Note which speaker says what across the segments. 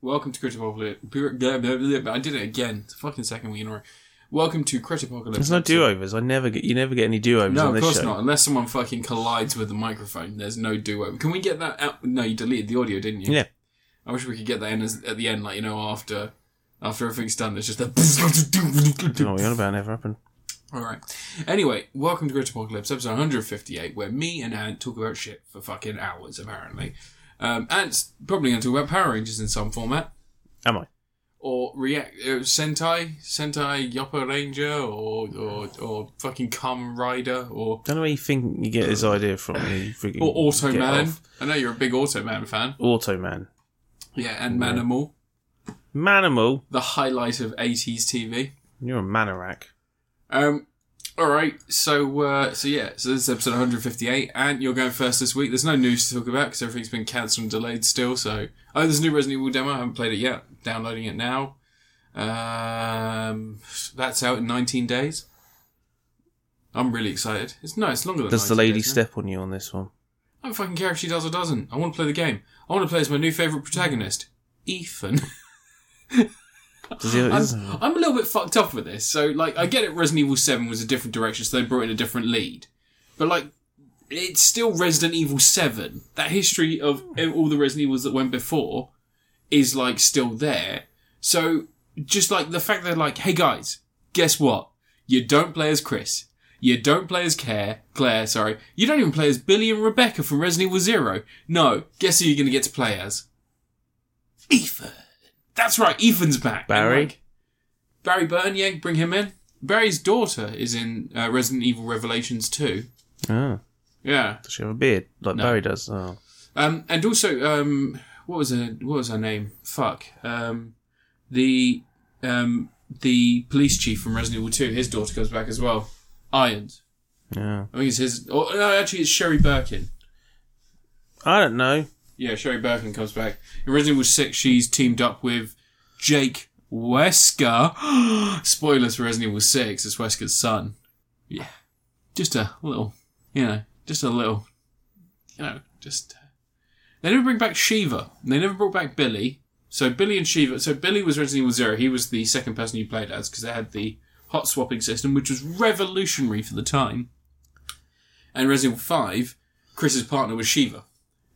Speaker 1: Welcome to Critipocalypse. I did it again. It's the fucking second week in a row. Welcome to Critipocalypse.
Speaker 2: There's no do overs. I never get. You never get any do overs
Speaker 1: No,
Speaker 2: on
Speaker 1: of
Speaker 2: this
Speaker 1: course
Speaker 2: show.
Speaker 1: not. Unless someone fucking collides with the microphone, there's no duo. Can we get that out? No, you deleted the audio, didn't you?
Speaker 2: Yeah.
Speaker 1: I wish we could get that in as, at the end, like you know, after after everything's done. There's just a.
Speaker 2: Don't know what you're on about. Never happened.
Speaker 1: All right. Anyway, welcome to Great Apocalypse, episode 158, where me and Ant talk about shit for fucking hours, apparently. Um, Ant's probably going to talk about Power Rangers in some format,
Speaker 2: Am I?
Speaker 1: or react uh, Sentai, Sentai Yoppa Ranger, or or, or fucking Kamen Rider, or
Speaker 2: Don't know where you think you get this idea from. You freaking
Speaker 1: or
Speaker 2: get
Speaker 1: Automan.
Speaker 2: off.
Speaker 1: I know you're a big Automan fan.
Speaker 2: Automan.
Speaker 1: Yeah, and Manimal,
Speaker 2: Manimal.
Speaker 1: the highlight of 80s TV.
Speaker 2: You're a manarac.
Speaker 1: Um, all right, so uh, so yeah, so this is episode 158, and you're going first this week. There's no news to talk about because everything's been cancelled and delayed still. So oh, there's a new Resident Evil demo. I haven't played it yet. Downloading it now. Um, that's out in 19 days. I'm really excited. It's no, it's longer than.
Speaker 2: Does the
Speaker 1: 19
Speaker 2: lady
Speaker 1: days now.
Speaker 2: step on you on this one?
Speaker 1: I don't fucking care if she does or doesn't. I want to play the game. I want to play as my new favorite protagonist, Ethan.
Speaker 2: Does he?
Speaker 1: I'm,
Speaker 2: does-
Speaker 1: I'm a little bit fucked up with this. So, like, I get it. Resident Evil Seven was a different direction, so they brought in a different lead. But like, it's still Resident Evil Seven. That history of e, all the Resident Evils that went before is like still there. So, just like the fact they're like, hey guys, guess what? You don't play as Chris. You don't play as Claire. Claire, sorry. You don't even play as Billy and Rebecca from Resident Evil Zero. No. Guess who you're going to get to play as? Ethan. That's right. Ethan's back. And,
Speaker 2: Barry?
Speaker 1: like, Barry Burton, yeah, bring him in. Barry's daughter is in uh, Resident Evil Revelations 2.
Speaker 2: Ah,
Speaker 1: Yeah.
Speaker 2: does she have a beard like Barry does? Oh.
Speaker 1: Um, and also, um, what was her, what was her name? Fuck. Um, the, um, the police chief from Resident Evil 2, his daughter comes back as well. Irons.
Speaker 2: Yeah.
Speaker 1: I think it's his, or, no, actually it's Sherry Birkin.
Speaker 2: I don't know.
Speaker 1: Yeah, Sherry Birkin comes back. In Resident Evil 6, she's teamed up with Jake Wesker. Spoilers for Resident Evil 6, it's Wesker's son. Yeah. Just a little, you know, just a little, you know, just. uh, They never bring back Shiva. They never brought back Billy. So Billy and Shiva. So Billy was Resident Evil Zero. He was the second person you played as because they had the hot swapping system, which was revolutionary for the time. And Resident Evil Five, Chris's partner was Shiva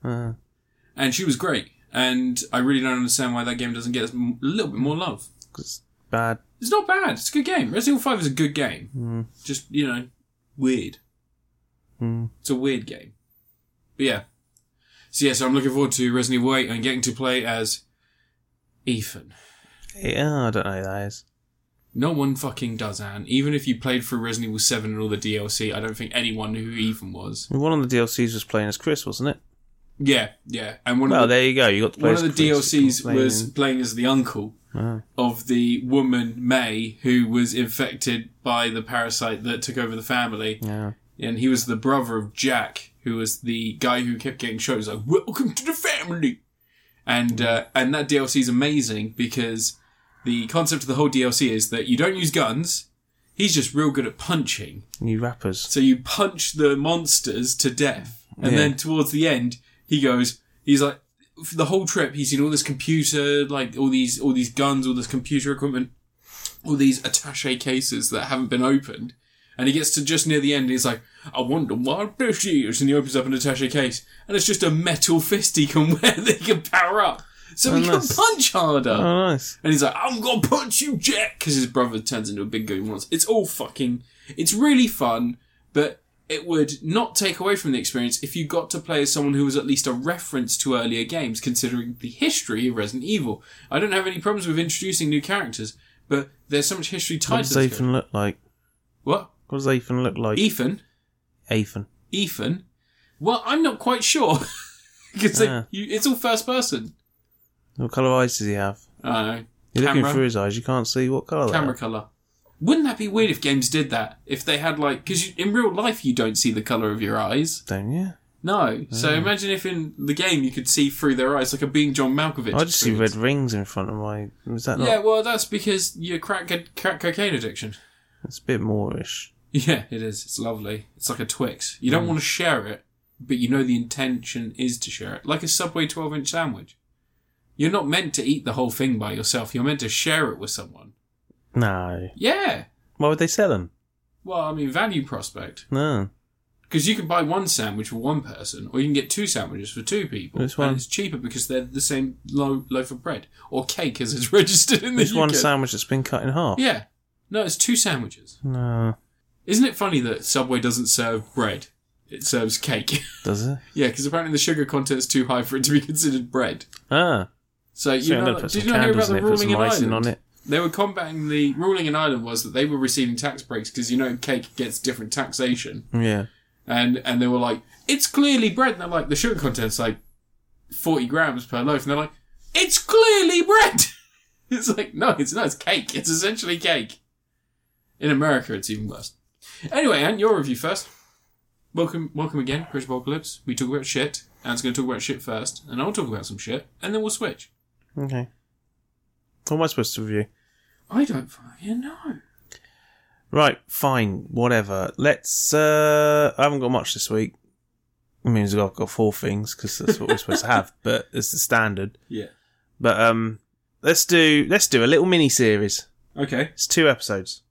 Speaker 2: Uh,
Speaker 1: and she was great. And I really don't understand why that game doesn't get us m- a little bit more love.
Speaker 2: 'cause bad.
Speaker 1: It's not bad. It's a good game. Resident Evil Five is a good game. Just you know, weird.
Speaker 2: Mm.
Speaker 1: It's a weird game. But yeah. So yeah, so I'm looking forward to Resident Evil Eight and getting to play as Ethan.
Speaker 2: Yeah, I don't know who that is.
Speaker 1: No one fucking does, Anne. Even if you played through Resident Evil Seven and all the DLC, I don't think anyone knew who Ethan was.
Speaker 2: One on the DLCs was playing as Chris, wasn't it?
Speaker 1: Yeah, yeah. And one of
Speaker 2: Well,
Speaker 1: the,
Speaker 2: there you go. You got to play
Speaker 1: one
Speaker 2: as
Speaker 1: of the
Speaker 2: Chris,
Speaker 1: DLCs
Speaker 2: playing
Speaker 1: was
Speaker 2: in-
Speaker 1: playing as the uncle.
Speaker 2: Oh.
Speaker 1: of the woman May who was infected by the parasite that took over the family,
Speaker 2: yeah.
Speaker 1: and he was the brother of Jack, who was the guy who kept getting shot. He was like, "Welcome to the family," and uh, and that DLC is amazing because the concept of the whole DLC is that you don't use guns. He's just real good at punching,
Speaker 2: New rappers.
Speaker 1: so you punch the monsters to death, and
Speaker 2: Yeah.
Speaker 1: then towards the end, he goes, he's like, for the whole trip, he's seen all this computer, like all these, all these guns, all this computer equipment, all these attaché cases that haven't been opened, and he gets to just near the end, and he's like, I wonder what this is, and he opens up an attaché case, and it's just a metal fist he can wear that he can power up, so he
Speaker 2: nice.
Speaker 1: can punch harder.
Speaker 2: Oh, nice.
Speaker 1: And he's like, I'm gonna punch you, Jack! Because his brother turns into a big goon once. It's all fucking. It's really fun, but it would not take away from the experience if you got to play as someone who was at least a reference to earlier games, considering the history of Resident Evil. I don't have any problems with introducing new characters, but there's so much history
Speaker 2: What
Speaker 1: tied to
Speaker 2: does
Speaker 1: this. game.
Speaker 2: Ethan look like?
Speaker 1: What?
Speaker 2: What does Ethan look like?
Speaker 1: Ethan?
Speaker 2: Ethan.
Speaker 1: Ethan? Well, I'm not quite sure. Because
Speaker 2: Ah.
Speaker 1: it's all first person.
Speaker 2: What colour eyes does he have?
Speaker 1: I don't know.
Speaker 2: You're looking
Speaker 1: Camera.
Speaker 2: through his eyes. You can't see what colour. they
Speaker 1: camera
Speaker 2: are.
Speaker 1: color. Wouldn't that be weird if games did that? If they had like, because in real life you don't see the color of your eyes.
Speaker 2: Don't you?
Speaker 1: No. So
Speaker 2: Mm.
Speaker 1: imagine if in the game you could see through their eyes, like a being John Malkovich.
Speaker 2: I just see red
Speaker 1: experience.
Speaker 2: rings in front of my. Is that not?
Speaker 1: Yeah, well, that's because your crack, crack cocaine addiction.
Speaker 2: It's a bit Moorish.
Speaker 1: Yeah, it is. It's lovely. It's like a Twix. You don't
Speaker 2: Mm.
Speaker 1: want to share it, but you know the intention is to share it, like a Subway twelve-inch sandwich. You're not meant to eat the whole thing by yourself. You're meant to share it with someone.
Speaker 2: No.
Speaker 1: Yeah.
Speaker 2: Why would they sell them?
Speaker 1: Well, I mean, value prospect.
Speaker 2: No.
Speaker 1: Because you can buy one sandwich for one person, or you can get two sandwiches for two people.
Speaker 2: Which one?
Speaker 1: And it's cheaper because they're the same lo- loaf of bread. Or cake as it's registered in the
Speaker 2: It's one
Speaker 1: UK.
Speaker 2: sandwich that's been cut in half.
Speaker 1: Yeah. No, it's two sandwiches.
Speaker 2: No.
Speaker 1: Isn't it funny that Subway doesn't serve bread? It serves cake.
Speaker 2: Does it?
Speaker 1: yeah, because apparently the sugar content's too high for it to be considered bread.
Speaker 2: Ah.
Speaker 1: So you
Speaker 2: So I'm
Speaker 1: know,
Speaker 2: gonna put
Speaker 1: did
Speaker 2: some
Speaker 1: you not hear about
Speaker 2: candles
Speaker 1: the
Speaker 2: in it, put
Speaker 1: ruling
Speaker 2: some
Speaker 1: in
Speaker 2: icing
Speaker 1: Ireland?
Speaker 2: on it.
Speaker 1: They were combating the ruling in Ireland was that they were receiving tax breaks because you know cake gets different taxation,
Speaker 2: Yeah.
Speaker 1: and and they were like, it's clearly bread. And they're like, the sugar content's like forty grams per loaf, and they're like, it's clearly bread. it's like no, it's not. It's cake. It's essentially cake. In America, it's even worse. Anyway, and your review first. Welcome, welcome again, Chris Apocalypse. We talk about shit. Anne's going to talk about shit first, and I'll talk about some shit, and then we'll switch.
Speaker 2: Okay. What am I supposed to review?
Speaker 1: I don't fucking know.
Speaker 2: Right, fine, whatever. Let's. uh I haven't got much this week. I mean, I've got four things because that's what we're supposed to have, but it's the standard.
Speaker 1: Yeah.
Speaker 2: But um, let's do let's do a little mini series.
Speaker 1: Okay.
Speaker 2: It's two episodes,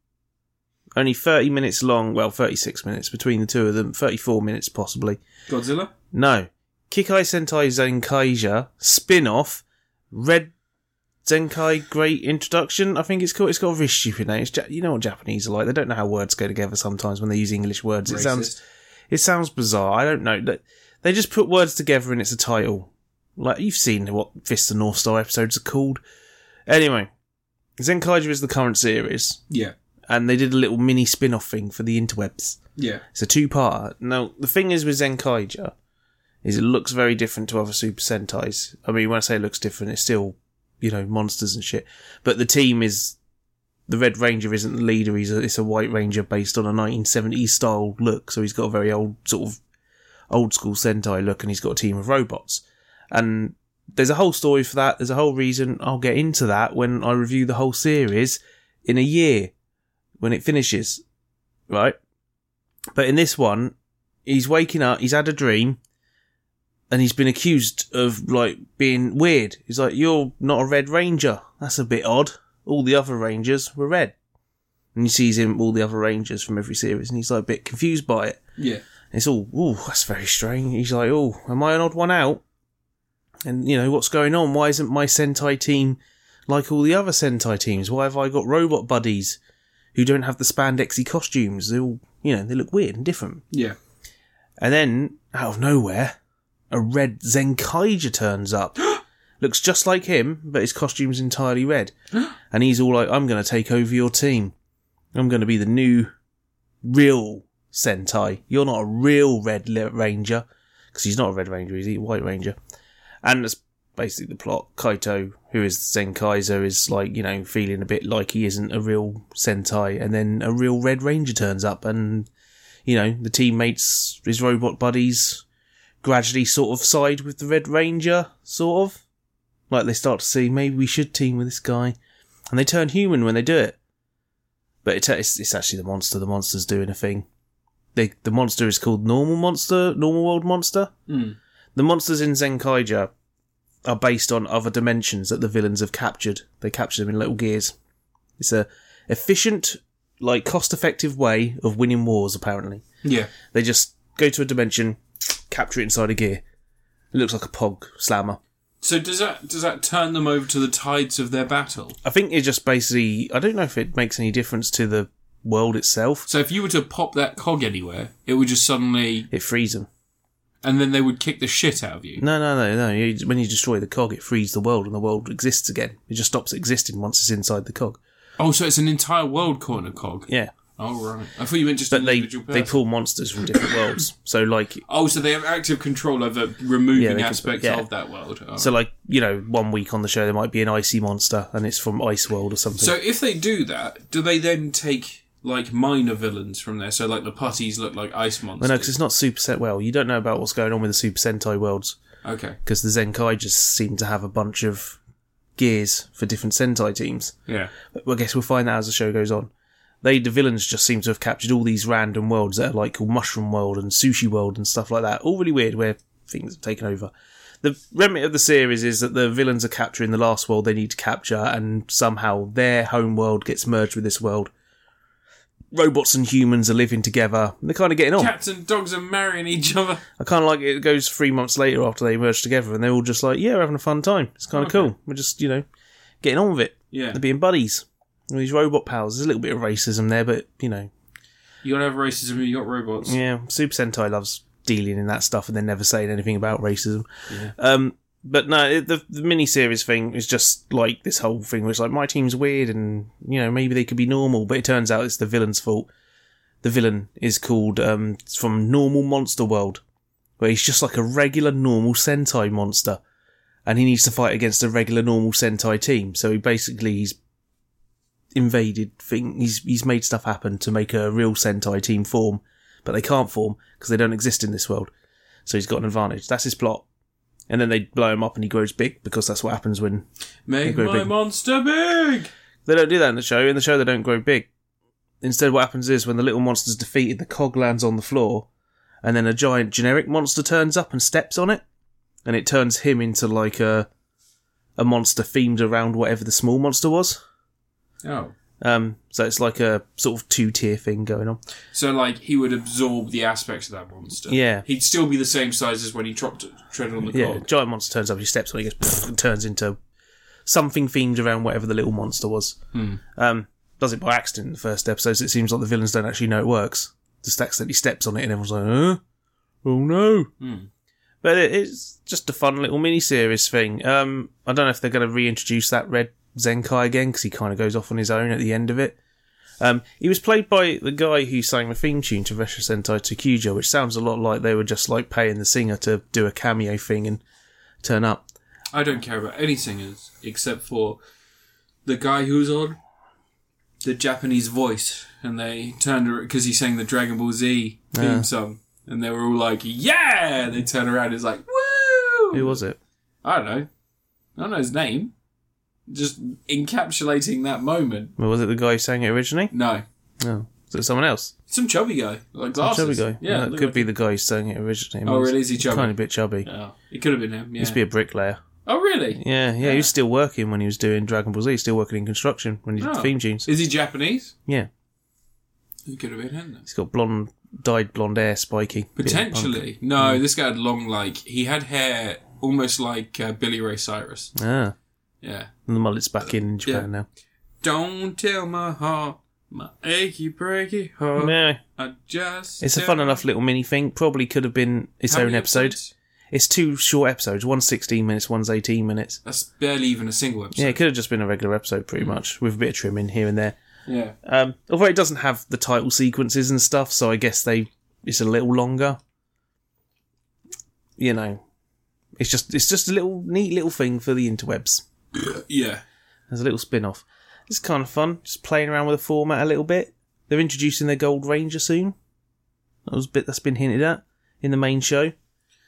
Speaker 2: only thirty minutes long. Well, thirty six minutes between the two of them, thirty four minutes possibly.
Speaker 1: Godzilla.
Speaker 2: No, Kikai Sentai Zenkaija spin off, Red Zenkai Great Introduction. I think it's called. It's got a really stupid name. It's ja- you know what Japanese are like. They don't know how words go together sometimes when they use English words. It sounds it sounds bizarre. I don't know. They- They just put words together and it's a title. Like you've seen what Fist of North Star episodes are called. Anyway, Zenkaija is the current series,
Speaker 1: Yeah.
Speaker 2: and they did a little mini spin off thing for the interwebs.
Speaker 1: Yeah.
Speaker 2: It's a two part. Now the thing is with Zenkaija is it looks very different to other Super Sentais. I mean when I say it looks different, it's still, you know, monsters and shit. But the team is the Red Ranger isn't the leader, he's a it's a white ranger based on a nineteen seventies style look, so he's got a very old sort of old school Sentai look and he's got a team of robots. And there's a whole story for that, there's a whole reason I'll get into that when I review the whole series in a year when it finishes. Right? But in this one, he's waking up, he's had a dream, and he's been accused of like being weird. He's like, You're not a red ranger. That's a bit odd. All the other rangers were red. And he sees him all the other rangers from every series and he's like a bit confused by it.
Speaker 1: Yeah.
Speaker 2: It's all, ooh, that's very strange. He's like, oh, am I an odd one out? And, you know, what's going on? Why isn't my Sentai team like all the other Sentai teams? Why have I got robot buddies who don't have the spandexy costumes? They all, you know, they look weird and different.
Speaker 1: Yeah.
Speaker 2: And then, out of nowhere, a red Zenkaija turns up. Looks just like him, but his costume's entirely red. and he's all like, I'm going to take over your team. I'm going to be the new real Sentai. You're not a real Red Le- Ranger. Because he's not a Red Ranger, he's a White Ranger. And that's basically the plot. Kaito, who is Zenkaiser, is like, you know, feeling a bit like he isn't a real Sentai. And then a real Red Ranger turns up and you know, the teammates, his robot buddies, gradually sort of side with the Red Ranger, sort of. Like they start to see, maybe we should team with this guy. And they turn human when they do it. But it, it's, it's actually the monster. The monster's doing a thing. They, the monster is called Normal Monster, Normal World Monster.
Speaker 1: Mm.
Speaker 2: The monsters in Zenkaija are based on other dimensions that the villains have captured. They capture them in little gears. It's a efficient, like cost-effective way of winning wars, apparently.
Speaker 1: Yeah.
Speaker 2: They just go to a dimension, capture it inside a gear. It looks like a pog slammer.
Speaker 1: So does that does that turn them over to the tides of their battle?
Speaker 2: I think it just basically. I don't know if it makes any difference to the world itself.
Speaker 1: So if you were to pop that cog anywhere, it would just suddenly,
Speaker 2: It frees them.
Speaker 1: and then they would kick the shit out of you.
Speaker 2: No, no, no, no. You, when you destroy the cog, it frees the world, and the world exists again. It just stops existing once it's inside the cog.
Speaker 1: Oh, so it's an entire world corner cog.
Speaker 2: Yeah,
Speaker 1: Oh right. I thought you meant just
Speaker 2: but
Speaker 1: an
Speaker 2: they
Speaker 1: individual
Speaker 2: they
Speaker 1: person.
Speaker 2: pull monsters from different worlds. So like
Speaker 1: oh, so they have active control over
Speaker 2: Yeah,
Speaker 1: removing
Speaker 2: they can-
Speaker 1: aspects
Speaker 2: yeah.
Speaker 1: of that world. Oh.
Speaker 2: so
Speaker 1: So,
Speaker 2: like you know one week on the show there might be an icy monster, and it's from Ice World or something.
Speaker 1: if they do that, do they then take like minor villains from there? So like the putties look like ice
Speaker 2: well,
Speaker 1: monsters.
Speaker 2: no, because it's not Super Sentai. Well, you don't know about what's going on with the Super Sentai worlds.
Speaker 1: okay.
Speaker 2: because the Zenkai just seem to have a bunch of gears for different Sentai teams.
Speaker 1: Yeah.
Speaker 2: But I guess we'll find that as the show goes on. They, the villains, just seem to have captured all these random worlds that are like called Mushroom World and Sushi World and stuff like that. All really weird where things have taken over. the remit of the series is that the villains are capturing the last world they need to capture, and somehow their home world gets merged with this world. Robots and humans are living together. and They're kind of getting on.
Speaker 1: Cats and dogs are marrying each other.
Speaker 2: I kind of like it goes three months later after they merge together, and they're all just like, "Yeah, we're having a fun time. It's kind of cool. We're just you know getting on with it.
Speaker 1: Yeah.
Speaker 2: They're being buddies." All these robot pals. There's a little bit of racism there, but you know,
Speaker 1: You gotta have racism and you got robots.
Speaker 2: Yeah, Super Sentai loves dealing in that stuff and then never saying anything about racism. Um, but no, it- the, the mini series thing is just like this whole thing where it's like my team's weird and you know maybe they could be normal, but it turns out it's the villain's fault. The villain is called um, it's from Normal Monster World, where he's just like a regular normal Sentai monster, and he needs to fight against a regular normal Sentai team. So he basically he's invaded thing. He's he's made stuff happen to make a real Sentai team form, but they can't form because they don't exist in this world. So he's got an advantage. That's his plot. And then they blow him up and he grows big because that's what happens when
Speaker 1: Make
Speaker 2: Great
Speaker 1: my
Speaker 2: big-
Speaker 1: monster big!
Speaker 2: they don't do that in the show. In the show, they don't grow big. Instead, what happens is when the little monster's defeated, the cog lands on the floor, and then a giant generic monster turns up and steps on it, and it turns him into like a a monster themed around whatever the small monster was.
Speaker 1: Oh.
Speaker 2: Um, so it's like a sort of two tier thing going on.
Speaker 1: So, like, he would absorb the aspects of that monster.
Speaker 2: Yeah.
Speaker 1: He'd still be the same size as when he tropped, treaded on the
Speaker 2: Yeah,
Speaker 1: cog.
Speaker 2: giant monster turns up, he steps on it, he goes "Pfft," and turns into something themed around whatever the little monster was. Um, does it by accident in the first episodes. It seems like the villains don't actually know it works. Just accidentally steps on it, and everyone's like, huh? Oh no. But it, it's just a fun little mini series thing. Um, I don't know if they're going to reintroduce that red Zenkai again because he kind of goes off on his own at the end of it. Um, he was played by the guy who sang the theme tune to Retro Sentai Tokujo, which sounds a lot like they were just like paying the singer to do a cameo thing and turn up.
Speaker 1: I don't care about any singers except for the guy who was on the Japanese voice, and they turned around because he sang the Dragon Ball Z theme song, and they were all like, "Yeah!" They turn around, it's like, "Woo!"
Speaker 2: Who was it?
Speaker 1: I don't know. I don't know his name. Just encapsulating that moment.
Speaker 2: Well, was it the guy who sang it originally?
Speaker 1: No,
Speaker 2: No. Was it someone else?
Speaker 1: some chubby guy, like
Speaker 2: Some
Speaker 1: glasses.
Speaker 2: chubby guy.
Speaker 1: Yeah,
Speaker 2: Well, that
Speaker 1: look
Speaker 2: could
Speaker 1: like-
Speaker 2: be the guy who sang it originally.
Speaker 1: Oh, really? Is he chubby?
Speaker 2: Kind of bit chubby.
Speaker 1: Oh, it could have been him. Yeah.
Speaker 2: Used to be a bricklayer.
Speaker 1: oh, really?
Speaker 2: Yeah, yeah, he was still working when he was doing Dragon Ball Z. He was still working in construction when he did
Speaker 1: Oh.
Speaker 2: the theme tunes.
Speaker 1: Is he Japanese?
Speaker 2: Yeah,
Speaker 1: It could have been him. Then.
Speaker 2: he's got blonde, dyed blonde hair, spiky. Bit of a punk.
Speaker 1: Potentially. No, this guy had long, like, he had hair almost like uh, Billy Ray Cyrus.
Speaker 2: Ah,
Speaker 1: Yeah.
Speaker 2: and the mullet's back in, in Japan now.
Speaker 1: Don't tell my heart, my achy, breaky heart.
Speaker 2: Yeah,
Speaker 1: I just.
Speaker 2: it's a fun enough little mini thing. Probably could have been its
Speaker 1: How
Speaker 2: own
Speaker 1: many
Speaker 2: episode.
Speaker 1: episodes?
Speaker 2: It's two short episodes. One's 16 minutes, one's 18 minutes.
Speaker 1: That's barely even a single episode.
Speaker 2: Yeah, it could have just been a regular episode,
Speaker 1: Hmm.
Speaker 2: pretty much, with a bit of trimming here and there.
Speaker 1: Yeah.
Speaker 2: Um, although it doesn't have the title sequences and stuff, so I guess they it's a little longer. You know, it's just it's just a little neat little thing for the interwebs.
Speaker 1: Yeah.
Speaker 2: There's a little spin off. It's kind of fun, just playing around with the format a little bit. They're introducing their Gold Ranger soon. That was a bit that's been hinted at in the main show.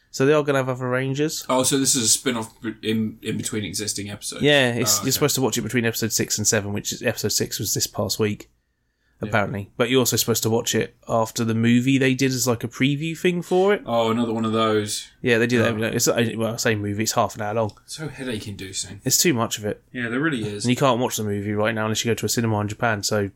Speaker 2: So they are going to have other Rangers.
Speaker 1: Oh, so this is a spin off in, in between existing episodes.
Speaker 2: Yeah, it's,
Speaker 1: Oh, okay.
Speaker 2: you're supposed to watch it between episode six and seven, which is episode six was this past week, apparently. But you're also supposed to watch it after the movie they did as like a preview thing for it.
Speaker 1: Oh, another one of those.
Speaker 2: Yeah, they do
Speaker 1: Oh.
Speaker 2: that. every night. It's uh, well, same movie. It's half an hour long.
Speaker 1: So headache inducing.
Speaker 2: It's too much of it,
Speaker 1: Yeah, there really is.
Speaker 2: and you can't watch the movie right now unless you go to a cinema in Japan. So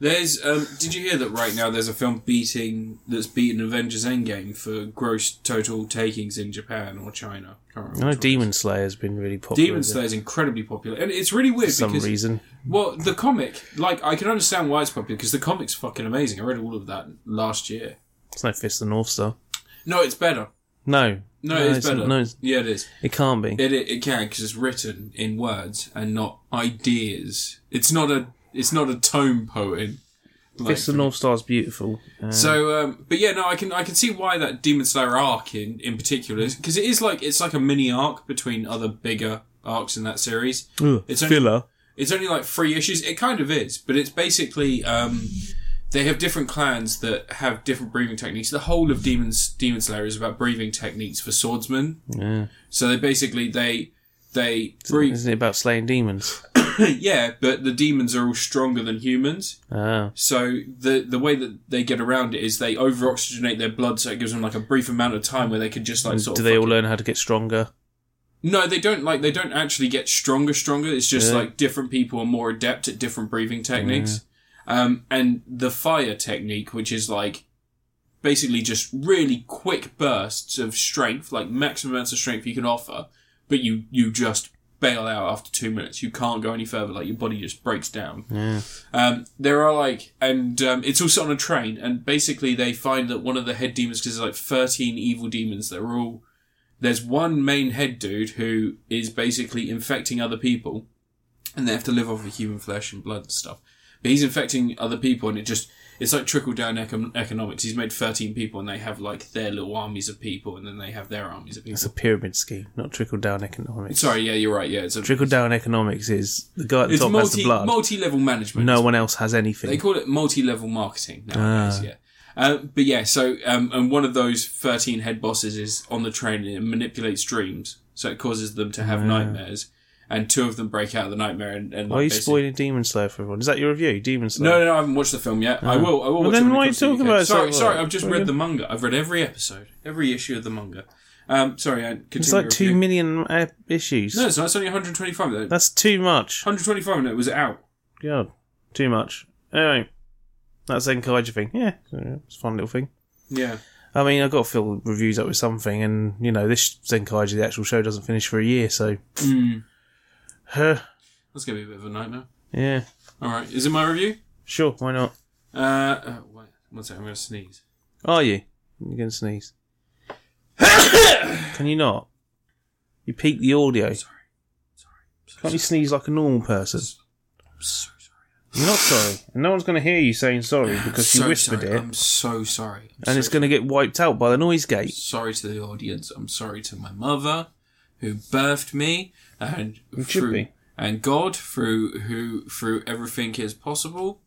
Speaker 1: There's. Um, did you hear that? Right now, there's a film beating that's beaten Avengers Endgame for gross total takings in Japan or China. Can't
Speaker 2: I
Speaker 1: remember.
Speaker 2: know
Speaker 1: which one.
Speaker 2: Demon Slayer has been really popular.
Speaker 1: Demon Slayer is incredibly popular, and it's really weird
Speaker 2: for some
Speaker 1: because
Speaker 2: reason.
Speaker 1: well, the comic, like, I can understand why it's popular because the comic's fucking amazing. I read all of that last year.
Speaker 2: It's no Fist of the North Star.
Speaker 1: No, it's better.
Speaker 2: No,
Speaker 1: No, it's, better.
Speaker 2: not- no, it's-
Speaker 1: yeah, it is.
Speaker 2: it can't be.
Speaker 1: It it, it can because it's written in words and not ideas. It's not a it's not a tome poem. Like,
Speaker 2: Fist of the North Star is beautiful. Uh,
Speaker 1: So, um, but yeah, no, I can I can see why that Demon Slayer arc in in particular is because it is like it's like a mini arc between other bigger arcs in that series.
Speaker 2: ugh,
Speaker 1: it's only-
Speaker 2: filler.
Speaker 1: It's only like three issues. It kind of is, but it's basically um, they have different clans that have different breathing techniques. The whole of Demon's Demon Slayer is about breathing techniques for swordsmen.
Speaker 2: Yeah.
Speaker 1: So they basically they they breathe.
Speaker 2: Isn't it about slaying demons?
Speaker 1: yeah, but the demons are all stronger than humans.
Speaker 2: Oh.
Speaker 1: So the the way that they get around it is they over oxygenate their blood, so it gives them like a brief amount of time where they can just like
Speaker 2: And
Speaker 1: sort
Speaker 2: do
Speaker 1: of.
Speaker 2: they all
Speaker 1: fucking-
Speaker 2: learn how to get stronger?
Speaker 1: No, they don't like they don't actually get stronger. Stronger. It's just
Speaker 2: Yeah.
Speaker 1: like different people are more adept at different breathing techniques. Um, and the fire technique, which is like basically just really quick bursts of strength, like maximum amounts of strength you can offer, but you you just bail out after two minutes. You can't go any further. Like your body just breaks down.
Speaker 2: Yeah.
Speaker 1: Um, there are like, and um, it's also on a train, and basically they find that one of the head demons, because there's like 13 evil demons, they're all. There's one main head dude who is basically infecting other people, and they have to live off of human flesh and blood and stuff. But he's infecting other people, and it just. It's like trickle down econ- economics. He's made 13 people, and they have like their little armies of people, and then they have their armies of people.
Speaker 2: It's a pyramid scheme, not trickle down economics.
Speaker 1: Sorry, yeah, you're right. Yeah, it's a.
Speaker 2: Trickle down economics is the guy at the
Speaker 1: it's
Speaker 2: top has
Speaker 1: multi,
Speaker 2: the blood.
Speaker 1: multi-level management.
Speaker 2: no one else has
Speaker 1: They
Speaker 2: anything.
Speaker 1: call it multi-level marketing nowadays.
Speaker 2: Ah.
Speaker 1: Yeah. Uh, but yeah, so um, and one of those thirteen head bosses is on the train and it manipulates dreams, so it causes them to have nightmares, and two of them break out of the nightmare and. and
Speaker 2: Ah. Are you
Speaker 1: basically-
Speaker 2: spoiling Demon Slayer for everyone? Is that your review? Demon Slayer.
Speaker 1: No, no, no, I haven't watched the film yet. I will. I will.
Speaker 2: Ah. Well,
Speaker 1: watch
Speaker 2: then
Speaker 1: it when it
Speaker 2: why are you
Speaker 1: comes to the
Speaker 2: talking
Speaker 1: UK.
Speaker 2: about it so
Speaker 1: Sorry,
Speaker 2: much?
Speaker 1: sorry. I've just
Speaker 2: Why
Speaker 1: read
Speaker 2: you-
Speaker 1: the manga. I've read every episode, every issue of the manga. Um, sorry, I continue.
Speaker 2: It's like
Speaker 1: your
Speaker 2: two
Speaker 1: review.
Speaker 2: million uh, issues.
Speaker 1: No, it's not. It's only 125. though.
Speaker 2: That's too much.
Speaker 1: 125, and it was out.
Speaker 2: God, too much. Anyway, that's Zenkaija thing. Yeah, it's a fun little thing.
Speaker 1: Yeah.
Speaker 2: I mean, I've got to fill reviews up with something, and you know, this Zenkaija, the actual show, doesn't finish for a year, so. Hmm.
Speaker 1: Mm.
Speaker 2: Huh.
Speaker 1: That's gonna be a bit of a nightmare.
Speaker 2: Yeah,
Speaker 1: All right. Is it my review?
Speaker 2: sure, why not?
Speaker 1: Uh, uh wait, one second, I'm gonna sneeze.
Speaker 2: Are you? You're going to sneeze. Can you not? You peak the audio.
Speaker 1: Sorry.
Speaker 2: Can't you sneeze like a normal person?
Speaker 1: I'm so sorry.
Speaker 2: You're not sorry. And no one's going to hear you saying sorry because you
Speaker 1: So
Speaker 2: whispered
Speaker 1: sorry.
Speaker 2: it.
Speaker 1: I'm so sorry. I'm
Speaker 2: and
Speaker 1: so
Speaker 2: it's going to get wiped out by the noise gate.
Speaker 1: sorry to the audience. I'm sorry to my mother, who birthed me, and
Speaker 2: It should
Speaker 1: through,
Speaker 2: be.
Speaker 1: and God through who through everything is possible.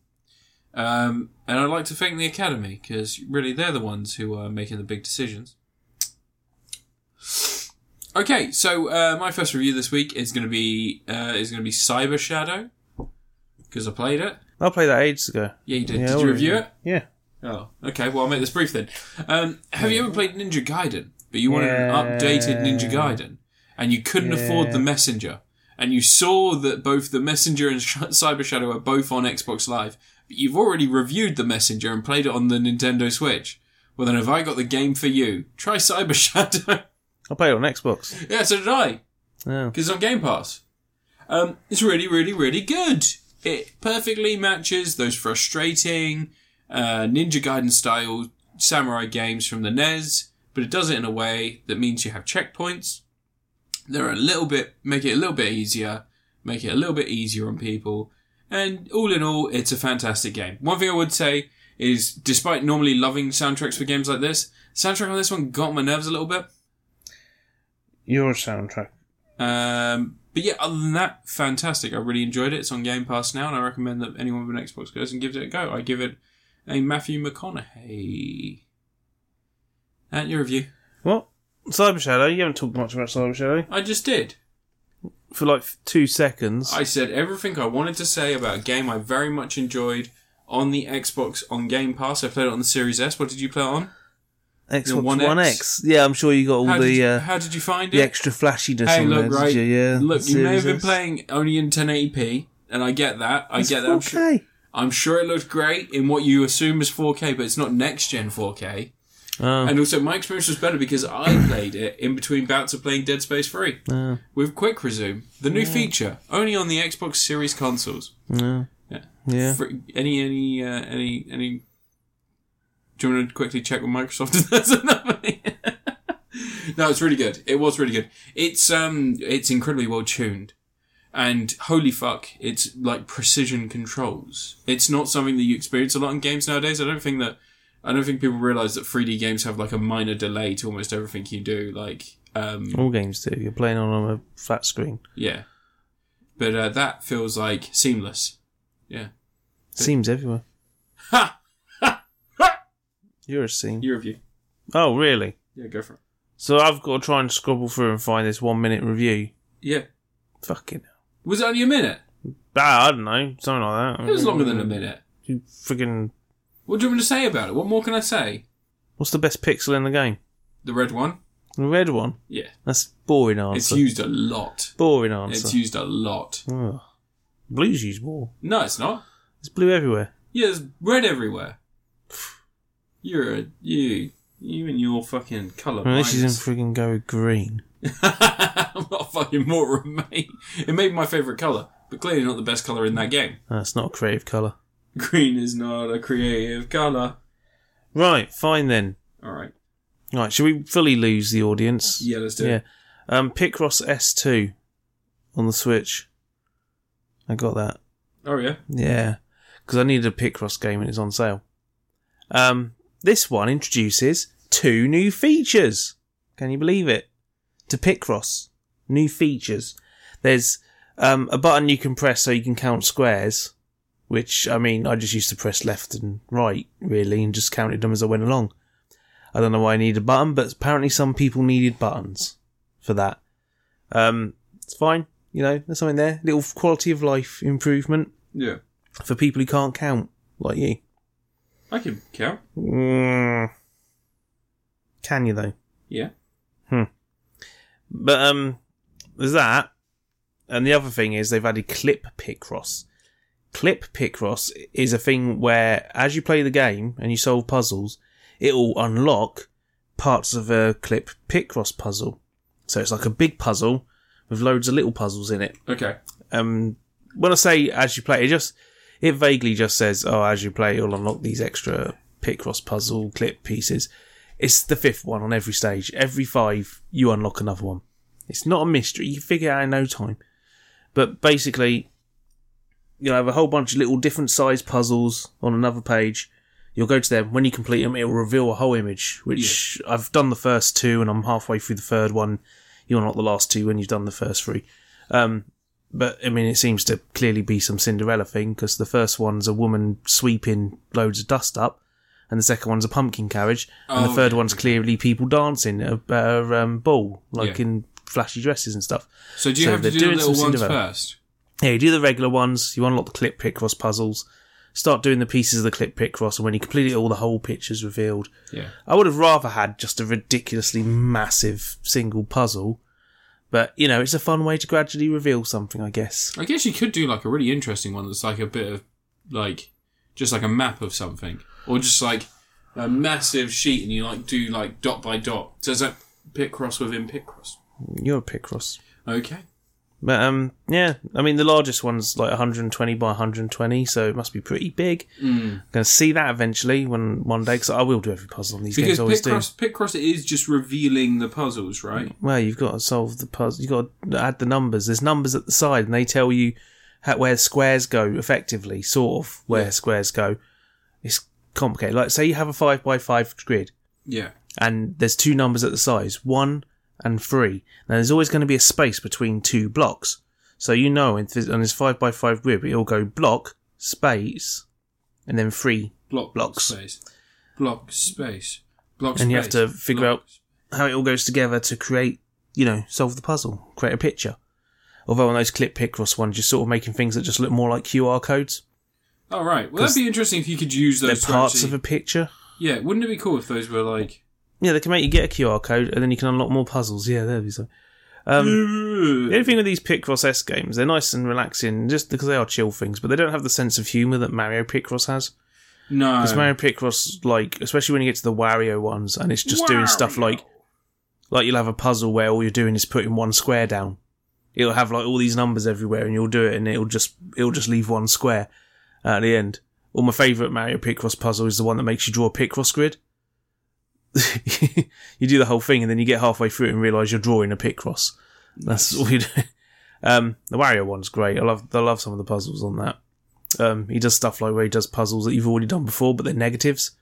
Speaker 1: Um, and I'd like to thank the Academy because really they're the ones who are making the big decisions. Okay, so uh, my first review this week is going to be uh, is going to be Cyber Shadow because I played it.
Speaker 2: I played that ages ago.
Speaker 1: Yeah, you did.
Speaker 2: Yeah,
Speaker 1: did
Speaker 2: I
Speaker 1: you review
Speaker 2: already-
Speaker 1: it?
Speaker 2: Yeah.
Speaker 1: Oh, okay. Well, I'll make this brief then. Um, have you ever played Ninja Gaiden? But you wanted an updated Ninja
Speaker 2: Yeah.
Speaker 1: Gaiden, and you couldn't afford the
Speaker 2: Yeah.
Speaker 1: Messenger, and you saw that both the Messenger and Sh- Cyber Shadow are both on Xbox Live, but you've already reviewed the Messenger and played it on the Nintendo Switch. Well, then have I got the game for you? Try Cyber Shadow.
Speaker 2: I played it on Xbox.
Speaker 1: yeah, so did I
Speaker 2: Yeah.
Speaker 1: because it's on Game Pass. Um, it's really, really, really good. It perfectly matches those frustrating uh, Ninja Gaiden style samurai games from the NES, but it does it in a way that means you have checkpoints. They're a little bit make it a little bit easier, make it a little bit easier on people, and all in all, it's a fantastic game. One thing I would say is, despite normally loving soundtracks for games like this, soundtrack on this one got on my nerves a little bit.
Speaker 2: Your soundtrack.
Speaker 1: Um, but yeah, other than that, fantastic. I really enjoyed it. It's on Game Pass now, and I recommend that anyone with an Xbox goes and gives it a go. I give it a Matthew McConaughey. And your review?
Speaker 2: What? Cyber Shadow? You haven't talked much about Cyber Shadow.
Speaker 1: I just did.
Speaker 2: For like f- two seconds.
Speaker 1: I said everything I wanted to say about a game I very much enjoyed on the Xbox on Game Pass. I played it on the Series S. What did you play it on?
Speaker 2: Xbox
Speaker 1: One
Speaker 2: One,
Speaker 1: X.
Speaker 2: X. Yeah, I'm sure you got all
Speaker 1: How,
Speaker 2: the
Speaker 1: did, you,
Speaker 2: uh,
Speaker 1: how did you find
Speaker 2: the
Speaker 1: it?
Speaker 2: extra flashiness
Speaker 1: Hey,
Speaker 2: on
Speaker 1: look,
Speaker 2: there,
Speaker 1: right.
Speaker 2: did you? Yeah.
Speaker 1: Look, you may have been
Speaker 2: Series S.
Speaker 1: playing only in 1080p, and I get that. I
Speaker 2: It's
Speaker 1: get that. I'm sure-
Speaker 2: 4K.
Speaker 1: I'm sure it looked great in what you assume is 4K, but it's not next gen 4K.
Speaker 2: Oh,
Speaker 1: And also, my experience was better because I played it in between bouts of playing Dead Space 3
Speaker 2: oh,
Speaker 1: with Quick Resume, the new feature, only on the Xbox Series consoles.
Speaker 2: oh.
Speaker 1: Yeah.
Speaker 2: Yeah.
Speaker 1: For any, any, uh, any, any. Do you want to quickly check with Microsoft if there's enough? no, it's really good. It was really good. It's um, it's incredibly well tuned, and holy fuck, it's like precision controls. It's not something that you experience a lot in games nowadays. I don't think that. I don't think people realize that 3D games have like a minor delay to almost everything you do. Like, um,
Speaker 2: All games do. You're playing on a flat screen.
Speaker 1: yeah, but uh, that feels like seamless. Yeah.
Speaker 2: Seems everywhere.
Speaker 1: Ha!
Speaker 2: You're a scene.
Speaker 1: Your review.
Speaker 2: Oh, really?
Speaker 1: Yeah, go for it.
Speaker 2: So I've got to try and scrabble through and find this one minute review.
Speaker 1: Yeah.
Speaker 2: Fucking
Speaker 1: Was it only a minute?
Speaker 2: hell. Ah, I don't know, something like that.
Speaker 1: It was longer
Speaker 2: Mm.
Speaker 1: than a minute.
Speaker 2: You friggin'
Speaker 1: What do you want me to say about it? What more can I say?
Speaker 2: what's the best pixel in the game?
Speaker 1: The red one?
Speaker 2: The red one.
Speaker 1: Yeah.
Speaker 2: That's boring
Speaker 1: It's
Speaker 2: answer.
Speaker 1: used a lot.
Speaker 2: boring answer.
Speaker 1: It's used a lot.
Speaker 2: Ugh. Blue's used more.
Speaker 1: No, it's not.
Speaker 2: It's blue everywhere.
Speaker 1: Yeah, there's red everywhere. You're a you you and your fucking colour.
Speaker 2: Unless she's in friggin' go green.
Speaker 1: I'm not a fucking moron, mate. It may be my favourite colour, but clearly not the best colour in that game.
Speaker 2: That's not a creative colour.
Speaker 1: Green is not a creative colour.
Speaker 2: Right, fine then.
Speaker 1: Alright.
Speaker 2: Right, should we fully lose the audience?
Speaker 1: Yeah, let's do
Speaker 2: yeah.
Speaker 1: it.
Speaker 2: Um, Picross S2 on the Switch. I got that.
Speaker 1: Oh yeah.
Speaker 2: Yeah. Because I needed a Picross game and it's on sale. Um, this one introduces two new features. Can you believe it? To Picross. New features. There's um, a button you can press so you can count squares, which, I mean, I just used to press left and right, really, and just counted them as I went along. I don't know why I need a button, but apparently some people needed buttons for that. Um, it's fine. You know, there's something there. Little quality of life improvement
Speaker 1: Yeah.
Speaker 2: for people who can't count, like you.
Speaker 1: I can count.
Speaker 2: Mm. Can you though?
Speaker 1: Yeah.
Speaker 2: But um, there's that, and the other thing is they've added clip Picross. Clip Picross is a thing where as you play the game and you solve puzzles, it will unlock parts of a clip Picross puzzle. So it's like a big puzzle with loads of little puzzles in it.
Speaker 1: Okay.
Speaker 2: um when I say as you play, it just it vaguely just says, "Oh, as you play, you'll unlock these extra Picross puzzle clip pieces." It's the fifth one on every stage. Every five, you unlock another one. It's not a mystery. You figure it out in no time. But basically, you'll have a whole bunch of little different size puzzles on another page. You'll go to them. When you complete them, it will reveal a whole image, which I've done the first two and I'm halfway through the third one. You're not the last two when you've done the first three. Um, but I mean, it seems to clearly be some Cinderella thing because the first one's a woman sweeping loads of dust up, and the second one's a pumpkin carriage, and
Speaker 1: Oh,
Speaker 2: the third
Speaker 1: yeah.
Speaker 2: one's clearly people dancing at a a, um, ball, like
Speaker 1: Yeah.
Speaker 2: in flashy dresses and stuff.
Speaker 1: So do you
Speaker 2: So
Speaker 1: have to
Speaker 2: they're
Speaker 1: do the
Speaker 2: doing
Speaker 1: little
Speaker 2: some
Speaker 1: ones
Speaker 2: Cinderella.
Speaker 1: first?
Speaker 2: Yeah, you do the regular ones, you unlock the clip Picross puzzles, start doing the pieces of the clip Picross, and when you complete it all, the whole picture's revealed.
Speaker 1: Yeah.
Speaker 2: I would have rather had just a ridiculously massive single puzzle, but you know, it's a fun way to gradually reveal something, I guess.
Speaker 1: I guess you could do like a really interesting one that's like a bit of like just like a map of something, or just like a massive sheet, and you like do like dot by dot. So is that pit cross within pit cross?
Speaker 2: You're a Picross.
Speaker 1: Okay.
Speaker 2: But um, yeah, I mean the largest one's like 120 by 120, so it must be pretty big.
Speaker 1: Hmm.
Speaker 2: I'm gonna see that eventually when one day, because I will do every puzzle on these
Speaker 1: Because
Speaker 2: games. I always
Speaker 1: pit
Speaker 2: do. Mm.
Speaker 1: cross, pit cross is just revealing the puzzles, right?
Speaker 2: Well, you've got to solve the puzzle. You've got to add the numbers. There's numbers at the side, and they tell you how, where squares go effectively, sort of where
Speaker 1: Yeah.
Speaker 2: squares go. It's complicated. Like, say you have a five by five grid,
Speaker 1: Yeah.
Speaker 2: and there's two numbers at the sides, one and three. Now, there's always going to be a space between two blocks, so you know in this, on this five by five grid, it'll go block space, and then three.
Speaker 1: Block
Speaker 2: Blocks.
Speaker 1: space. Block space. Block
Speaker 2: And you have
Speaker 1: space.
Speaker 2: to figure
Speaker 1: Block-
Speaker 2: out- How it all goes together to create, you know, solve the puzzle, create a picture. Although on those clip Picross ones, you're sort of making things that just look more like QR codes.
Speaker 1: All right. Well, that'd
Speaker 2: 'Cause
Speaker 1: be interesting if you could use
Speaker 2: They're
Speaker 1: those. to
Speaker 2: parts
Speaker 1: actually-
Speaker 2: of a picture.
Speaker 1: Yeah. Wouldn't it be cool if those were like?
Speaker 2: Yeah, they can make you get a QR code, and then you can unlock more puzzles. Yeah, there we go. Um, The only thing with these Picross S games, they're nice and relaxing just because they are chill things, but they don't have the sense of humour that Mario Picross has.
Speaker 1: no.
Speaker 2: Because Mario Picross, like, especially when you get to the Wario ones, and it's just doing stuff like, like you'll have a puzzle where all you're doing is putting one square down. It'll have like all these numbers everywhere, and you'll do it, and it'll just it'll just leave one square at the end. Or my favourite Mario Picross puzzle is the one that makes you draw a Picross grid. you do the whole thing, and then you get halfway through it and realise you're drawing a Picross. That's all you do. Um, the Wario one's great. I love I love some of the puzzles on that. Um, he does stuff like where he does puzzles that you've already done before, but they're negatives.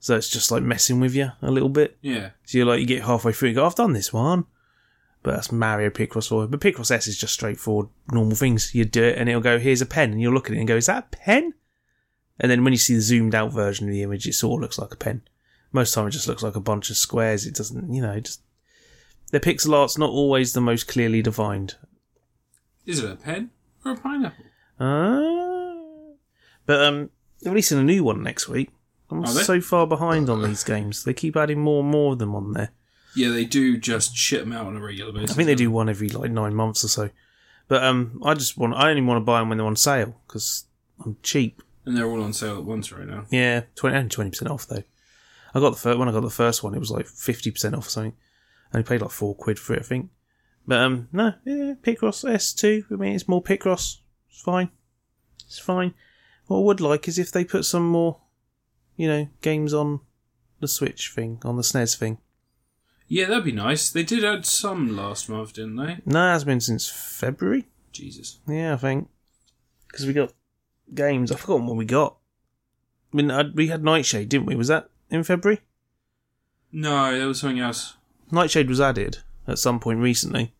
Speaker 2: So it's just like messing with you a little bit.
Speaker 1: Yeah.
Speaker 2: So you're like, you get halfway through, you go, I've done this one. But that's Mario Picross 4. But Picross S is just straightforward, normal things. You do it and it'll go, here's a pen. And you'll look at it and go, is that a pen? And then when you see the zoomed out version of the image, it sort of looks like a pen. Most time it just looks like a bunch of squares. It doesn't, you know, it just. The pixel art's not always the most clearly defined.
Speaker 1: Is it a pen or a pineapple?
Speaker 2: Ah. But um, they're releasing a new one next week. I'm
Speaker 1: Are they?
Speaker 2: so far behind on these games. They keep adding more and more of them on there.
Speaker 1: Yeah, they do just shit them out on a regular basis.
Speaker 2: I think they do one every like nine months or so. But um, I just want I only want to buy them when they're on sale because I'm cheap.
Speaker 1: and they're all on sale at once right now.
Speaker 2: Yeah, twenty and twenty percent off though. I got the first when I got the first one, it was like fifty percent off or something. I only paid like four quid for it, I think. But um, no, yeah, Picross S two. I mean, it's more Picross. It's fine. It's fine. What I would like is if they put some more, you know, games on the Switch thing, on the SNES thing.
Speaker 1: Yeah, that'd be nice. They did add some last month, didn't they?
Speaker 2: No, it has been since February.
Speaker 1: Jesus.
Speaker 2: Yeah, I think because we got games. I've forgotten what we got. I mean, I, we had Nightshade, didn't we? Was that in February?
Speaker 1: No, there was something else.
Speaker 2: Nightshade was added at some point recently.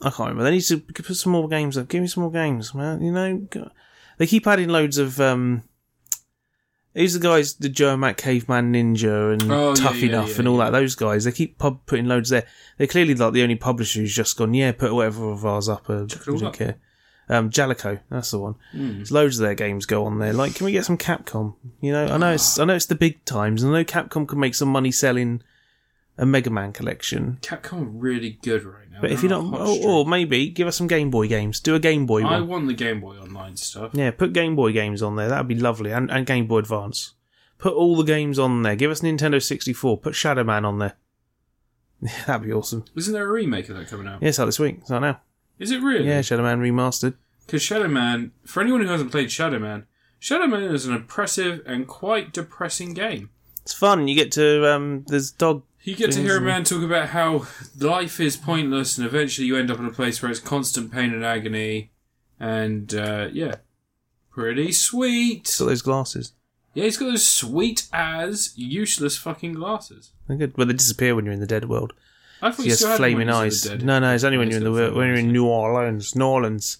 Speaker 2: I can't remember. They need to g- put some more games up. Give me some more games, man. You know, g- they keep adding loads of. um These are the guys, the Germac Caveman Ninja and
Speaker 1: Oh, yeah,
Speaker 2: Tough
Speaker 1: yeah,
Speaker 2: Enough
Speaker 1: yeah,
Speaker 2: and all that. Those guys, they keep pub- putting loads there. They're clearly like the only publisher who's just gone, yeah, put whatever of ours up. Uh,
Speaker 1: Check it
Speaker 2: we
Speaker 1: all
Speaker 2: don't
Speaker 1: up. Hmm.
Speaker 2: care. Um, Jalico, that's the one. There's loads of their games go on there. Like, can we get some Capcom? You know, I know it's I know it's the big times, and I know Capcom can make some money selling a Mega Man collection.
Speaker 1: Capcom are really good right now.
Speaker 2: But if
Speaker 1: They're
Speaker 2: you're
Speaker 1: on
Speaker 2: not,
Speaker 1: a Ah, hot
Speaker 2: or,
Speaker 1: streak.
Speaker 2: or maybe give us some Game Boy games. Do a Game Boy
Speaker 1: I
Speaker 2: one.
Speaker 1: want the Game Boy Online stuff.
Speaker 2: Yeah, put Game Boy games on there. That'd be lovely, and, and Game Boy Advance. Put all the games on there. Give us Nintendo 64. Put Shadow Man on there. That'd be awesome.
Speaker 1: Isn't there a remake of that coming out?
Speaker 2: Yeah, it's out this week. It's out now.
Speaker 1: Is it really?
Speaker 2: Yeah, Shadow Man remastered.
Speaker 1: Because Shadow Man, for anyone who hasn't played Shadow Man, Shadow Man is an impressive and quite depressing game.
Speaker 2: It's fun. You get to um, there's dog.
Speaker 1: You get to hear a
Speaker 2: Things-
Speaker 1: man talk about how life is pointless, and eventually you end up in a place where it's constant pain and agony, and uh, yeah, pretty sweet.
Speaker 2: It's got those glasses.
Speaker 1: Yeah, he's got those sweet as useless fucking glasses.
Speaker 2: They're good. Well, they disappear when you're in the dead world.
Speaker 1: I thought
Speaker 2: He
Speaker 1: you
Speaker 2: has
Speaker 1: still had
Speaker 2: flaming
Speaker 1: them when you
Speaker 2: eyes.
Speaker 1: said the dead.
Speaker 2: No, no, it's only when
Speaker 1: Yeah,
Speaker 2: you're in
Speaker 1: it's
Speaker 2: the
Speaker 1: got flaming
Speaker 2: when you're
Speaker 1: eyes.
Speaker 2: in New Orleans, New Orleans.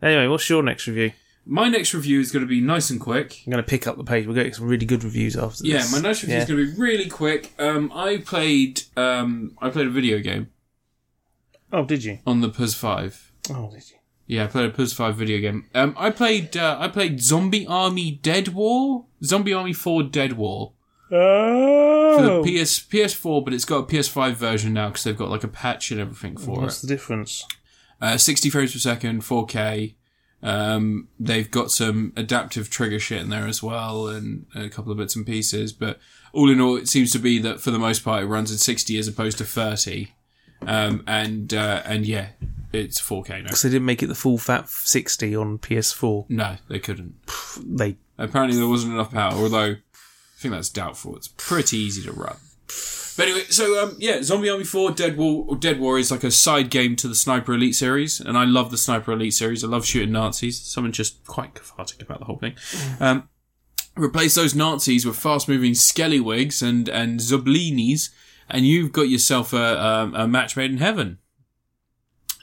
Speaker 2: Anyway, what's your next review?
Speaker 1: My next review is going to be nice and quick.
Speaker 2: I'm going to pick up the pace. We're getting some really good reviews after
Speaker 1: Yeah,
Speaker 2: this.
Speaker 1: my next review
Speaker 2: Yeah.
Speaker 1: is going to be really quick. Um, I played um, I played a video game
Speaker 2: Oh, did you?
Speaker 1: on the PS Five.
Speaker 2: Oh, did you?
Speaker 1: Yeah, I played a PS5 video game. Um, I played uh, I played Zombie Army Dead War, Zombie Army 4 Dead War for
Speaker 2: Oh.
Speaker 1: the PS PS4, but it's got a PS5 version now because they've got like a patch and everything for
Speaker 2: What's
Speaker 1: it.
Speaker 2: the difference?
Speaker 1: Uh, 60 frames per second, 4K. Um, they've got some adaptive trigger shit in there as well, and a couple of bits and pieces. But all in all, it seems to be that for the most part, it runs at 60 as opposed to 30. Um, and uh, and yeah, it's 4K now.
Speaker 2: Because they didn't make it the full fat 60 on PS4.
Speaker 1: No, they couldn't.
Speaker 2: They
Speaker 1: Apparently, there wasn't enough power, although I think that's doubtful. It's pretty easy to run. But anyway, so um, yeah, Zombie Army 4 Dead War, Dead War is like a side game to the Sniper Elite series, and I love the Sniper Elite series. I love shooting Nazis. Someone just quite cathartic about the whole thing. Um, replace those Nazis with fast moving Skellywigs and, and Zublinis, and you've got yourself a, um, a, a match made in heaven.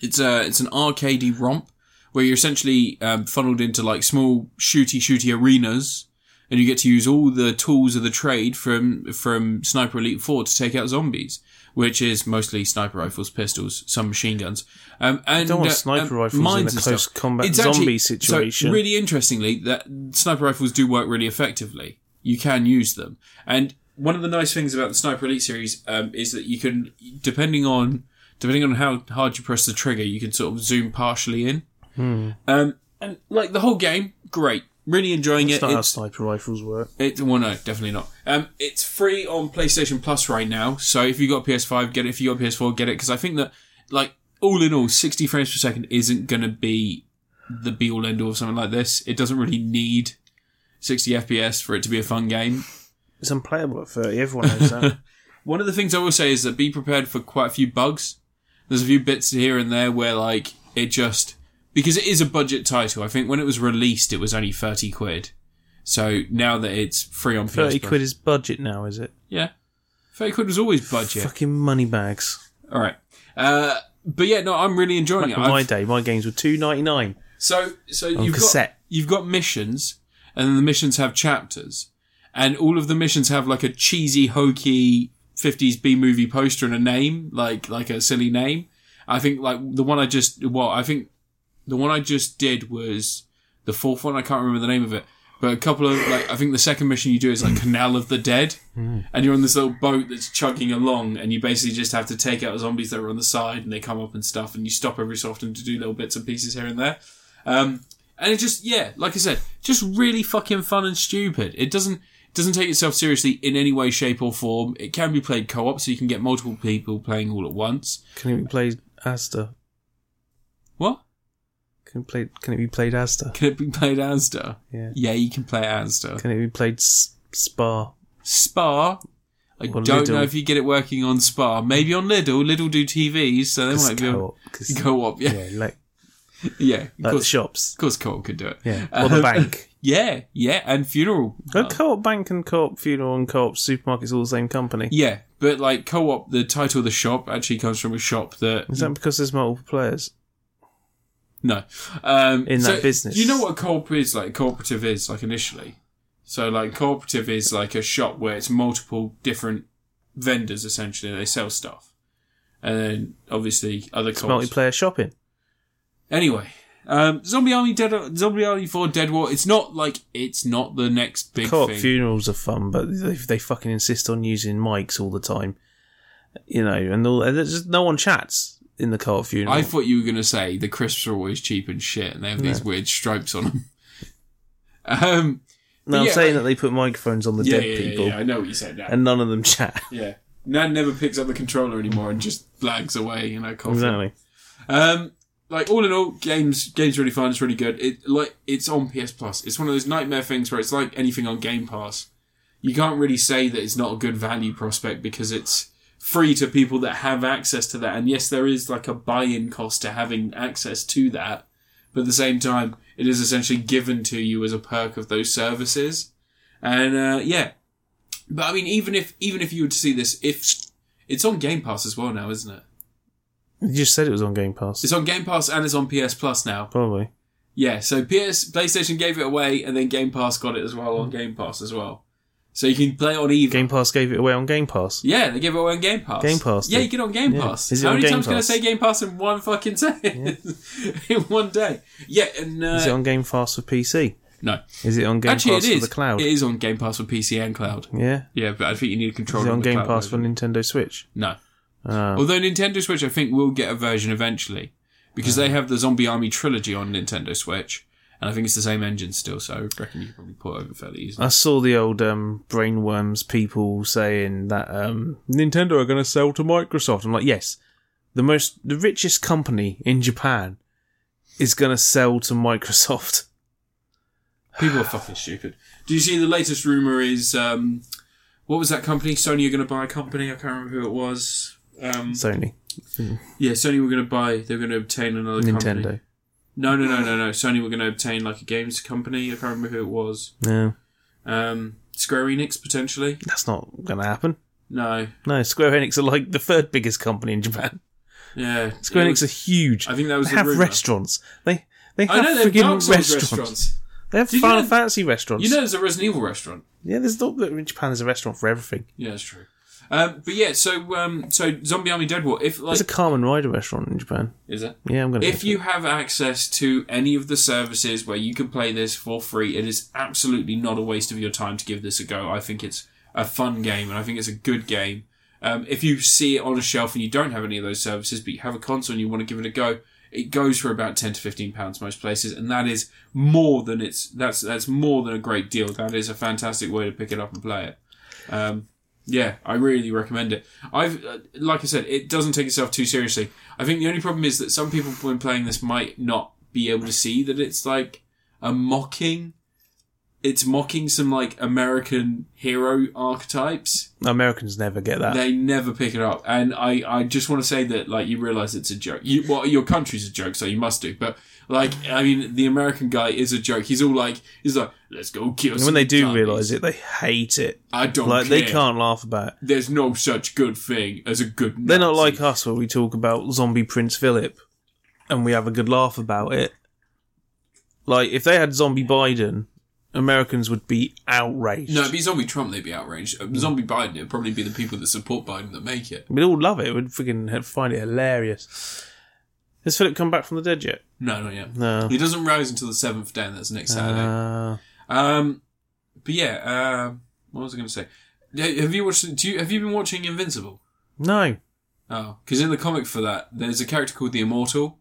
Speaker 1: It's, a, it's an arcadey romp where you're essentially um, funneled into like small shooty shooty arenas, and you get to use all the tools of the trade from from Sniper Elite Four to take out zombies, which is mostly sniper rifles, pistols, some machine guns, um, and
Speaker 2: don't want
Speaker 1: uh,
Speaker 2: sniper
Speaker 1: um,
Speaker 2: rifles in
Speaker 1: mines
Speaker 2: a
Speaker 1: and
Speaker 2: close
Speaker 1: stuff.
Speaker 2: combat
Speaker 1: It's actually-
Speaker 2: zombie
Speaker 1: so
Speaker 2: situation.
Speaker 1: really interestingly, that sniper rifles do work really effectively. You can use them, and one of the nice things about the Sniper Elite series um, is that you can, depending on depending on how hard you press the trigger, you can sort of zoom partially in. Um, and like the whole game, great, really enjoying
Speaker 2: That's
Speaker 1: it.
Speaker 2: not how
Speaker 1: It's-
Speaker 2: sniper rifles work.
Speaker 1: it, well, no, definitely not. Um, it's free on PlayStation Plus right now. So if you got PS5, get it. If you got PS4, get it. Because I think that, like, all in all, 60 frames per second isn't going to be the be all end all of something like this. It doesn't really need 60 FPS for it to be a fun game.
Speaker 2: It's unplayable at 30. Everyone knows that.
Speaker 1: One of the things I will say is that be prepared for quite a few bugs. There's a few bits here and there where, like, it just. Because it is a budget title. I think when it was released, it was only 30 quid. So now that it's free on PS
Speaker 2: 30
Speaker 1: Plus-
Speaker 2: quid is budget now, is it?
Speaker 1: Yeah. 30 quid was always budget.
Speaker 2: Fucking money bags.
Speaker 1: All right. Uh, but yeah, no, I'm really enjoying it.
Speaker 2: In my
Speaker 1: I've-
Speaker 2: day, my games were two ninety nine.
Speaker 1: so, so you've
Speaker 2: cassette.
Speaker 1: got you've got missions, and then the missions have chapters, and all of the missions have like a cheesy, hokey '50s B movie poster and a name, like like a silly name. I think like the one I just well, I think The one I just did was the fourth one. I can't remember the name of it, but a couple of like I think the second mission you do is like Canal of the Dead, and you're on this little boat that's chugging along, and you basically just have to take out zombies that are on the side, and they come up and stuff, and you stop every so often to do little bits and pieces here and there. Um, and it just yeah, like I said, just really fucking fun and stupid. It doesn't it doesn't take itself seriously in any way, shape, or form. It can be played co-op, so you can get multiple people playing all at once.
Speaker 2: Can it be played Asta?
Speaker 1: What?
Speaker 2: Can it play? Can it be played Asta?
Speaker 1: Can it be played Asda?
Speaker 2: Yeah.
Speaker 1: Yeah, you can play Asda.
Speaker 2: Can it be played S- Spa?
Speaker 1: Spa. I
Speaker 2: Or
Speaker 1: don't know
Speaker 2: Lidl.
Speaker 1: if you get it working on Spa. Maybe on Lidl. Lidl do TVs, so they
Speaker 2: Just
Speaker 1: might be able
Speaker 2: co-op, 'cause-
Speaker 1: go up. Yeah,
Speaker 2: yeah, like,
Speaker 1: yeah. Of
Speaker 2: like the
Speaker 1: course,
Speaker 2: shops.
Speaker 1: of course, co-op could do it.
Speaker 2: Yeah, or the
Speaker 1: Um,
Speaker 2: bank.
Speaker 1: Yeah, yeah, and funeral.
Speaker 2: Oh, co-op bank and co-op funeral and co-op supermarket's all the same company.
Speaker 1: Yeah, but like co-op, the title of the shop actually comes from a shop that
Speaker 2: Is that because there's multiple players?
Speaker 1: No. Um,
Speaker 2: In
Speaker 1: so
Speaker 2: that business.
Speaker 1: You know what a co-op is like? Cooperative is like initially. So like cooperative is like a shop where it's multiple different vendors essentially. They sell stuff, and then obviously other co-ops.
Speaker 2: Multiplayer shopping.
Speaker 1: Anyway, um, Zombie Army Dead, Zombie Army Four Dead War. It's not like it's not the next big
Speaker 2: Co-op
Speaker 1: thing.
Speaker 2: funerals are fun, but they, they fucking insist on using mics all the time. You know, and, all, and there's just, no one chats in the co-op funeral.
Speaker 1: I thought you were going to say the crisps are always cheap and shit, and they have these weird stripes on them. um,
Speaker 2: no, I'm
Speaker 1: yeah,
Speaker 2: saying
Speaker 1: I-
Speaker 2: that they put microphones on the
Speaker 1: yeah,
Speaker 2: dead
Speaker 1: yeah, yeah,
Speaker 2: people,
Speaker 1: yeah, I know what you said now.
Speaker 2: and none of them chat.
Speaker 1: Yeah. Nan never picks up the controller anymore and just flags away, you know, coughing.
Speaker 2: exactly.
Speaker 1: Um like all in all, games games really fun, it's really good. It like it's on PS Plus. It's one of those nightmare things where it's like anything on Game Pass. You can't really say that it's not a good value prospect because it's free to people that have access to that. And yes, there is like a buy-in cost to having access to that, but at the same time, it is essentially given to you as a perk of those services. And uh, yeah, but I mean, even if even if you were to see this, if it's on Game Pass as well now, isn't it?
Speaker 2: You just said it was on Game Pass.
Speaker 1: It's on Game Pass and it's on PS Plus now.
Speaker 2: Probably.
Speaker 1: Yeah, so PS PlayStation gave it away and then Game Pass got it as well on Game Pass as well. So you can play it on either.
Speaker 2: Hmm. Game Pass gave it away on Game Pass.
Speaker 1: yeah, they gave it away on Game Pass.
Speaker 2: Game Pass,
Speaker 1: Yeah,
Speaker 2: they-
Speaker 1: you get it on Game
Speaker 2: yeah.
Speaker 1: Pass.
Speaker 2: Is it
Speaker 1: How
Speaker 2: on
Speaker 1: many
Speaker 2: Game
Speaker 1: times can I
Speaker 2: Pass?
Speaker 1: say Game Pass in one fucking sentence? in one day. Yeah, and uh,
Speaker 2: Is it on Game Pass for PC?
Speaker 1: no,
Speaker 2: Is it on Game
Speaker 1: actually
Speaker 2: Pass
Speaker 1: it is.
Speaker 2: for the cloud?
Speaker 1: It is on Game Pass for PC and cloud.
Speaker 2: yeah.
Speaker 1: Yeah, but I think you need a
Speaker 2: Is
Speaker 1: controller
Speaker 2: it on
Speaker 1: the
Speaker 2: Game
Speaker 1: cloud
Speaker 2: Pass for
Speaker 1: version.
Speaker 2: Nintendo Switch?
Speaker 1: No.
Speaker 2: Ah.
Speaker 1: Although Nintendo Switch, I think, will get a version eventually because
Speaker 2: Uh-huh.
Speaker 1: they have the Zombie Army trilogy on Nintendo Switch, and I think it's the same engine still. So I reckon you can probably port over fairly easily.
Speaker 2: I saw the old um, brainworms people saying that um, Nintendo are going to sell to Microsoft. I'm like, yes, the most, the richest company in Japan is going to sell to Microsoft.
Speaker 1: People are fucking stupid. Do you see the latest rumor is um, what was that company? Sony are going to buy a company. I can't remember who it was. Um,
Speaker 2: Sony,
Speaker 1: yeah, Sony were going to buy. They're going to obtain another company.
Speaker 2: Nintendo.
Speaker 1: No, no, no, no, no. Sony were going to obtain like a games company. I can't remember who it was.
Speaker 2: No,
Speaker 1: Um, Square Enix potentially.
Speaker 2: that's not going to happen.
Speaker 1: No.
Speaker 2: No, Square Enix are like the third biggest company in Japan.
Speaker 1: Yeah.
Speaker 2: Square
Speaker 1: It
Speaker 2: Enix
Speaker 1: was-
Speaker 2: are huge.
Speaker 1: I think that was
Speaker 2: they
Speaker 1: the
Speaker 2: have
Speaker 1: rumour.
Speaker 2: restaurants. They they have
Speaker 1: I know they're
Speaker 2: friggin'
Speaker 1: Dark Souls
Speaker 2: restaurants.
Speaker 1: restaurants.
Speaker 2: They have
Speaker 1: Did you
Speaker 2: Final
Speaker 1: know-
Speaker 2: Fantasy restaurants.
Speaker 1: You know, there's a Resident Evil restaurant.
Speaker 2: yeah, there's not in Japan. There's a restaurant for everything.
Speaker 1: Yeah, that's true. Um, but yeah, so um, so Zombie Army Dead War. If like,
Speaker 2: There's a Carmen Rider restaurant in Japan.
Speaker 1: is it?
Speaker 2: Yeah, I'm gonna.
Speaker 1: If you have access to any of the services where you can play this for free, it is absolutely not a waste of your time to give this a go. I think it's a fun game and I think it's a good game. Um, if you see it on a shelf and you don't have any of those services, but you have a console and you want to give it a go, it goes for about ten to fifteen pounds most places, and that is more than it's that's that's more than a great deal. That is a fantastic way to pick it up and play it. Um, yeah, I really recommend it. I've uh, like I said, it doesn't take itself too seriously. I think the only problem is that some people when playing this might not be able to see that it's like a mocking. It's mocking some like American hero archetypes.
Speaker 2: Americans never get that.
Speaker 1: They never pick it up, and I, I just want to say that like you realize it's a joke. You, well, your country's a joke, so you must do. But like, I mean, the American guy is a joke. He's all like, he's like, let's go kill.
Speaker 2: and when they do realise it, they hate it.
Speaker 1: I don't
Speaker 2: Like they
Speaker 1: care.
Speaker 2: can't laugh about it.
Speaker 1: There's no such good thing as a good.
Speaker 2: They're not
Speaker 1: Nazi.
Speaker 2: like us where we talk about zombie Prince Philip and we have a good laugh about it. Like if they had zombie Biden, Americans would be outraged.
Speaker 1: No, it'd be zombie Trump, they'd be outraged. Uh, Zombie Biden, it'd probably be the people that support Biden that make it.
Speaker 2: We'd all love it. We'd freaking find it hilarious. Has Philip come back from the dead yet?
Speaker 1: No, not yet.
Speaker 2: No.
Speaker 1: He doesn't rise until the seventh day, and that's next Saturday.
Speaker 2: Uh,
Speaker 1: Um, but yeah, um, what was I going to say? Yeah, Have you watched? Do you have you been watching Invincible?
Speaker 2: no.
Speaker 1: Oh, because in the comic for that, there's a character called the Immortal,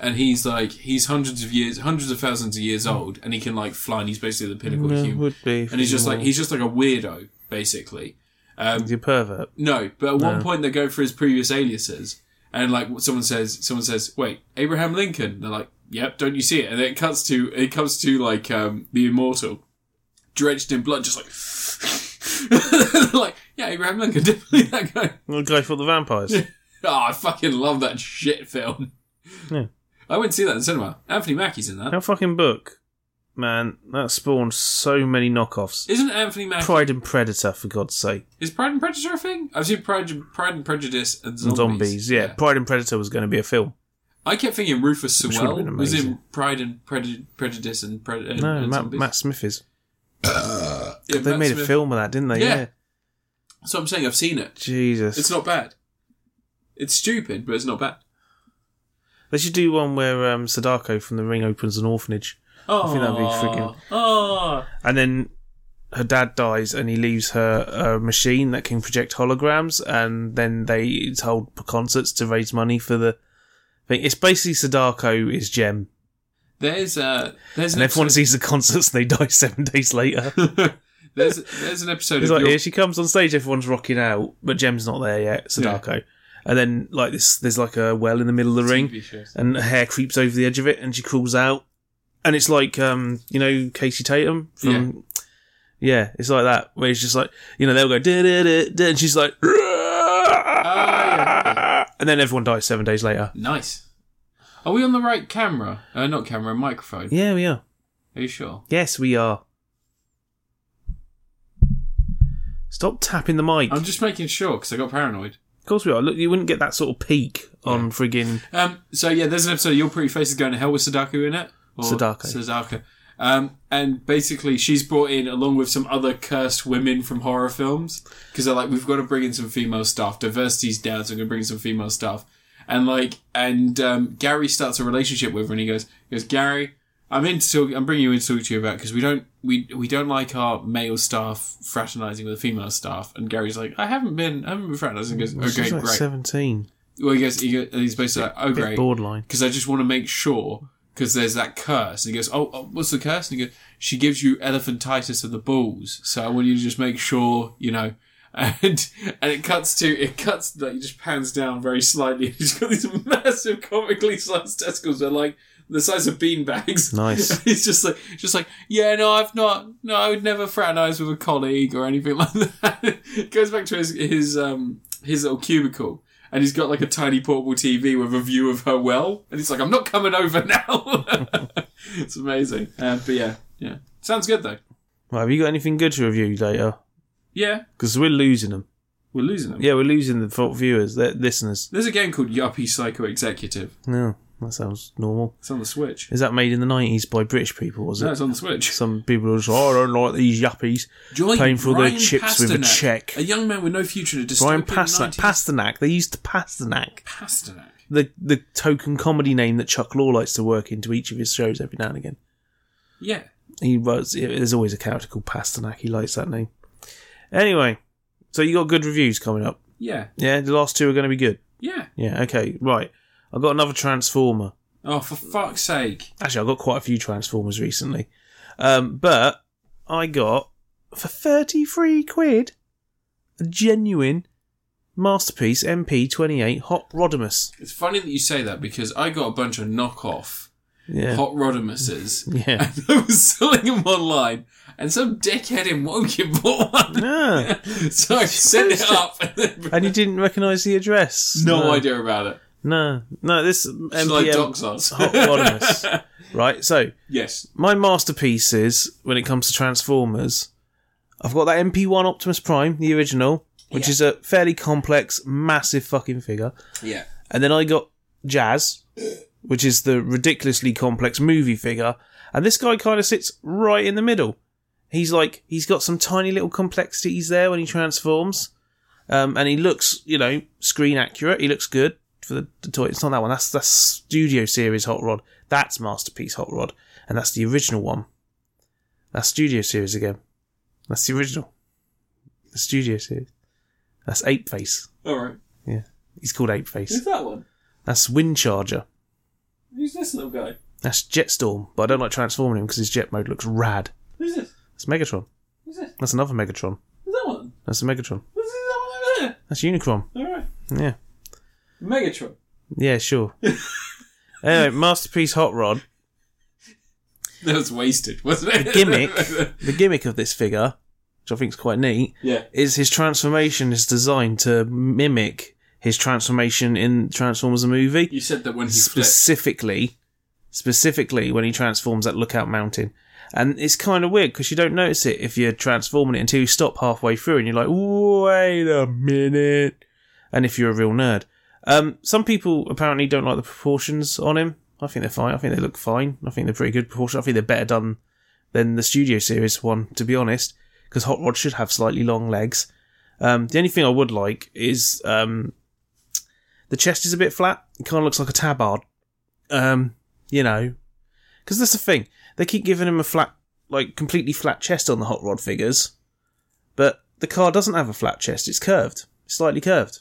Speaker 1: and he's like he's hundreds of years, hundreds of thousands of years old, and he can like fly, and he's basically the pinnacle
Speaker 2: No,
Speaker 1: of
Speaker 2: it
Speaker 1: human.
Speaker 2: would be. if
Speaker 1: And he's
Speaker 2: you
Speaker 1: just like
Speaker 2: were-
Speaker 1: he's just like a weirdo, basically. Um,
Speaker 2: He's a pervert.
Speaker 1: no, but at one point they go for his previous aliases, and like someone says, someone says, "Wait, Abraham Lincoln." They're like, "Yep, don't you see it?" And then it cuts to it comes to like um, the immortal, drenched in blood, just like, like yeah, Abraham Lincoln, definitely that guy.
Speaker 2: The guy for the vampires.
Speaker 1: Oh, I fucking love that shit film.
Speaker 2: Yeah.
Speaker 1: I went to see that in the cinema. Anthony Mackie's in that.
Speaker 2: That fucking book, man, that spawned so many knockoffs.
Speaker 1: Isn't Anthony Mackie?
Speaker 2: Pride and Predator, for God's sake.
Speaker 1: is Pride and Prejudice a thing? I've seen Pride, Pride and Prejudice and
Speaker 2: And
Speaker 1: Zombies.
Speaker 2: zombies, yeah. Pride and Predator was going to be a film.
Speaker 1: I kept thinking Rufus
Speaker 2: Which
Speaker 1: Sewell
Speaker 2: would've been
Speaker 1: was in
Speaker 2: amazing.
Speaker 1: Pride and Prejud- Prejudice and, Pred- and,
Speaker 2: No,
Speaker 1: and
Speaker 2: Matt,
Speaker 1: Zombies.
Speaker 2: Matt Smith is.
Speaker 1: Yeah,
Speaker 2: They
Speaker 1: Matt
Speaker 2: made a
Speaker 1: Smith.
Speaker 2: film of that, didn't they?
Speaker 1: Yeah.
Speaker 2: Yeah.
Speaker 1: So I'm saying I've seen it.
Speaker 2: Jesus.
Speaker 1: It's not bad. It's stupid, but it's not bad.
Speaker 2: They should do one where um, Sadako from The Ring opens an orphanage,
Speaker 1: Oh,
Speaker 2: I think that'd be freaking-
Speaker 1: Oh,
Speaker 2: and then her dad dies, and he leaves her a machine that can project holograms, and then they hold concerts to raise money for the thing. It's basically Sadako is Gem,
Speaker 1: there's uh, there's an
Speaker 2: and everyone
Speaker 1: episode,
Speaker 2: sees the concerts, and they die seven days later.
Speaker 1: there's there's an episode
Speaker 2: It's
Speaker 1: of
Speaker 2: like
Speaker 1: your,
Speaker 2: here she comes on stage, everyone's rocking out, but Gem's not there yet. Sadako, and then like this, there's like a well in the middle of the ring,
Speaker 1: TV shows.
Speaker 2: and her hair creeps over the edge of it, and she crawls out, and it's like um, you know Casey Tatum from. Yeah. it's like that where it's just like you know they'll go da da da da, and she's like,
Speaker 1: yeah.
Speaker 2: and then everyone dies seven days later.
Speaker 1: Nice. Are we on the right camera? Uh, not camera, microphone.
Speaker 2: Yeah, we are.
Speaker 1: Are you sure?
Speaker 2: Yes, we are. Stop tapping the mic.
Speaker 1: I'm just making sure because I got paranoid.
Speaker 2: Of course we are. Look, you wouldn't get that sort of peak on friggin'
Speaker 1: Um, so yeah, there's an episode of Your Pretty Face is Going to Hell with Sadako in it. Or
Speaker 2: Sadako.
Speaker 1: Sadako. Um, and basically, she's brought in along with some other cursed women from horror films because they're like, we've got to bring in some female staff. Diversity's down, so we're going to bring in some female staff. And like, and um, Gary starts a relationship with her, and he goes, he goes, Gary, I'm in to talk, I'm bringing you in to talk to you about because we don't we we don't like our male staff fraternizing with the female staff. And Gary's like, I haven't been, I haven't been fraternizing. He goes, okay,
Speaker 2: she's like
Speaker 1: great.
Speaker 2: seventeen.
Speaker 1: Well, he goes, he goes he's basically like, oh,
Speaker 2: Bit
Speaker 1: great
Speaker 2: borderline.
Speaker 1: because I just want to make sure because there's that curse. And he goes, oh, oh, what's the curse? And he goes, she gives you elephantitis of the balls, so I want you to just make sure, you know. And and it cuts to it cuts like it just pans down very slightly. He's got these massive comically sized testicles. They're like the size of bean bags.
Speaker 2: Nice.
Speaker 1: And He's just like just like yeah. No, I've not. No, I would never fraternize with a colleague or anything like that. It Goes back to his his um his little cubicle and he's got like a tiny portable TV with a view of her well, and he's like, "I'm not coming over now." it's amazing, uh, but yeah, yeah, sounds good though.
Speaker 2: Right, have you got anything good to review later?
Speaker 1: Yeah,
Speaker 2: Because we're losing them.
Speaker 1: we're losing them.
Speaker 2: Yeah, we're losing the v- viewers, the listeners.
Speaker 1: There's a game called Yuppie Psycho Executive.
Speaker 2: No, that sounds normal.
Speaker 1: It's on the Switch.
Speaker 2: Is that made in the nineties by British people? Was
Speaker 1: No,
Speaker 2: it?
Speaker 1: it's on the Switch.
Speaker 2: Some people are just oh, I don't like these yuppies.
Speaker 1: Join
Speaker 2: Paying for their
Speaker 1: Brian
Speaker 2: chips with a
Speaker 1: Pasternak,
Speaker 2: check.
Speaker 1: A young man with no future in a dystopian
Speaker 2: Brian
Speaker 1: 90s
Speaker 2: Pasternak. Pasternak. They used the Pasternak,
Speaker 1: Pasternak.
Speaker 2: the the token comedy name that Chuck Law likes to work into each of his shows every now and again.
Speaker 1: Yeah,
Speaker 2: He writes. There's always a character called Pasternak. He likes that name. Anyway, so you got good reviews coming up.
Speaker 1: yeah,
Speaker 2: Yeah, the last two are going to be good.
Speaker 1: yeah.
Speaker 2: Yeah, okay, right. I got another Transformer.
Speaker 1: Oh, for fuck's sake!
Speaker 2: Actually, I got quite a few Transformers recently, um, but I got for thirty-three quid a genuine masterpiece MP28 Hot Rodimus.
Speaker 1: It's funny that you say that because I got a bunch of knockoff
Speaker 2: Yeah,
Speaker 1: Hot Rodimuses
Speaker 2: yeah.
Speaker 1: and I was selling them online, and some dickhead in Woking bought one.
Speaker 2: Ah,
Speaker 1: so I sent it up. And then,
Speaker 2: and you didn't recognise the address?
Speaker 1: no idea about it.
Speaker 2: No, no. This
Speaker 1: It's like
Speaker 2: MPM
Speaker 1: dogs us.
Speaker 2: Hot Rodimus. Right. So
Speaker 1: yes.
Speaker 2: my masterpiece is when it comes to Transformers. I've got that MP1 Optimus Prime, the original, which
Speaker 1: Yeah.
Speaker 2: is a fairly complex, massive fucking figure.
Speaker 1: Yeah.
Speaker 2: And then I got Jazz, which is the ridiculously complex movie figure. And this guy kind of sits right in the middle. He's like, he's got some tiny little complexities there when he transforms. Um, and he looks, you know, screen accurate. He looks good. for the, the toy. It's not that one. That's that's Studio Series Hot Rod. That's Masterpiece Hot Rod, and that's the original one. That's Studio Series again. That's the original. The Studio Series. That's Ape Face.
Speaker 1: All right.
Speaker 2: Yeah, he's called Ape Face.
Speaker 1: Who's that one?
Speaker 2: That's Wind Charger.
Speaker 1: Who's this little guy?
Speaker 2: That's Jetstorm, but I don't like transforming him because his jet mode looks rad.
Speaker 1: Who's this?
Speaker 2: That's Megatron.
Speaker 1: Who's this?
Speaker 2: That's another Megatron.
Speaker 1: Who's that one?
Speaker 2: That's a Megatron.
Speaker 1: Who's that one over
Speaker 2: That's Unicron.
Speaker 1: there? All right.
Speaker 2: Yeah.
Speaker 1: Megatron.
Speaker 2: Yeah, sure. anyway, Masterpiece Hot Rod.
Speaker 1: That was wasted, wasn't it?
Speaker 2: Gimmick. the gimmick of this figure, which I think is quite neat,
Speaker 1: yeah.
Speaker 2: is his transformation is designed to mimic his transformation in Transformers the movie.
Speaker 1: You said that when he flipped.
Speaker 2: specifically specifically when he transforms at lookout mountain and it's kind of weird because you don't notice it if you're transforming it until you stop halfway through and you're like wait a minute and if you're a real nerd um, some people apparently don't like the proportions on him i think they're fine i think they look fine i think they're pretty good proportion i think they're better done than the studio series one to be honest because hot rod should have slightly long legs um, the only thing i would like is um, the chest is a bit flat. It kind of looks like a tabard. Um, you know, because that's the thing. They keep giving him a flat, like completely flat chest on the hot rod figures, but the car doesn't have a flat chest. It's curved, slightly curved,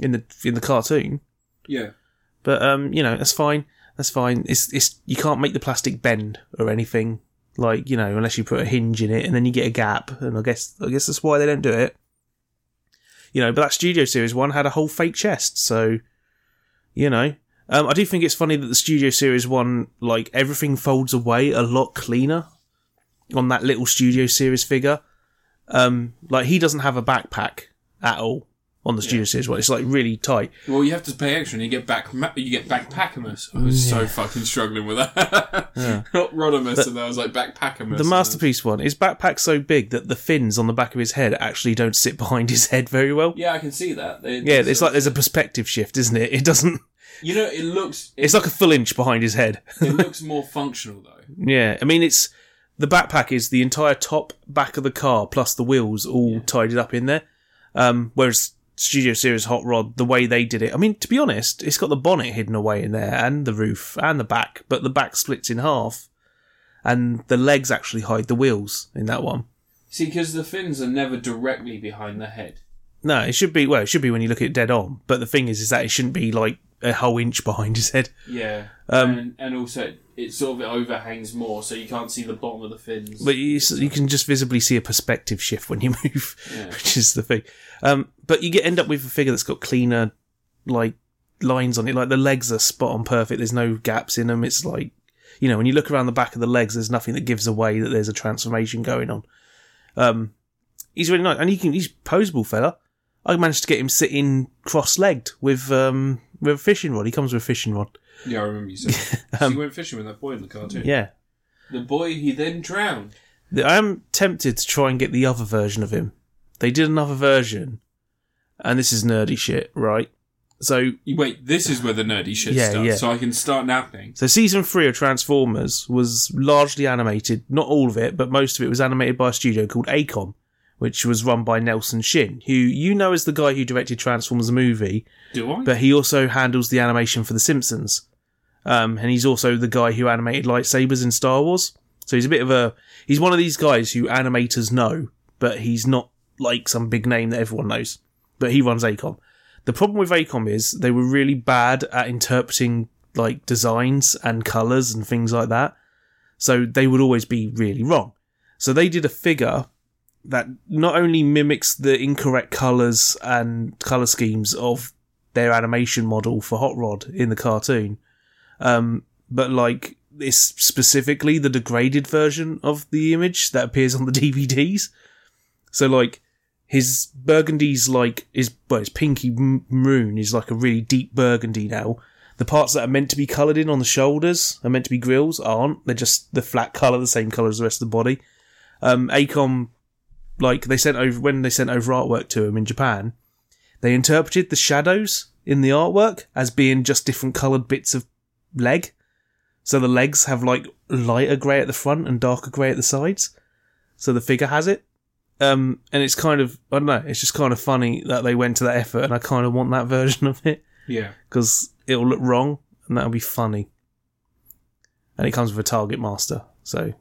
Speaker 2: in the in the cartoon.
Speaker 1: Yeah.
Speaker 2: But um, you know, that's fine. That's fine. It's it's you can't make the plastic bend or anything. Like you know, unless you put a hinge in it, and then you get a gap. And I guess I guess that's why they don't do it. You know, but that Studio Series one had a whole fake chest, so you know. Um, I do think it's funny that the Studio Series one, like everything folds away a lot cleaner on that little Studio Series figure. Um, like he doesn't have a backpack at all on the Studio Series one. It's like really tight.
Speaker 1: Well, you have to pay extra, and you get back. ma- You get backpackamus. I was so fucking struggling with that. Not Rodimus, and I was like backpackamus.
Speaker 2: The masterpiece one. His backpack's so big that the fins on the back of his head actually don't sit behind his head very well.
Speaker 1: Yeah, I can see that. It-
Speaker 2: Yeah, it's like there's a perspective shift, isn't it? It doesn't.
Speaker 1: you know, it looks it,
Speaker 2: It's like a full inch behind his head.
Speaker 1: it looks more functional though.
Speaker 2: yeah, I mean it's the backpack is the entire top back of the car plus the wheels all tidied up in there. Um, whereas Studio Series Hot Rod, the way they did it, I mean to be honest, it's got the bonnet hidden away in there and the roof and the back, but the back splits in half, and the legs actually hide the wheels in that one.
Speaker 1: See, because the fins are never directly behind the head.
Speaker 2: No, it should be well, it should be when you look at it dead on. But the thing is, is that it shouldn't be like a whole inch behind his head.
Speaker 1: Yeah,
Speaker 2: Um,
Speaker 1: and, and also it sort of overhangs more, so you can't see the bottom of the fins.
Speaker 2: But you, you can just visibly see a perspective shift when you move, which is the thing. Um, but you get end up with a figure that's got cleaner, like lines on it. Like the legs are spot on perfect. There's no gaps in them. It's like you know when you look around the back of the legs, there's nothing that gives away that there's a transformation going on. Um, he's really nice, and he can he's a posable fella. I managed to get him sitting cross-legged with um with a fishing rod. He comes with a fishing rod.
Speaker 1: yeah, I remember you said that. you went fishing with that boy in the cartoon.
Speaker 2: Um, Yeah.
Speaker 1: The boy he then drowned.
Speaker 2: The- I am tempted to try and get the other version of him. They did another version, and this is nerdy shit, right? So,
Speaker 1: Wait, this is where the nerdy shit
Speaker 2: Yeah,
Speaker 1: starts.
Speaker 2: yeah.
Speaker 1: So I can start napping.
Speaker 2: so season three of Transformers was largely animated. Not all of it, but most of it was animated by a studio called Acom, which was run by Nelson Shin, who you know as the guy who directed Transformers the movie,
Speaker 1: Do I?
Speaker 2: but he also handles the animation for The Simpsons. Um, and he's also the guy who animated lightsabers in Star Wars. So he's a bit of a he's one of these guys who animators know, but he's not like some big name that everyone knows. But he runs Acom. The problem with Acom is they were really bad at interpreting like designs and colours and things like that. So they would always be really wrong. So they did a figure that not only mimics the incorrect colours and colour schemes of their animation model for Hot Rod in the cartoon, um, but like it's specifically the degraded version of the image that appears on the DVDs. So like his burgundy's like his well his pinky m- maroon is like a really deep burgundy now. The parts that are meant to be coloured in on the shoulders are meant to be grills aren't. They're just the flat colour, the same colour as the rest of the body. Um, Acom, like they sent over when they sent over artwork to him in Japan, they interpreted the shadows in the artwork as being just different coloured bits of leg. So the legs have like lighter grey at the front and darker grey at the sides. So the figure has it. Um, and it's kind of, I don't know, it's just kind of funny that they went to that effort and I kind of want that version of it.
Speaker 1: Yeah.
Speaker 2: because it'll look wrong and that'll be funny. And it comes with a target master, so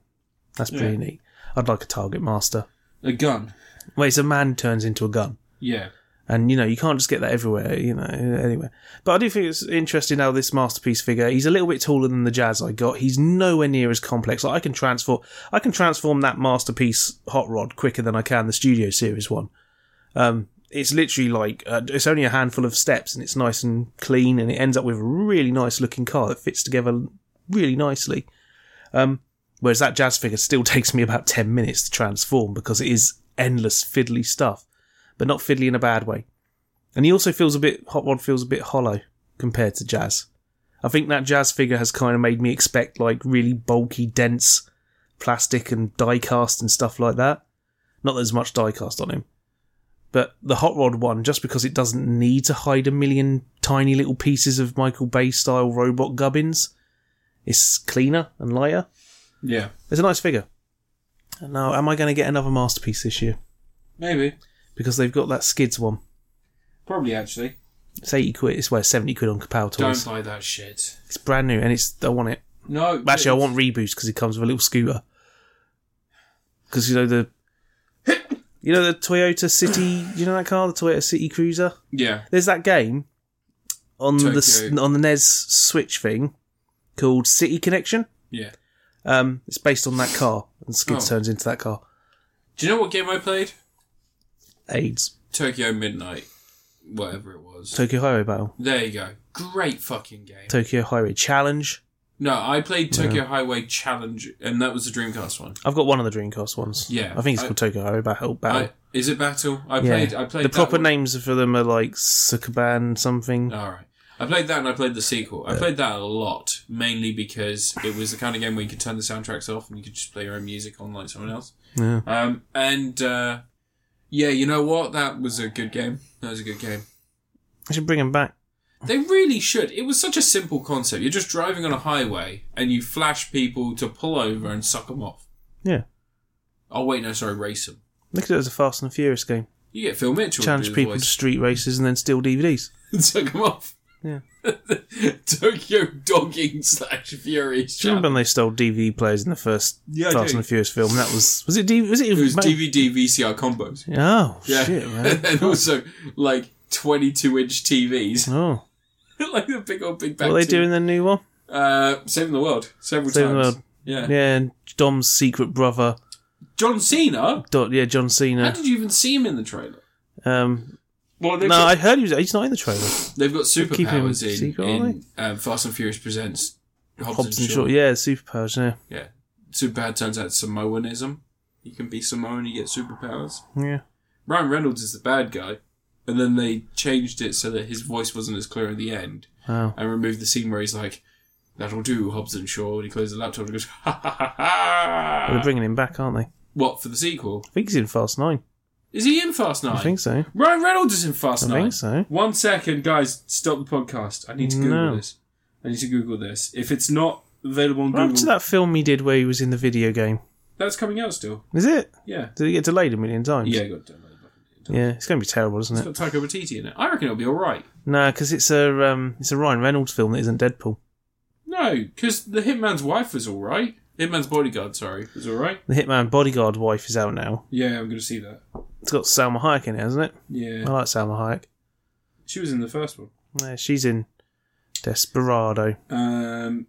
Speaker 2: that's pretty
Speaker 1: Yeah.
Speaker 2: neat. I'd like a target master.
Speaker 1: A gun.
Speaker 2: Wait, it's a man turns into a gun.
Speaker 1: Yeah.
Speaker 2: And you know you can't just get that everywhere, you know. Anywhere, but I do think it's interesting how this masterpiece figure. He's a little bit taller than the Jazz I got. He's nowhere near as complex. Like I can transform, I can transform that masterpiece hot rod quicker than I can the Studio Series one. Um, it's literally like uh, it's only a handful of steps, and it's nice and clean, and it ends up with a really nice looking car that fits together really nicely. Um, whereas that Jazz figure still takes me about ten minutes to transform because it is endless fiddly stuff but not fiddly in a bad way. And he also feels a bit Hot Rod feels a bit hollow compared to Jazz. I think that Jazz figure has kind of made me expect like really bulky, dense plastic and die cast and stuff like that. Not that there's much die cast on him. But the Hot Rod one, just because it doesn't need to hide a million tiny little pieces of Michael Bay style robot gubbins, is cleaner and lighter.
Speaker 1: Yeah.
Speaker 2: It's a nice figure. Now, am I going to get another masterpiece this year?
Speaker 1: Maybe.
Speaker 2: Because they've got that Skids one.
Speaker 1: Probably actually.
Speaker 2: It's 80 quid. It's worth 70 quid on Kapow Toys.
Speaker 1: Don't buy that shit.
Speaker 2: It's brand new and it's I want it.
Speaker 1: No.
Speaker 2: Actually, I want Reboost because it comes with a little scooter. Because, you know, the. You know the Toyota City, you know that car, the Toyota City Cruiser.
Speaker 1: Yeah.
Speaker 2: There's that game on the s-
Speaker 1: Tokyo.
Speaker 2: on the NES Switch thing called City Connection.
Speaker 1: Yeah.
Speaker 2: Um, it's based on that car, and Skids
Speaker 1: Oh.
Speaker 2: turns into that car.
Speaker 1: Do you know what game I played?
Speaker 2: AIDS
Speaker 1: Tokyo Midnight. Whatever it was.
Speaker 2: Tokyo Highway Battle,
Speaker 1: There you go. Great fucking game.
Speaker 2: Tokyo Highway Challenge.
Speaker 1: No, I played Tokyo Highway Challenge, and that was the Dreamcast one.
Speaker 2: I've got one of the Dreamcast ones.
Speaker 1: Yeah.
Speaker 2: I think it's
Speaker 1: I-
Speaker 2: called Tokyo Highway Battle. Battle.
Speaker 1: I, is it Battle? I
Speaker 2: Yeah.
Speaker 1: played. I played
Speaker 2: the
Speaker 1: that
Speaker 2: proper
Speaker 1: one.
Speaker 2: names for them are like Sukaban something.
Speaker 1: All right. I played that and I played the sequel. I played that a lot, mainly because it was the kind of game where you could turn the soundtracks off and you could just play your own music on like someone else.
Speaker 2: Yeah.
Speaker 1: Um, and uh, yeah, you know what? That was a good game. That was a good game.
Speaker 2: I should bring them back.
Speaker 1: They really should. It was such a simple concept. You're just driving on a highway and you flash people to pull over and suck them off.
Speaker 2: Yeah,
Speaker 1: Oh wait, no, sorry, race them.
Speaker 2: look at it as a Fast and Furious game.
Speaker 1: You get Phil Mitchell
Speaker 2: Challenge
Speaker 1: to do the
Speaker 2: people to
Speaker 1: voice
Speaker 2: street races and then steal DVDs.
Speaker 1: and suck them off.
Speaker 2: Yeah.
Speaker 1: Tokyo dogging slash furious.
Speaker 2: Do you remember when they stole DVD players in the first
Speaker 1: Yeah, I
Speaker 2: Fast
Speaker 1: do.
Speaker 2: and Furious film? That was was it? D- was it?
Speaker 1: It was
Speaker 2: ma-
Speaker 1: DVD VCR combos.
Speaker 2: Oh
Speaker 1: Yeah.
Speaker 2: shit, man!
Speaker 1: and also like 22 inch TVs.
Speaker 2: Oh,
Speaker 1: like the big old big back.
Speaker 2: what are they
Speaker 1: TV.
Speaker 2: doing in the new one?
Speaker 1: Uh, saving the world several
Speaker 2: Saving the
Speaker 1: times.
Speaker 2: World.
Speaker 1: Yeah.
Speaker 2: Yeah, and Dom's secret brother.
Speaker 1: John Cena.
Speaker 2: Dot, yeah, John
Speaker 1: How
Speaker 2: Cena.
Speaker 1: did you even see him in the trailer?
Speaker 2: Um,
Speaker 1: Well, they've,
Speaker 2: no,
Speaker 1: got,
Speaker 2: I heard he was. He's not in the trailer.
Speaker 1: they've got
Speaker 2: keep him
Speaker 1: superpowers in,
Speaker 2: secret,
Speaker 1: in um, Fast and Furious presents Hobbs,
Speaker 2: Hobson
Speaker 1: and
Speaker 2: Shaw.
Speaker 1: Shaw.
Speaker 2: Yeah, superpowers. Yeah,
Speaker 1: Yeah. Superpower turns out Samoanism. You can be Samoan, you get superpowers.
Speaker 2: yeah.
Speaker 1: Ryan Reynolds is the bad guy, and then they changed it so that his voice wasn't as clear at the end.
Speaker 2: Wow.
Speaker 1: and remove the scene where he's like, "That'll do, Hobbs and Shaw." And he closes the laptop and goes, "Ha ha ha ha!"
Speaker 2: They're bringing him back, aren't they? I
Speaker 1: what for the sequel?
Speaker 2: think he's in Fast Nine.
Speaker 1: Is he in Fast Nine?
Speaker 2: I think so.
Speaker 1: Ryan Reynolds is in Fast
Speaker 2: I
Speaker 1: Nine.
Speaker 2: think so.
Speaker 1: One second, guys, stop the podcast. I need to Google
Speaker 2: No.
Speaker 1: this. I need to Google this. If it's not available on
Speaker 2: Right up
Speaker 1: Google,
Speaker 2: to that film he did where he was in the video game.
Speaker 1: that's coming out still.
Speaker 2: Is it?
Speaker 1: Yeah,
Speaker 2: Did it get delayed a million times?
Speaker 1: yeah, got done.
Speaker 2: Yeah, it's going to be terrible, isn't
Speaker 1: It's
Speaker 2: it?
Speaker 1: got Taika Waititi in it. I reckon it'll be all right.
Speaker 2: No, because it's a um, it's a Ryan Reynolds film that isn't Deadpool.
Speaker 1: No, because the Hitman's wife was all right. Hitman's bodyguard, sorry, was all right.
Speaker 2: The Hitman Bodyguard wife is out now.
Speaker 1: Yeah, I'm gonna see that.
Speaker 2: It's got Salma Hayek in it, hasn't it?
Speaker 1: Yeah,
Speaker 2: I like Salma Hayek.
Speaker 1: she was in the first one.
Speaker 2: Yeah, she's in Desperado.
Speaker 1: Um,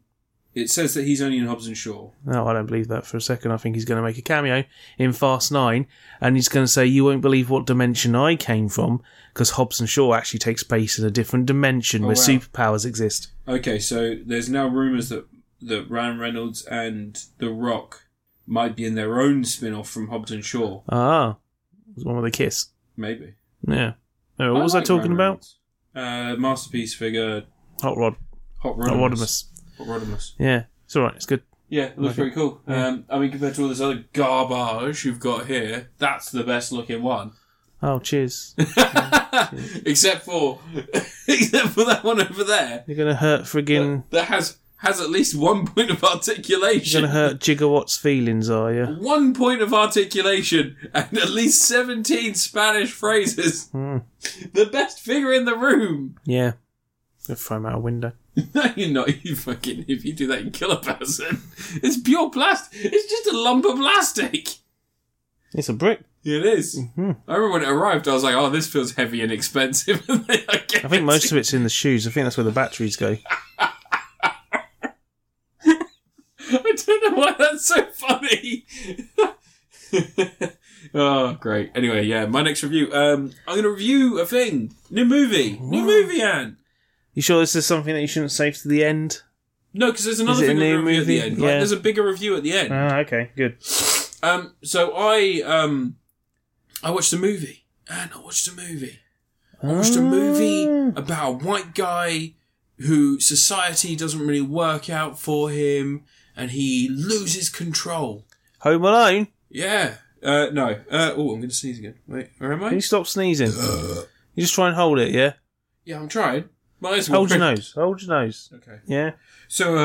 Speaker 1: it says that he's only in Hobbs and Shaw.
Speaker 2: No, I don't believe that for a second. I think he's going to make a cameo in Fast Nine, and he's going to say, "You won't believe what dimension I came from," because Hobbs and Shaw actually takes place in a different dimension
Speaker 1: Oh,
Speaker 2: where
Speaker 1: wow.
Speaker 2: superpowers exist.
Speaker 1: Okay, so there's now rumours that that Ryan Reynolds and The Rock might be in their own spin-off from Hobbs and Shaw.
Speaker 2: Ah, it was one with a kiss.
Speaker 1: Maybe.
Speaker 2: Yeah. Uh, what was I
Speaker 1: like Ryan
Speaker 2: talking about?
Speaker 1: Reynolds. Uh, masterpiece figure
Speaker 2: Hot Rod.
Speaker 1: Hot
Speaker 2: Hot
Speaker 1: Rodimus.
Speaker 2: Rodimus.
Speaker 1: Hot Rodimus.
Speaker 2: Yeah, it's alright. It's good.
Speaker 1: Yeah, it looks pretty cool. Um, I mean, compared to all this other garbage you've got here, that's the best looking one.
Speaker 2: Oh, cheers.
Speaker 1: except for, except for that one over there
Speaker 2: You're gonna hurt friggin'.
Speaker 1: that has has at least one point of articulation.
Speaker 2: You're gonna hurt Gigawatt's feelings, are you?
Speaker 1: one point of articulation and at least 17 Spanish phrases.
Speaker 2: Hmm.
Speaker 1: The best figure in the room.
Speaker 2: Yeah. They'll throw him out a window.
Speaker 1: No, you're not. You fucking. If you do that, you kill a person. It's pure plastic. It's just a lump of plastic.
Speaker 2: It's a brick.
Speaker 1: It is.
Speaker 2: Mm-hmm.
Speaker 1: I remember when it arrived, I was like, "Oh, this feels heavy and expensive." And then I,
Speaker 2: I think most of it's in the shoes. I think that's where the batteries go.
Speaker 1: I don't know why that's so funny. oh, great. Anyway, yeah, my next review. Um, I'm going to review a thing. New movie. New movie, Anne.
Speaker 2: You sure this is something that you shouldn't save to the end?
Speaker 1: No, because there's another
Speaker 2: it
Speaker 1: thing I'm
Speaker 2: a
Speaker 1: going to
Speaker 2: new
Speaker 1: review at
Speaker 2: movie?
Speaker 1: the end.
Speaker 2: Yeah.
Speaker 1: Like, there's a bigger review at the end.
Speaker 2: Ah, okay, good.
Speaker 1: Um, so I um, I watched a movie. Anne, I watched a movie. I watched a movie
Speaker 2: Ah.
Speaker 1: about a white guy who society doesn't really work out for him, and he loses control.
Speaker 2: Ah. Home Alone.
Speaker 1: Yeah. Uh, no. Uh, oh, I'm going to sneeze again. Wait, where am
Speaker 2: Can
Speaker 1: I?
Speaker 2: you stop sneezing? you just try and hold it, yeah.
Speaker 1: Yeah, I'm trying. Might as well.
Speaker 2: Hold your nose. Hold your nose.
Speaker 1: Okay.
Speaker 2: Yeah.
Speaker 1: So,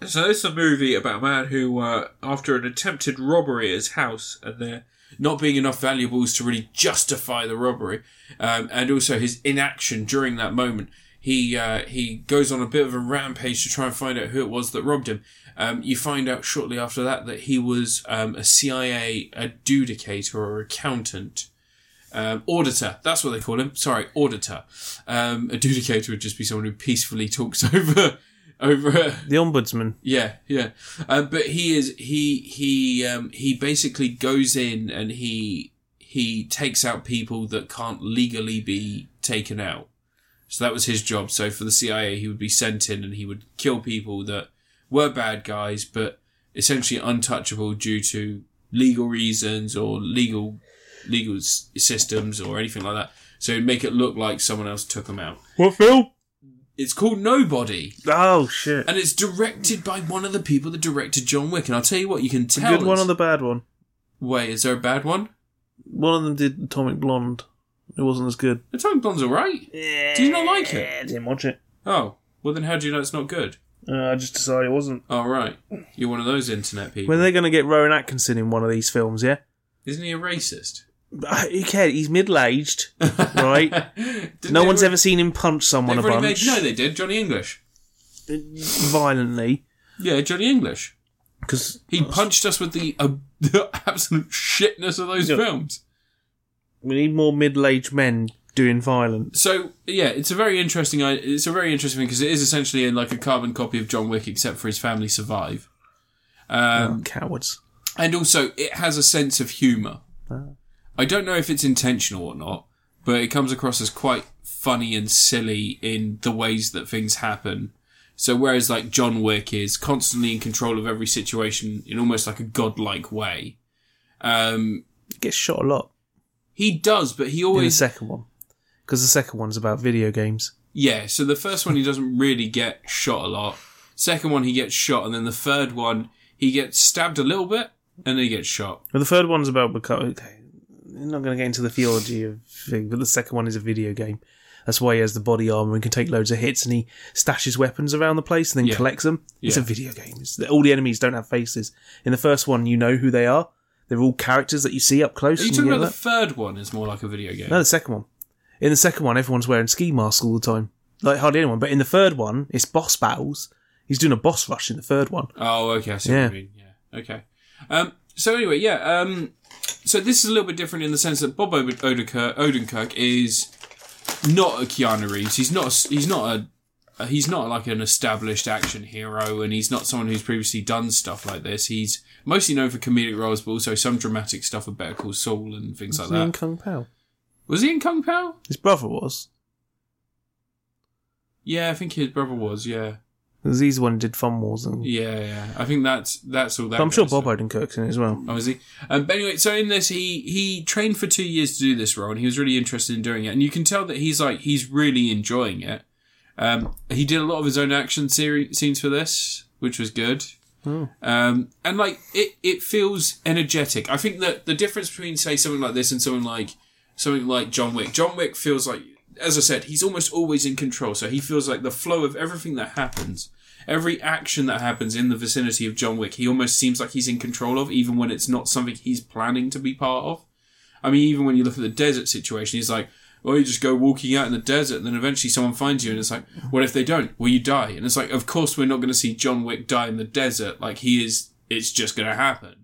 Speaker 1: uh, so this is a movie about a man who, uh, after an attempted robbery at his house, and there not being enough valuables to really justify the robbery, um, and also his inaction during that moment, he uh, he goes on a bit of a rampage to try and find out who it was that robbed him. Um, you find out shortly after that that he was um, a CIA adjudicator or accountant. Um, auditor, that's what they call him. Sorry, auditor. Um, adjudicator would just be someone who peacefully talks over over
Speaker 2: The Ombudsman.
Speaker 1: yeah, yeah. Uh, but he is he he um, he basically goes in and he he takes out people that can't legally be taken out. So that was his job. So for the CIA, he would be sent in and he would kill people that were bad guys, but essentially untouchable due to legal reasons or legal legal s- systems or anything like that. So he'd make it look like someone else took them out.
Speaker 2: What film?
Speaker 1: It's called Nobody.
Speaker 2: Oh shit.
Speaker 1: And it's directed by one of the people that directed John Wick. And I'll tell you what, you can
Speaker 2: The
Speaker 1: tell.
Speaker 2: good one
Speaker 1: it's-
Speaker 2: or the bad one?
Speaker 1: Wait, is there a bad one?
Speaker 2: One of them did Atomic Blonde. It wasn't as good.
Speaker 1: The Time Blonde's alright.
Speaker 2: Do
Speaker 1: you not like it?
Speaker 2: I didn't watch it.
Speaker 1: Oh, well then how do you know it's not good?
Speaker 2: Uh, I just decided it wasn't.
Speaker 1: Oh, right. You're one of those internet people.
Speaker 2: When they're going to get Rowan Atkinson in one of these films, yeah?
Speaker 1: Isn't he a racist?
Speaker 2: But Who cares? He's middle aged, right? no one's ever seen him punch someone a
Speaker 1: already
Speaker 2: bunch
Speaker 1: Made, no, they did. Johnny English.
Speaker 2: violently.
Speaker 1: Yeah, Johnny English.
Speaker 2: Because
Speaker 1: He punched us with the, uh, the absolute shitness of those
Speaker 2: Yeah.
Speaker 1: films.
Speaker 2: we need more middle aged men doing violence.
Speaker 1: So yeah, it's a very interesting. i- It's a very interesting thing because it is essentially like a carbon copy of John Wick, except for his family survive. Um,
Speaker 2: Cowards.
Speaker 1: And also, it has a sense of humour. I don't know if it's intentional or not, but it comes across as quite funny and silly in the ways that things happen. So, whereas like John Wick is constantly in control of every situation in almost like a godlike way, um,
Speaker 2: He gets shot a lot
Speaker 1: he does, but he
Speaker 2: in the
Speaker 1: always
Speaker 2: second one. Because the second one's about video games.
Speaker 1: Yeah, so the first one he doesn't really get shot a lot. Second one he gets shot, and then the third one he gets stabbed a little bit, and then he gets shot.
Speaker 2: Well, the third one's about becoming. I'm not going to get into the theology of thing, but the second one is a video game. That's why he has the body armor and can take loads of hits, and he stashes weapons around the place and then
Speaker 1: Yeah.
Speaker 2: collects them. It's a
Speaker 1: Yeah.
Speaker 2: video game. It's, all the enemies don't have faces. In the first one, you know who they are. They're all characters that you see up close.
Speaker 1: Are you
Speaker 2: and
Speaker 1: talking
Speaker 2: get
Speaker 1: about the
Speaker 2: that.
Speaker 1: third one is more like a video game?
Speaker 2: No, the second one. In the second one, everyone's wearing ski masks all the time. Like hardly anyone. But in the third one, it's boss battles. He's doing a boss rush in the third one.
Speaker 1: Oh, okay, I see
Speaker 2: Yeah.
Speaker 1: what you mean. Yeah, okay. Um, so anyway, yeah. Um, so this is a little bit different in the sense that Bob Od- Odenkirk, Odenkirk is not a Keanu Reeves. He's not. A, s- he's not a. uh, He's not like an established action hero, and he's not someone who's previously done stuff like this. He's mostly known for comedic roles, but also some dramatic stuff with Better Call Saul and things like
Speaker 2: Isn't he in
Speaker 1: that.
Speaker 2: Kung Pao.
Speaker 1: Was he in Kung Pao?
Speaker 2: His brother was.
Speaker 1: Yeah, I think his brother was. Yeah,
Speaker 2: 'Cause He's the one who did Fun Wars and
Speaker 1: yeah, yeah. I think that's that's all that.
Speaker 2: But I'm sure
Speaker 1: goes to.
Speaker 2: Bob Odenkirk's in it as well.
Speaker 1: Oh, is he? Um, but anyway, so in this, he he trained for two years to do this role, and he was really interested in doing it. And you can tell that he's like he's really enjoying it. Um, he did a lot of his own action seri- scenes for this, which was good. Um, and like it, it feels energetic. I think that the difference between say something like this and something like something like John Wick. John Wick feels like, as I said, he's almost always in control. So he feels like the flow of everything that happens, every action that happens in the vicinity of John Wick, he almost seems like he's in control of, even when it's not something he's planning to be part of. I mean, even when you look at the desert situation, he's like, or you just go walking out in the desert, and then eventually someone finds you, and it's like, what if they don't? Well, you die, and it's like, of course we're not going to see John Wick die in the desert. Like he is, it's just going to happen.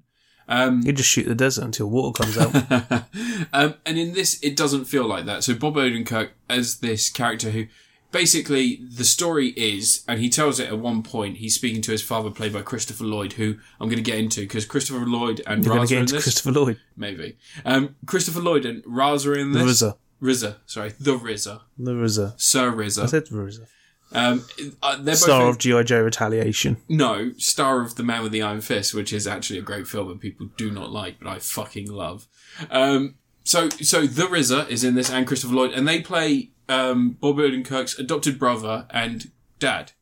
Speaker 1: Um,
Speaker 2: You just shoot the desert until water comes out.
Speaker 1: um, and in this, it doesn't feel like that. So Bob Odenkirk as this character who, basically, the story is, and he tells it at one point. He's speaking to his father, played by Christopher Lloyd, who I'm going to get into because Christopher Lloyd and
Speaker 2: We're going
Speaker 1: Raz
Speaker 2: to
Speaker 1: are
Speaker 2: get
Speaker 1: in
Speaker 2: into
Speaker 1: this.
Speaker 2: Christopher Lloyd.
Speaker 1: maybe um, Christopher Lloyd and Raz are in
Speaker 2: The
Speaker 1: this.
Speaker 2: RZA.
Speaker 1: RZA, sorry, the RZA,
Speaker 2: The RZA.
Speaker 1: Sir
Speaker 2: I
Speaker 1: RZA.
Speaker 2: said RZA.
Speaker 1: Um, uh, they're both
Speaker 2: Star
Speaker 1: in-
Speaker 2: of G.I. Joe Retaliation.
Speaker 1: No, star of The Man with the Iron Fist, which is actually a great film and people do not like, but I fucking love. Um, so, so The RZA is in this and Christopher Lloyd, and they play um, Bob Odenkirk's adopted brother and dad.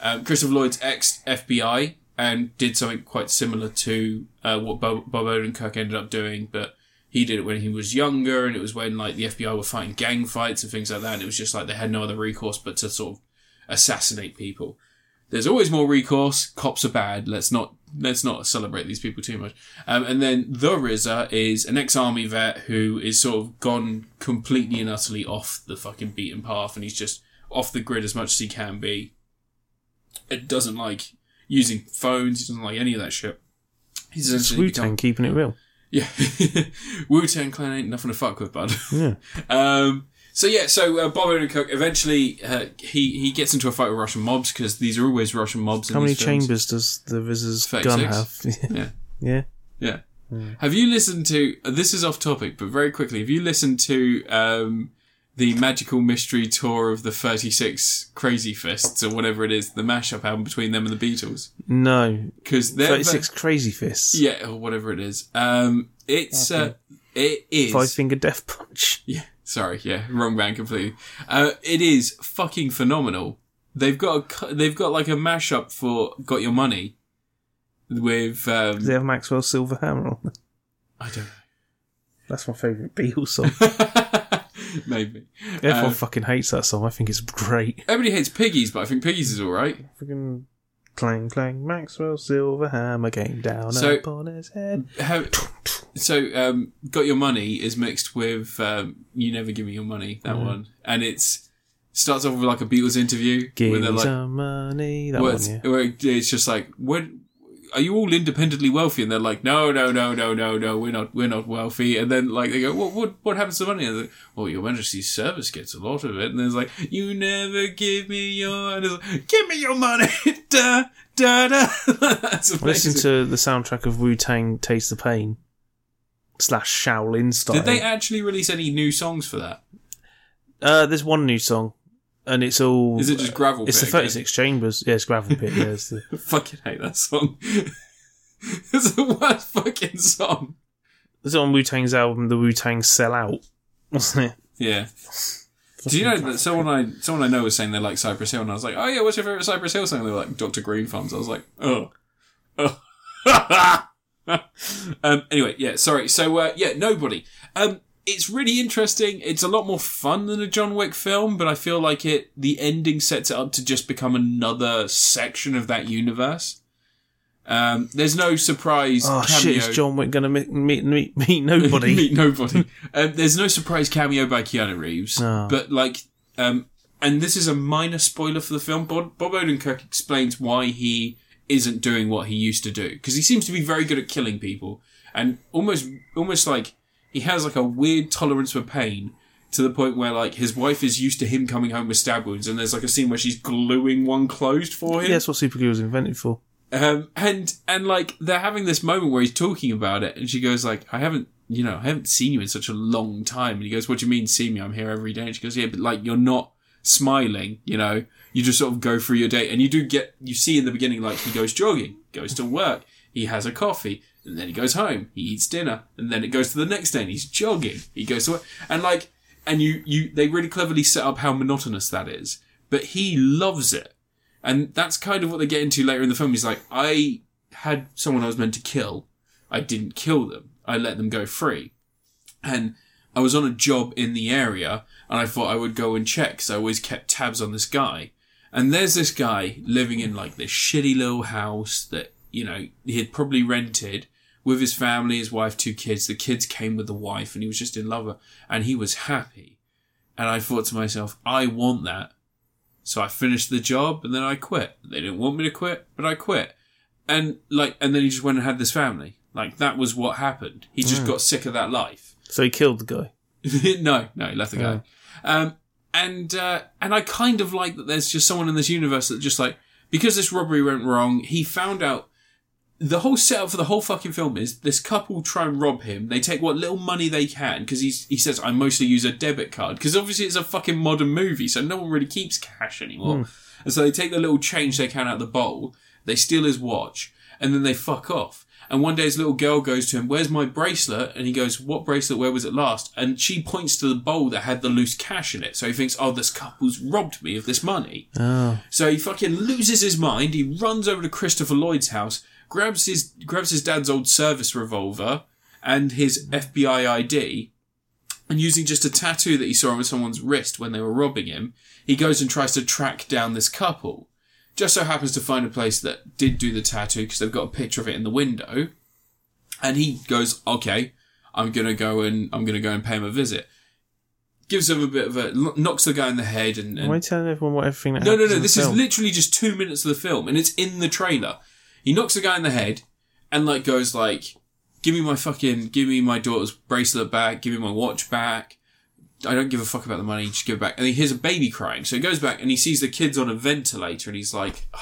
Speaker 1: Um, Christopher Lloyd's ex FBI and did something quite similar to uh, what Bob, Bob Odenkirk ended up doing, but he did it when he was younger, and it was when like the FBI were fighting gang fights and things like that, and it was just like they had no other recourse but to sort of assassinate people there's always more recourse. Cops are bad. Let's not let's not celebrate these people too much. Um, and then the RZA is an ex-army vet who is sort of gone completely and utterly off the fucking beaten path, and he's just off the grid as much as he can be. It doesn't like using phones. He doesn't like any of that shit. He's essentially
Speaker 2: Wu
Speaker 1: become-
Speaker 2: Tang keeping it real.
Speaker 1: yeah. Wu Tang Clan ain't nothing to fuck with, bud.
Speaker 2: Yeah.
Speaker 1: um, so yeah, so uh, Bob Odenkirk eventually uh, he he gets into a fight with Russian mobs because these are always Russian mobs.
Speaker 2: How
Speaker 1: in
Speaker 2: many
Speaker 1: these films.
Speaker 2: chambers does the RZA's gun
Speaker 1: 36.
Speaker 2: have?
Speaker 1: Yeah.
Speaker 2: yeah.
Speaker 1: Yeah. Have you listened to? uh, This is off topic, but very quickly. Have you listened to um, the Magical Mystery Tour of the Thirty Six Crazy Fists or whatever it is, the mashup album between them and the Beatles?
Speaker 2: No.
Speaker 1: Because they're
Speaker 2: 36 Crazy Fists.
Speaker 1: Yeah, or whatever it is. Um, it's uh, it is
Speaker 2: Five Finger Death Punch.
Speaker 1: Yeah, sorry, yeah, wrong band completely. Uh, it is fucking phenomenal. They've got a, cu- they've got like a mashup for "Got Your Money" with um,
Speaker 2: Does it have Maxwell Silver Hammer on?
Speaker 1: I don't
Speaker 2: That's my favourite Beatles song.
Speaker 1: know, maybe.
Speaker 2: Everyone
Speaker 1: Um,
Speaker 2: fucking hates that song. I think it's great.
Speaker 1: Everybody hates piggies, but I think piggies is all right.
Speaker 2: Fucking clang clang. Maxwell Silver Hammer came down
Speaker 1: So-
Speaker 2: upon his head.
Speaker 1: Have- so, um, "Got Your Money" is mixed with um, "You Never Give Me Your Money." That one, and it's starts off with like a Beatles interview where
Speaker 2: Give
Speaker 1: they're
Speaker 2: me
Speaker 1: like,
Speaker 2: some money. That
Speaker 1: Where
Speaker 2: one,
Speaker 1: it's,
Speaker 2: yeah.
Speaker 1: where it- it's just like, when are you all independently wealthy? And they're like, no, no, no, no, no, no, we're not, we're not wealthy. And then like they go, what, what, what happens to the money? And they're like, well, Your Majesty's service gets a lot of it. And there's like, you never give me your, and it's like, give me your money, da da da. That's amazing.
Speaker 2: Listen to the soundtrack of Wu Tang Taste the Pain slash Shaolin style.
Speaker 1: Did they actually release any new songs for that?
Speaker 2: Uh, there's one new song, and it's all.
Speaker 1: Is it just gravel?
Speaker 2: uh, It's the
Speaker 1: Pit again?
Speaker 2: 36 Chambers. Yeah, it's Gravel Pit. yeah, it's the,
Speaker 1: Fucking hate that song. it's the worst fucking song.
Speaker 2: it's on Wu Tang's album, The Wu Tang Sell Out, wasn't it?
Speaker 1: Yeah. Do you know that someone I someone I know was saying they like Cypress Hill, and I was like, "Oh yeah, what's your favorite Cypress Hill song?" They were like, "Dr. Green Farms." I was like, "Oh, oh." um, anyway, yeah, sorry. So uh, yeah, nobody. Um, it's really interesting. It's a lot more fun than a John Wick film, but I feel like it. The ending sets it up to just become another section of that universe. Um, there's no surprise.
Speaker 2: Oh shit! Is
Speaker 1: cameo-
Speaker 2: John Wick gonna meet meet meet, meet nobody?
Speaker 1: Meet nobody. um, there's no surprise cameo by Keanu Reeves,
Speaker 2: No.
Speaker 1: but like, um, and this is a minor spoiler for the film. Bob, Bob Odenkirk explains why he isn't doing what he used to do because he seems to be very good at killing people and almost, almost like he has like a weird tolerance for pain to the point where like his wife is used to him coming home with stab wounds, and there's like a scene where she's gluing one closed for him.
Speaker 2: yeah, that's what Supergirl was invented for.
Speaker 1: Um, and and like they're having this moment where he's talking about it, and she goes like, "I haven't, you know, I haven't seen you in such a long time." And he goes, "What do you mean, see me? I'm here every day." And she goes, "Yeah, but like you're not smiling, you know. You just sort of go through your day, and you do get you see in the beginning like he goes jogging, goes to work, he has a coffee, and then he goes home, he eats dinner, and then it goes to the next day, and he's jogging, he goes to work, and like." And you, you, they really cleverly set up how monotonous that is, but he loves it. And that's kind of what they get into later in the film. He's like, I had someone I was meant to kill. I didn't kill them. I let them go free. And I was on a job in the area and I thought I would go and check because I always kept tabs on this guy. And there's this guy living in like this shitty little house that, you know, he had probably rented with his family, his wife, two kids. The kids came with the wife and he was just in love with her and he was happy And I thought to myself, I want that. So I finished the job and then I quit. They didn't want me to quit, but I quit. And like, and then he just went and had this family. Like that was what happened. He just got sick of that life.
Speaker 2: So he killed the guy.
Speaker 1: no, no, he left the guy. Um, and uh, and I kind of like that. There's just someone in this universe that just like because this robbery went wrong, he found out. The whole setup for the whole fucking film is this couple try and rob him. They take what little money they can because he he says I mostly use a debit card because obviously it's a fucking modern movie, so no one really keeps cash anymore. And so they take the little change they can out of the bowl. They steal his watch and then they fuck off. And one day his little girl goes to him, Where's my bracelet? And he goes, What bracelet? Where was it last? And she points to the bowl that had the loose cash in it. So he thinks, Oh, this couple's robbed me of this money.
Speaker 2: Oh.
Speaker 1: So he fucking loses his mind. He runs over to Christopher Lloyd's house, grabs his grabs his dad's old service revolver and his FBI ID, and using just a tattoo that he saw on someone's wrist when they were robbing him, he goes and tries to track down this couple. Just so happens to find a place that did do the tattoo because they've got a picture of it in the window, and he goes, "Okay, I'm gonna go and I'm gonna go and pay him a visit." Gives him a bit of a knocks the guy in the head and, and
Speaker 2: Why are you telling everyone what everything that
Speaker 1: no, no,
Speaker 2: happens
Speaker 1: no.
Speaker 2: in the
Speaker 1: This
Speaker 2: film?
Speaker 1: is literally just two minutes of the film, and it's in the trailer. He knocks the guy in the head, and like goes like, "Give me my fucking, give me my daughter's bracelet back. Give me my watch back. I don't give a fuck about the money. Just give it back." And he hears a baby crying, so he goes back and he sees the kids on a ventilator, and he's like. "Ugh,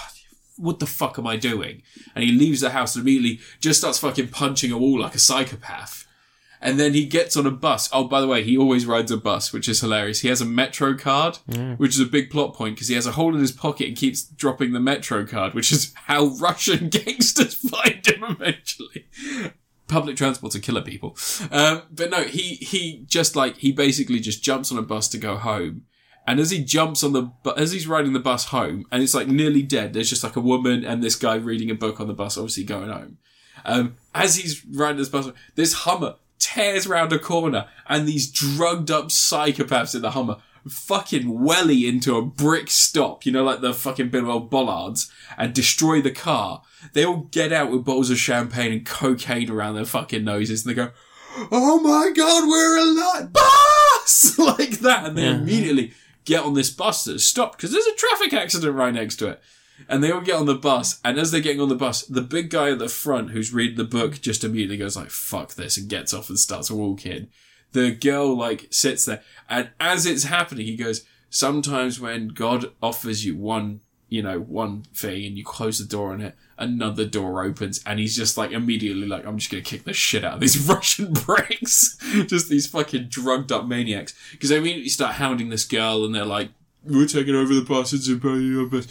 Speaker 1: What the fuck am I doing? And he leaves the house and immediately just starts fucking punching a wall like a psychopath. And then he gets on a bus. Oh, by the way, he always rides a bus, which is hilarious. He has a Metro card, which is a big plot point because he has a hole in his pocket and keeps dropping the Metro card, which is how Russian gangsters find him eventually. Public transport to killer people. Um, but no, he, he just like, he basically just jumps on a bus to go home. And as he jumps on the, bu- as he's riding the bus home and it's like nearly dead, there's just like a woman and this guy reading a book on the bus, obviously going home. Um, as he's riding this bus, this Hummer tears round a corner, and these drugged up psychopaths in the Hummer fucking welly into a brick stop, you know, like the fucking Bidwell bollards, and destroy the car. They all get out with bottles of champagne and cocaine around their fucking noses, and they go, "Oh my god, we're alive!" Bus like that, and they immediately get on this bus that's stopped because there's a traffic accident right next to it. And they all get on the bus, and as they're getting on the bus, the big guy at the front who's reading the book just immediately goes like, fuck this, and gets off and starts walking. The girl like sits there, and as it's happening, he goes, sometimes when God offers you one, you know, one thing and you close the door on it, another door opens, and he's just like immediately like, I'm just gonna kick the shit out of these Russian bricks. just these fucking drugged up maniacs. Because they immediately start hounding this girl, and they're like, we're taking over the bus. It's a your bus.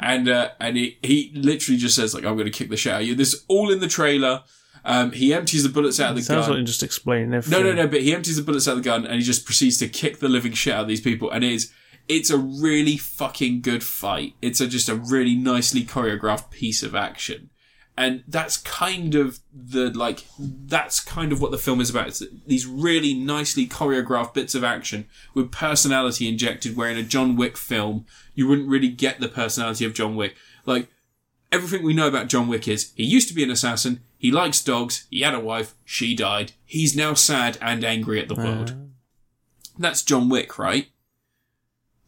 Speaker 1: And uh, and he, he literally just says like, "I'm going to kick the shit out of you." This is all in the trailer. Um, he empties the bullets out of the
Speaker 2: Sounds
Speaker 1: gun.
Speaker 2: like you're just explaining
Speaker 1: no,
Speaker 2: everything.
Speaker 1: no, no. But he empties the bullets out of the gun, and he just proceeds to kick the living shit out of these people. And it's it's a really fucking good fight. It's a, just a really nicely choreographed piece of action. And that's kind of the like that's kind of what the film is about. It's these really nicely choreographed bits of action with personality injected. Where in a John Wick film, you wouldn't really get the personality of John Wick. Like everything we know about John Wick is he used to be an assassin, he likes dogs, he had a wife, she died, he's now sad and angry at the world. That's John Wick, right?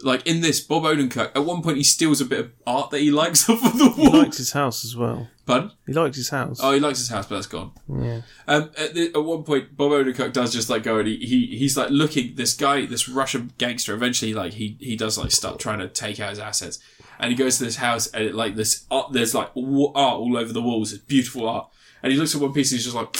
Speaker 1: Like in this, Bob Odenkirk, at one point he steals a bit of art that he likes off of the
Speaker 2: He
Speaker 1: wall.
Speaker 2: liked his house as well.
Speaker 1: Pardon?
Speaker 2: He liked his house.
Speaker 1: Oh, he likes his house, but that's gone.
Speaker 2: Yeah.
Speaker 1: Um, at, the, at one point, Bob Odenkirk does just like go and he, he he's like looking this guy, this Russian gangster. Eventually, like he he does like start trying to take out his assets, and he goes to this house and it, like this art, there's like wa- art all over the walls, it's beautiful art. And he looks at one piece and he's just like,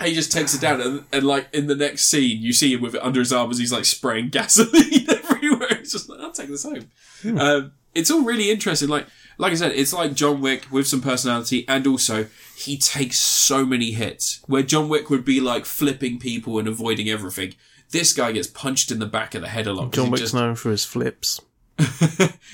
Speaker 1: and he just takes it down. And, and like in the next scene, you see him with it under his arm as he's like spraying gasoline everywhere. He's just like, I'll take this home.
Speaker 2: Hmm.
Speaker 1: Um, it's all really interesting. Like, like I said, it's like John Wick with some personality, and also he takes so many hits. Where John Wick would be like flipping people and avoiding everything, this guy gets punched in the back of the head a lot. 'cause
Speaker 2: John
Speaker 1: he
Speaker 2: Wick's
Speaker 1: just-
Speaker 2: known for his flips.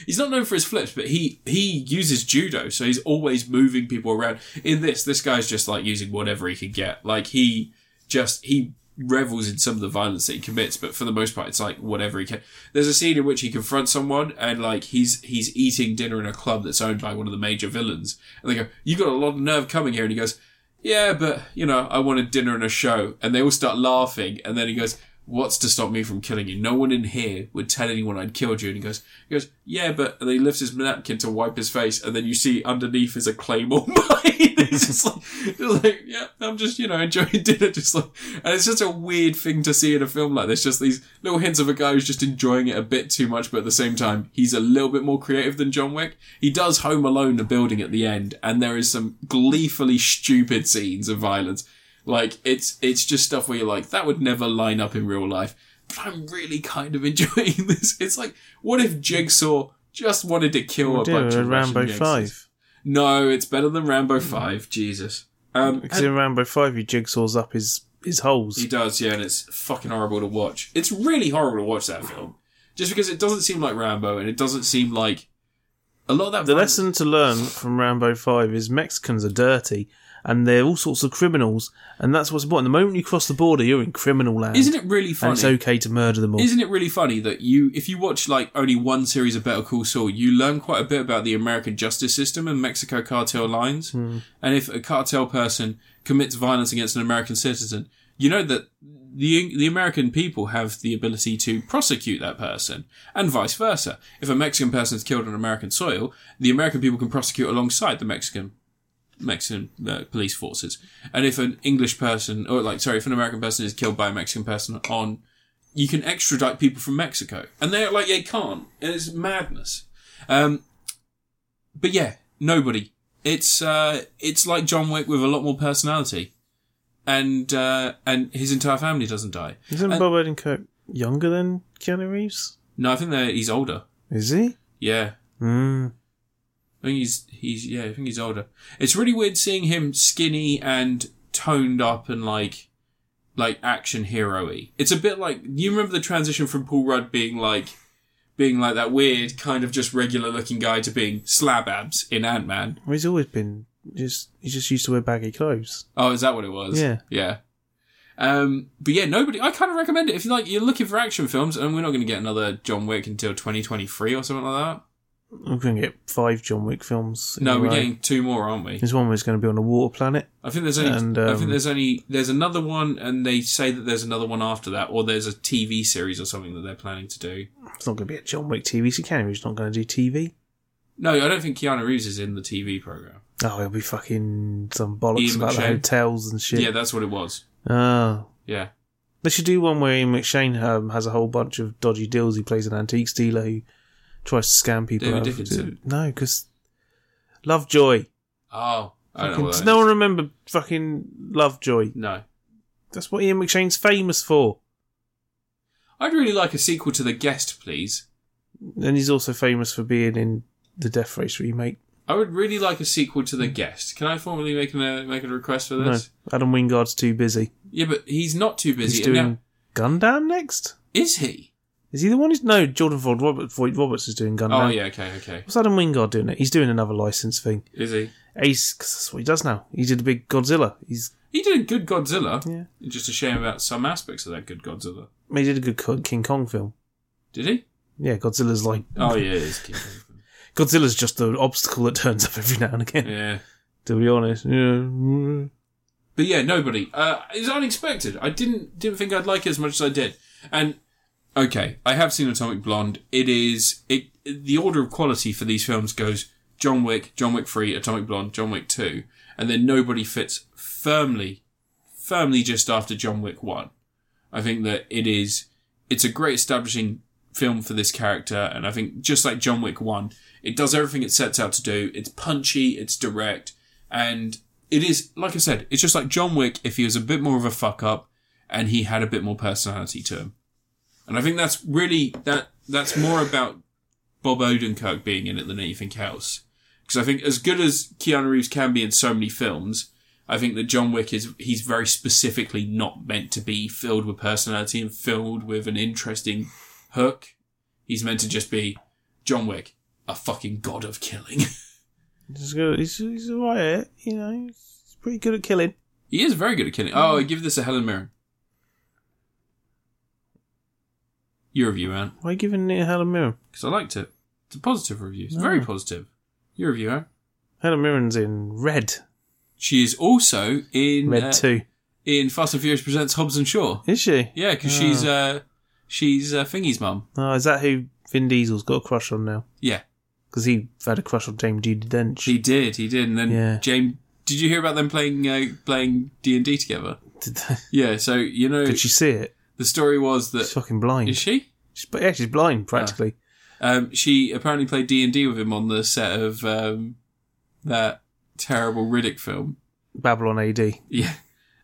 Speaker 1: he's not known for his flips, but he he uses judo, so he's always moving people around. In this, this guy's just like using whatever he can get. Like he just he revels in some of the violence that he commits, but for the most part, it's like whatever he can. There's a scene in which he confronts someone, and like he's he's eating dinner in a club that's owned by one of the major villains, and they go, "You got a lot of nerve coming here," and he goes. Yeah, but you know, I wanted dinner and a show, and they all start laughing, and then he goes, What's to stop me from killing you? No one in here would tell anyone I'd killed you. And he goes, he goes, yeah, but and then he lifts his napkin to wipe his face, and then you see underneath is a claymore mine. it's just like, just like, yeah, I'm just you know enjoying dinner, just like, and it's just a weird thing to see in a film like this. Just these little hints of a guy who's just enjoying it a bit too much, but at the same time, he's a little bit more creative than John Wick. He does Home Alone the building at the end, and there is some gleefully stupid scenes of violence. Like it's it's just stuff where you're like, that would never line up in real life. But I'm really kind of enjoying this. It's like, what if Jigsaw just wanted to kill a
Speaker 2: Dear,
Speaker 1: bunch of Russian
Speaker 2: Rambo
Speaker 1: gangsters?
Speaker 2: Five.
Speaker 1: No, it's better than Rambo Five. Jesus. Um,
Speaker 2: Because in Rambo Five, he jigsaws up his his holes.
Speaker 1: he does, yeah, and it's fucking horrible to watch. It's really horrible to watch that film, just because it doesn't seem like Rambo, and it doesn't seem like a lot of that.
Speaker 2: The
Speaker 1: violence-
Speaker 2: lesson to learn from Rambo 5 is Mexicans are dirty and they're all sorts of criminals, and that's what's important. The moment you cross the border, you're in criminal land.
Speaker 1: isn't it really funny?
Speaker 2: and it's okay to murder them all.
Speaker 1: Isn't it really funny that you, if you watch like only one series of Better Call Saul, you learn quite a bit about the American justice system and Mexico cartel lines. And if a cartel person commits violence against an American citizen, you know that the the American people have the ability to prosecute that person, and vice versa. If a Mexican person is killed on American soil, the American people can prosecute alongside the Mexican Mexican uh, police forces. And if an English person, or like, sorry, if an American person is killed by a Mexican person on, you can extradite people from Mexico. And they're like, they can't. And it's madness. Um, but yeah, nobody. It's, uh, it's like John Wick with a lot more personality. And, uh, and his entire family doesn't die.
Speaker 2: Isn't
Speaker 1: and-
Speaker 2: Bob Odenkirk younger than Keanu Reeves?
Speaker 1: No, I think that he's older.
Speaker 2: Is he?
Speaker 1: Yeah. Hmm.
Speaker 2: Mm.
Speaker 1: I think he's he's yeah, I think he's older. It's really weird seeing him skinny and toned up and like like action hero y. It's a bit like you remember the transition from Paul Rudd being like being like that weird kind of just regular looking guy to being slab abs in Ant Man.
Speaker 2: Well, he's always been just, he just used to wear baggy clothes.
Speaker 1: Oh, is that what it was?
Speaker 2: Yeah.
Speaker 1: Yeah. Um, but yeah, nobody. I kind of recommend it if you like. You're looking for action films, and we're not going to get another John Wick until 2023 or something like
Speaker 2: I'm going to get five John Wick films.
Speaker 1: that.
Speaker 2: in
Speaker 1: No,
Speaker 2: a
Speaker 1: we're
Speaker 2: row.
Speaker 1: getting two more, aren't we?
Speaker 2: There's one where he's going to be on a water planet.
Speaker 1: I think there's only
Speaker 2: And,
Speaker 1: I think
Speaker 2: um,
Speaker 1: there's only there's another one, and they say that there's another one after that, or there's a TV series or something that they're planning to do.
Speaker 2: It's not going to be a John Wick TV, so Keanu Reeves not going to do TV.
Speaker 1: No, I don't think Keanu Reeves is in the TV program.
Speaker 2: Oh, he'll be fucking some bollocks
Speaker 1: Ian
Speaker 2: about the
Speaker 1: McShane.
Speaker 2: hotels and shit.
Speaker 1: Yeah, that's what it was.
Speaker 2: Oh.
Speaker 1: Yeah,
Speaker 2: They should do one where Ian McShane um, has a whole bunch of dodgy deals. He plays an antiques dealer who tries to scam people.
Speaker 1: David
Speaker 2: out of-
Speaker 1: Dickinson.
Speaker 2: No, because Lovejoy.
Speaker 1: oh, I don't know.
Speaker 2: Fucking-
Speaker 1: what
Speaker 2: Does
Speaker 1: that
Speaker 2: no
Speaker 1: is.
Speaker 2: one remember fucking Lovejoy?
Speaker 1: no,
Speaker 2: That's what Ian McShane's famous for.
Speaker 1: I'd really like a sequel to The Guest, please.
Speaker 2: And he's also famous for being in the Death Race remake.
Speaker 1: I would really like a sequel to The Guest. Can I formally make a make a request for
Speaker 2: No,
Speaker 1: this?
Speaker 2: Adam Wingard's too busy.
Speaker 1: Yeah, but he's not too busy.
Speaker 2: He's
Speaker 1: And
Speaker 2: doing Gundam next?
Speaker 1: now- is he?
Speaker 2: Is he the one who's. No, Jordan Ford Robert, Voight Roberts is doing Gundam.
Speaker 1: Oh yeah, okay, okay.
Speaker 2: What's Adam Wingard doing? It? He's doing another license thing.
Speaker 1: Is he?
Speaker 2: Ace, 'cause that's what he does now. He did a big Godzilla. He's
Speaker 1: He did a good Godzilla.
Speaker 2: Yeah.
Speaker 1: Just a shame about some aspects of that good Godzilla.
Speaker 2: he did a good Co- King Kong film.
Speaker 1: Did he?
Speaker 2: Yeah, Godzilla's like
Speaker 1: Oh yeah, it is King Kong.
Speaker 2: Godzilla's just the obstacle that turns up every now and again.
Speaker 1: yeah.
Speaker 2: To be honest, yeah.
Speaker 1: But yeah, nobody. Uh, it's unexpected. I didn't didn't think I'd like it as much as I did. And okay, I have seen Atomic Blonde. It is it the order of quality for these films goes John Wick, John Wick Three, Atomic Blonde, John Wick Two, and then nobody fits firmly, firmly just after John Wick One. I think that it is it's a great establishing film for this character, and I think just like John Wick One, it does everything it sets out to do. It's punchy, it's direct, and it is like I said, it's just like John Wick if he was a bit more of a fuck up and he had a bit more personality to him. And I think that's really that that's more about Bob Odenkirk being in it than anything else. Because I think as good as Keanu Reeves can be in so many films, I think that John Wick is he's very specifically not meant to be filled with personality and filled with an interesting hook. He's meant to just be John Wick, a fucking god of killing.
Speaker 2: He's good. He's, he's alright. at it, You know, he's pretty good at killing.
Speaker 1: he is very good at killing. Oh, I give this a Helen Mirren. Your review, man,
Speaker 2: Why are you giving it Helen Mirren?
Speaker 1: because I liked it. It's a positive review. It's very positive. Your review, man.
Speaker 2: Helen Mirren's in Red.
Speaker 1: She is also in
Speaker 2: Red
Speaker 1: uh,
Speaker 2: Two.
Speaker 1: in Fast and Furious Presents Hobbs and Shaw.
Speaker 2: Is she?
Speaker 1: Yeah, because
Speaker 2: Ah.
Speaker 1: she's uh, she's uh, Thingy's mum.
Speaker 2: Oh, is that who Vin Diesel's got a crush on now?
Speaker 1: Yeah,
Speaker 2: Because he had a crush on James D. Dench.
Speaker 1: he did. He did. And then
Speaker 2: Yeah.
Speaker 1: James, did you hear about them playing uh, playing D and D together?
Speaker 2: Did, they-
Speaker 1: Yeah. So you know,
Speaker 2: did she see it?
Speaker 1: the story was
Speaker 2: She's
Speaker 1: that
Speaker 2: fucking blind.
Speaker 1: is she? Ah.
Speaker 2: She's, but yeah, she's blind practically.
Speaker 1: Um, she apparently played D and D with him on the set of um, that terrible Riddick film.
Speaker 2: Babylon AD.
Speaker 1: Yeah,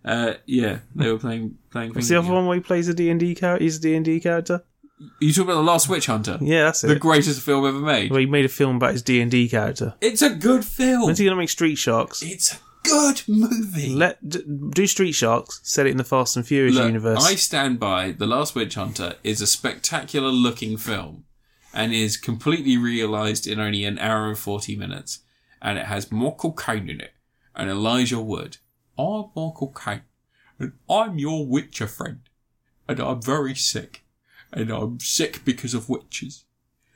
Speaker 1: uh, yeah, they were playing playing.
Speaker 2: What's
Speaker 1: Thingy
Speaker 2: the other
Speaker 1: together.
Speaker 2: one where he plays a D&D character? He's a D&D character?
Speaker 1: You talk about the Last Witch Hunter,
Speaker 2: Yeah, that's
Speaker 1: the
Speaker 2: it.
Speaker 1: greatest film ever made.
Speaker 2: Where he made a film about his D&D character.
Speaker 1: It's a good film.
Speaker 2: When's he going to make Street Sharks?
Speaker 1: It's a good movie.
Speaker 2: Let d- Do Street Sharks, set it in the Fast and Furious
Speaker 1: Look,
Speaker 2: universe.
Speaker 1: I stand by The Last Witch Hunter is a spectacular looking film and is completely realized in only an hour and 40 minutes. And it has Michael Caine in it and Elijah Wood. I'm Michael Caine and I'm your Witcher friend. And I'm very sick. And I'm sick because of witches.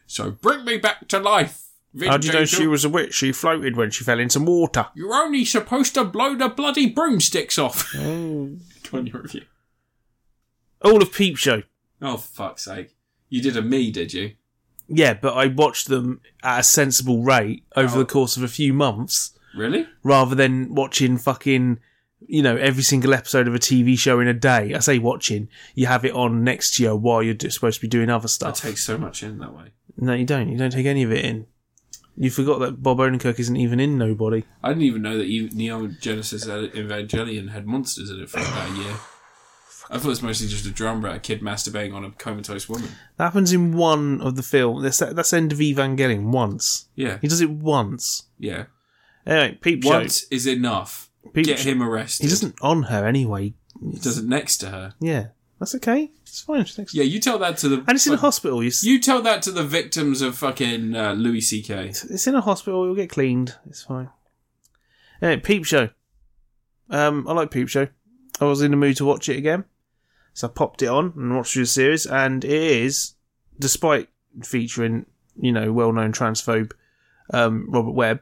Speaker 1: So bring me back to life.
Speaker 2: How do you know
Speaker 1: Vindicator.
Speaker 2: she was a witch? She floated when she fell into water.
Speaker 1: You're only supposed to blow the bloody broomsticks off.
Speaker 2: Oh.
Speaker 1: Go on your review.
Speaker 2: All of Peep Show.
Speaker 1: Oh, for fuck's sake. You did a me, did you?
Speaker 2: Yeah, but I watched them at a sensible rate over
Speaker 1: Oh.
Speaker 2: the course of a few months
Speaker 1: Really?
Speaker 2: rather than watching fucking, you know, every single episode of a TV show in a day. I say watching, you have it on next year while you're d- supposed to be doing other
Speaker 1: I
Speaker 2: stuff.
Speaker 1: take so much in that way.
Speaker 2: no, you don't. You don't take any of it in. You forgot that Bob Odenkirk isn't even in Nobody.
Speaker 1: I didn't even know that even Neon Genesis Evangelion had monsters in it for about a year. I thought it was mostly just a drama about a kid masturbating on a comatose woman.
Speaker 2: That happens in one of the film. That's, that's end of Evangelion once.
Speaker 1: Yeah,
Speaker 2: He does it once.
Speaker 1: yeah.
Speaker 2: Anyway, Peep Show.
Speaker 1: Once is enough.
Speaker 2: Peep
Speaker 1: Get
Speaker 2: Show.
Speaker 1: him arrested.
Speaker 2: He doesn't on her anyway.
Speaker 1: He does it next to her.
Speaker 2: Yeah, that's okay. It's fine. It's next-
Speaker 1: Yeah, you tell that to the.
Speaker 2: And it's in a hospital. You, s
Speaker 1: You tell that to the victims of fucking uh, Louis C.K.
Speaker 2: it's in a hospital. You'll get cleaned. It's fine. Anyway, Peep Show. Um, I like Peep Show. I was in the mood to watch it again, so I popped it on and watched through the series. And it is, despite featuring you know well-known transphobe um, Robert Webb,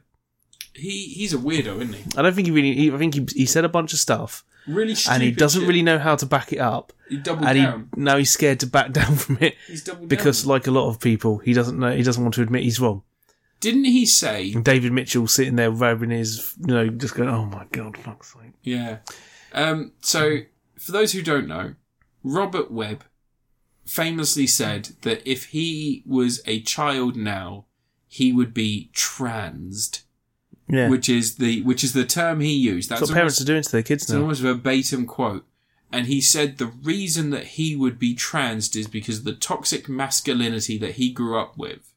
Speaker 1: He he's a weirdo, isn't he?
Speaker 2: I don't think he really. He, I think he, he said a bunch of stuff,
Speaker 1: Really stupid.
Speaker 2: and he doesn't
Speaker 1: shit.
Speaker 2: really know how to back it up.
Speaker 1: He doubled
Speaker 2: And
Speaker 1: down.
Speaker 2: he now he's scared to back down from it
Speaker 1: he's doubled
Speaker 2: because,
Speaker 1: down.
Speaker 2: like a lot of people, he doesn't know. He doesn't want to admit he's wrong.
Speaker 1: didn't he say
Speaker 2: And David Mitchell sitting there rubbing his, you know, just going, "Oh my god, fuck's sake!"
Speaker 1: Yeah. Um, so, for those who don't know, Robert Webb famously said that if he was a child now, he would be transed,
Speaker 2: Yeah,
Speaker 1: which is the which is the term he used.
Speaker 2: that's
Speaker 1: That's
Speaker 2: what parents are doing to their kids
Speaker 1: it's an
Speaker 2: now.
Speaker 1: almost verbatim quote. And he said the reason that he would be transed is because of the toxic masculinity that he grew up with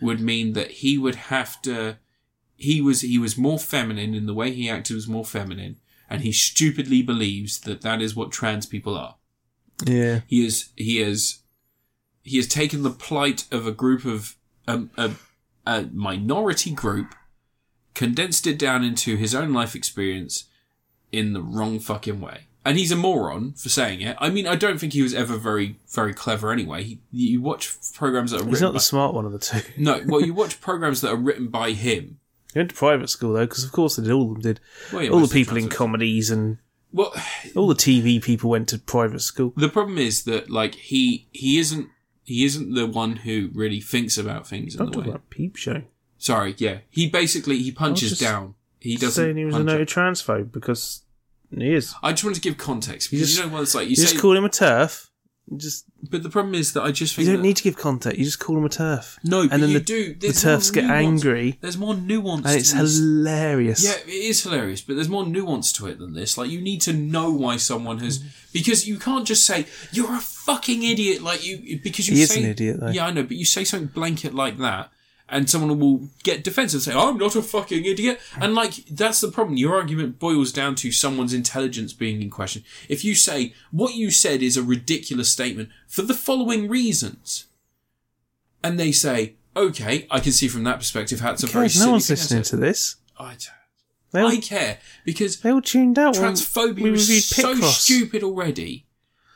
Speaker 1: would mean that he would have to he was he was more feminine in the way he acted was more feminine and he stupidly believes that that is what trans people are
Speaker 2: Yeah,
Speaker 1: he is he is he has taken the plight of a group of um, a, a minority group condensed it down into his own life experience in the wrong fucking way and he's a moron for saying it i mean i don't think he was ever very very clever anyway he, you watch programs that are
Speaker 2: he's
Speaker 1: written
Speaker 2: not
Speaker 1: by,
Speaker 2: the smart one of the two. He
Speaker 1: no well you watch programs that are written by him
Speaker 2: went to private school though, because of course they did. All of them did.
Speaker 1: well, yeah,
Speaker 2: all the
Speaker 1: most
Speaker 2: people in
Speaker 1: trans-
Speaker 2: comedies and
Speaker 1: well
Speaker 2: all the TV people went to private school.
Speaker 1: the problem is that like he he isn't he isn't the one who really thinks about things in
Speaker 2: Don't
Speaker 1: the
Speaker 2: talk
Speaker 1: way
Speaker 2: about peep show.
Speaker 1: Sorry, yeah. He basically he punches
Speaker 2: just
Speaker 1: down. He doesn't.
Speaker 2: saying he was a
Speaker 1: punch
Speaker 2: noted
Speaker 1: up.
Speaker 2: transphobe because he is.
Speaker 1: I just want to give context
Speaker 2: You
Speaker 1: because
Speaker 2: just-
Speaker 1: you know what it's like. You,
Speaker 2: You,
Speaker 1: say,
Speaker 2: just call him a turf. You Just
Speaker 1: but the problem is that I just
Speaker 2: you
Speaker 1: think
Speaker 2: don't
Speaker 1: that-
Speaker 2: need to give contact. You just call him a turf.
Speaker 1: no,
Speaker 2: and
Speaker 1: but
Speaker 2: then
Speaker 1: you
Speaker 2: the,
Speaker 1: do.
Speaker 2: the
Speaker 1: There's
Speaker 2: turfs
Speaker 1: more
Speaker 2: get
Speaker 1: nuance.
Speaker 2: angry,
Speaker 1: There's more nuance.
Speaker 2: and it's
Speaker 1: to this.
Speaker 2: hilarious.
Speaker 1: Yeah, it is hilarious, but there's more nuance to it than this. Like you need to know why someone has because you can't just say you're a fucking idiot. Like you because you
Speaker 2: He is
Speaker 1: say
Speaker 2: an idiot, though.
Speaker 1: Yeah, I know, but you say something blanket like that, and someone will get defensive and say, "I'm not a fucking idiot," and like that's the problem. Your argument boils down to someone's intelligence being in question. If you say what you said is a ridiculous statement for the following reasons, and they say, "Okay, I can see from that perspective how it's a
Speaker 2: Who
Speaker 1: very
Speaker 2: cares? No
Speaker 1: silly
Speaker 2: one's
Speaker 1: thing I
Speaker 2: listening
Speaker 1: said."
Speaker 2: to this.
Speaker 1: I don't.
Speaker 2: They all,
Speaker 1: I care because
Speaker 2: they all tuned out. when
Speaker 1: transphobia
Speaker 2: we reviewed
Speaker 1: is so
Speaker 2: Picross.
Speaker 1: stupid already.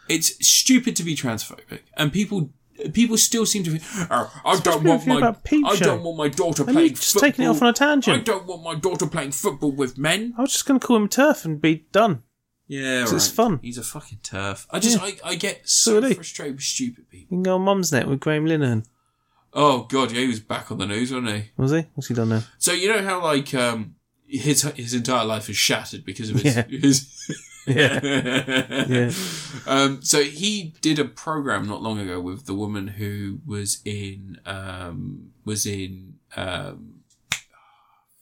Speaker 1: It's stupid to be transphobic, and people people still seem to. Think, oh, I
Speaker 2: supposed
Speaker 1: don't
Speaker 2: to be a
Speaker 1: want
Speaker 2: review
Speaker 1: my
Speaker 2: about Peep
Speaker 1: I
Speaker 2: Show.
Speaker 1: don't want my daughter
Speaker 2: And
Speaker 1: playing
Speaker 2: you've just taken it off on a
Speaker 1: football.
Speaker 2: tangent.
Speaker 1: I don't want my daughter playing football with men.
Speaker 2: I was just going to call him turf and be done.
Speaker 1: Yeah,
Speaker 2: So it's
Speaker 1: right.
Speaker 2: fun.
Speaker 1: He's a fucking turf. I just, I, I get
Speaker 2: So
Speaker 1: so
Speaker 2: do they.
Speaker 1: frustrated with stupid people.
Speaker 2: You can go on Mum's Net with Graham Linehan.
Speaker 1: Oh god, yeah, he was back on the news, wasn't he?
Speaker 2: Was he? What's he done now?
Speaker 1: So you know how like um, his his entire life is shattered because of his
Speaker 2: Yeah.
Speaker 1: his.
Speaker 2: Yeah. yeah.
Speaker 1: Um, so he did a program not long ago with the woman who was in um, was in um,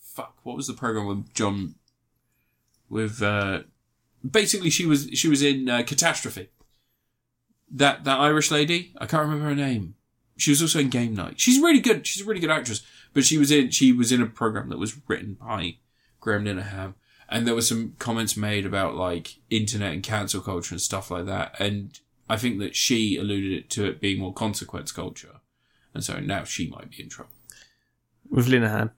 Speaker 1: fuck what was the program with John with uh, basically she was she was in uh, Catastrophe that that Irish lady I can't remember her name she was also in Game Night she's really good she's a really good actress but she was in she was in a program that was written by Graham Linehan and there were some comments made about like internet and cancel culture and stuff like that. And I think that she alluded it to it being more consequence culture, and so now she might be in trouble
Speaker 2: With Linehan.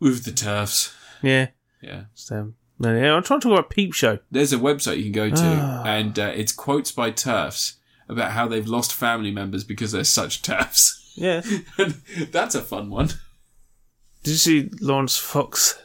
Speaker 1: with the turfs.
Speaker 2: Yeah.
Speaker 1: Yeah,
Speaker 2: So, no, yeah, I'm trying to talk about Peep Show.
Speaker 1: there's a website you can go to,
Speaker 2: Ah.
Speaker 1: and uh, it's quotes by turfs about how they've lost family members because they're such turfs.
Speaker 2: Yeah. Did
Speaker 1: And That's a fun one.
Speaker 2: you see Lawrence Fox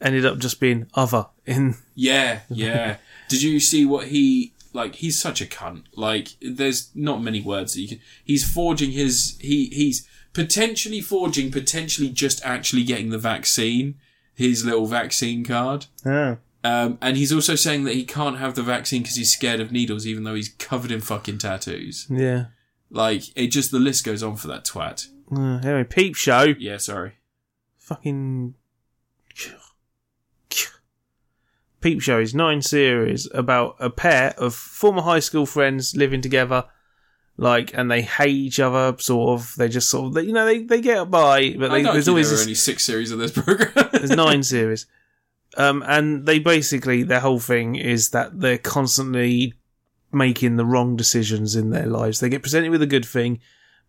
Speaker 2: ended up just being other in.
Speaker 1: Yeah, yeah. Did you see what he like? He's such a cunt. Like, there's not many words that you can. He's forging his. He he's potentially forging, potentially just actually getting the vaccine. His little vaccine card.
Speaker 2: Oh.
Speaker 1: Um, and he's also saying that he can't have the vaccine because he's scared of needles, even though he's covered in fucking tattoos.
Speaker 2: Yeah.
Speaker 1: Like, it just the list goes on for that twat.
Speaker 2: Uh, anyway, Peep Show.
Speaker 1: Yeah, sorry.
Speaker 2: Fucking. Peep Show is nine series about a pair of former high school friends living together, like, and they hate each other, sort of. They just sort of, they, you know, they, they get by, but
Speaker 1: I
Speaker 2: they,
Speaker 1: don't
Speaker 2: there's
Speaker 1: think
Speaker 2: always
Speaker 1: there are
Speaker 2: this
Speaker 1: only six series of this program.
Speaker 2: There's nine series. Um, and they basically, their whole thing is that they're constantly making the wrong decisions in their lives. They get presented with a good thing,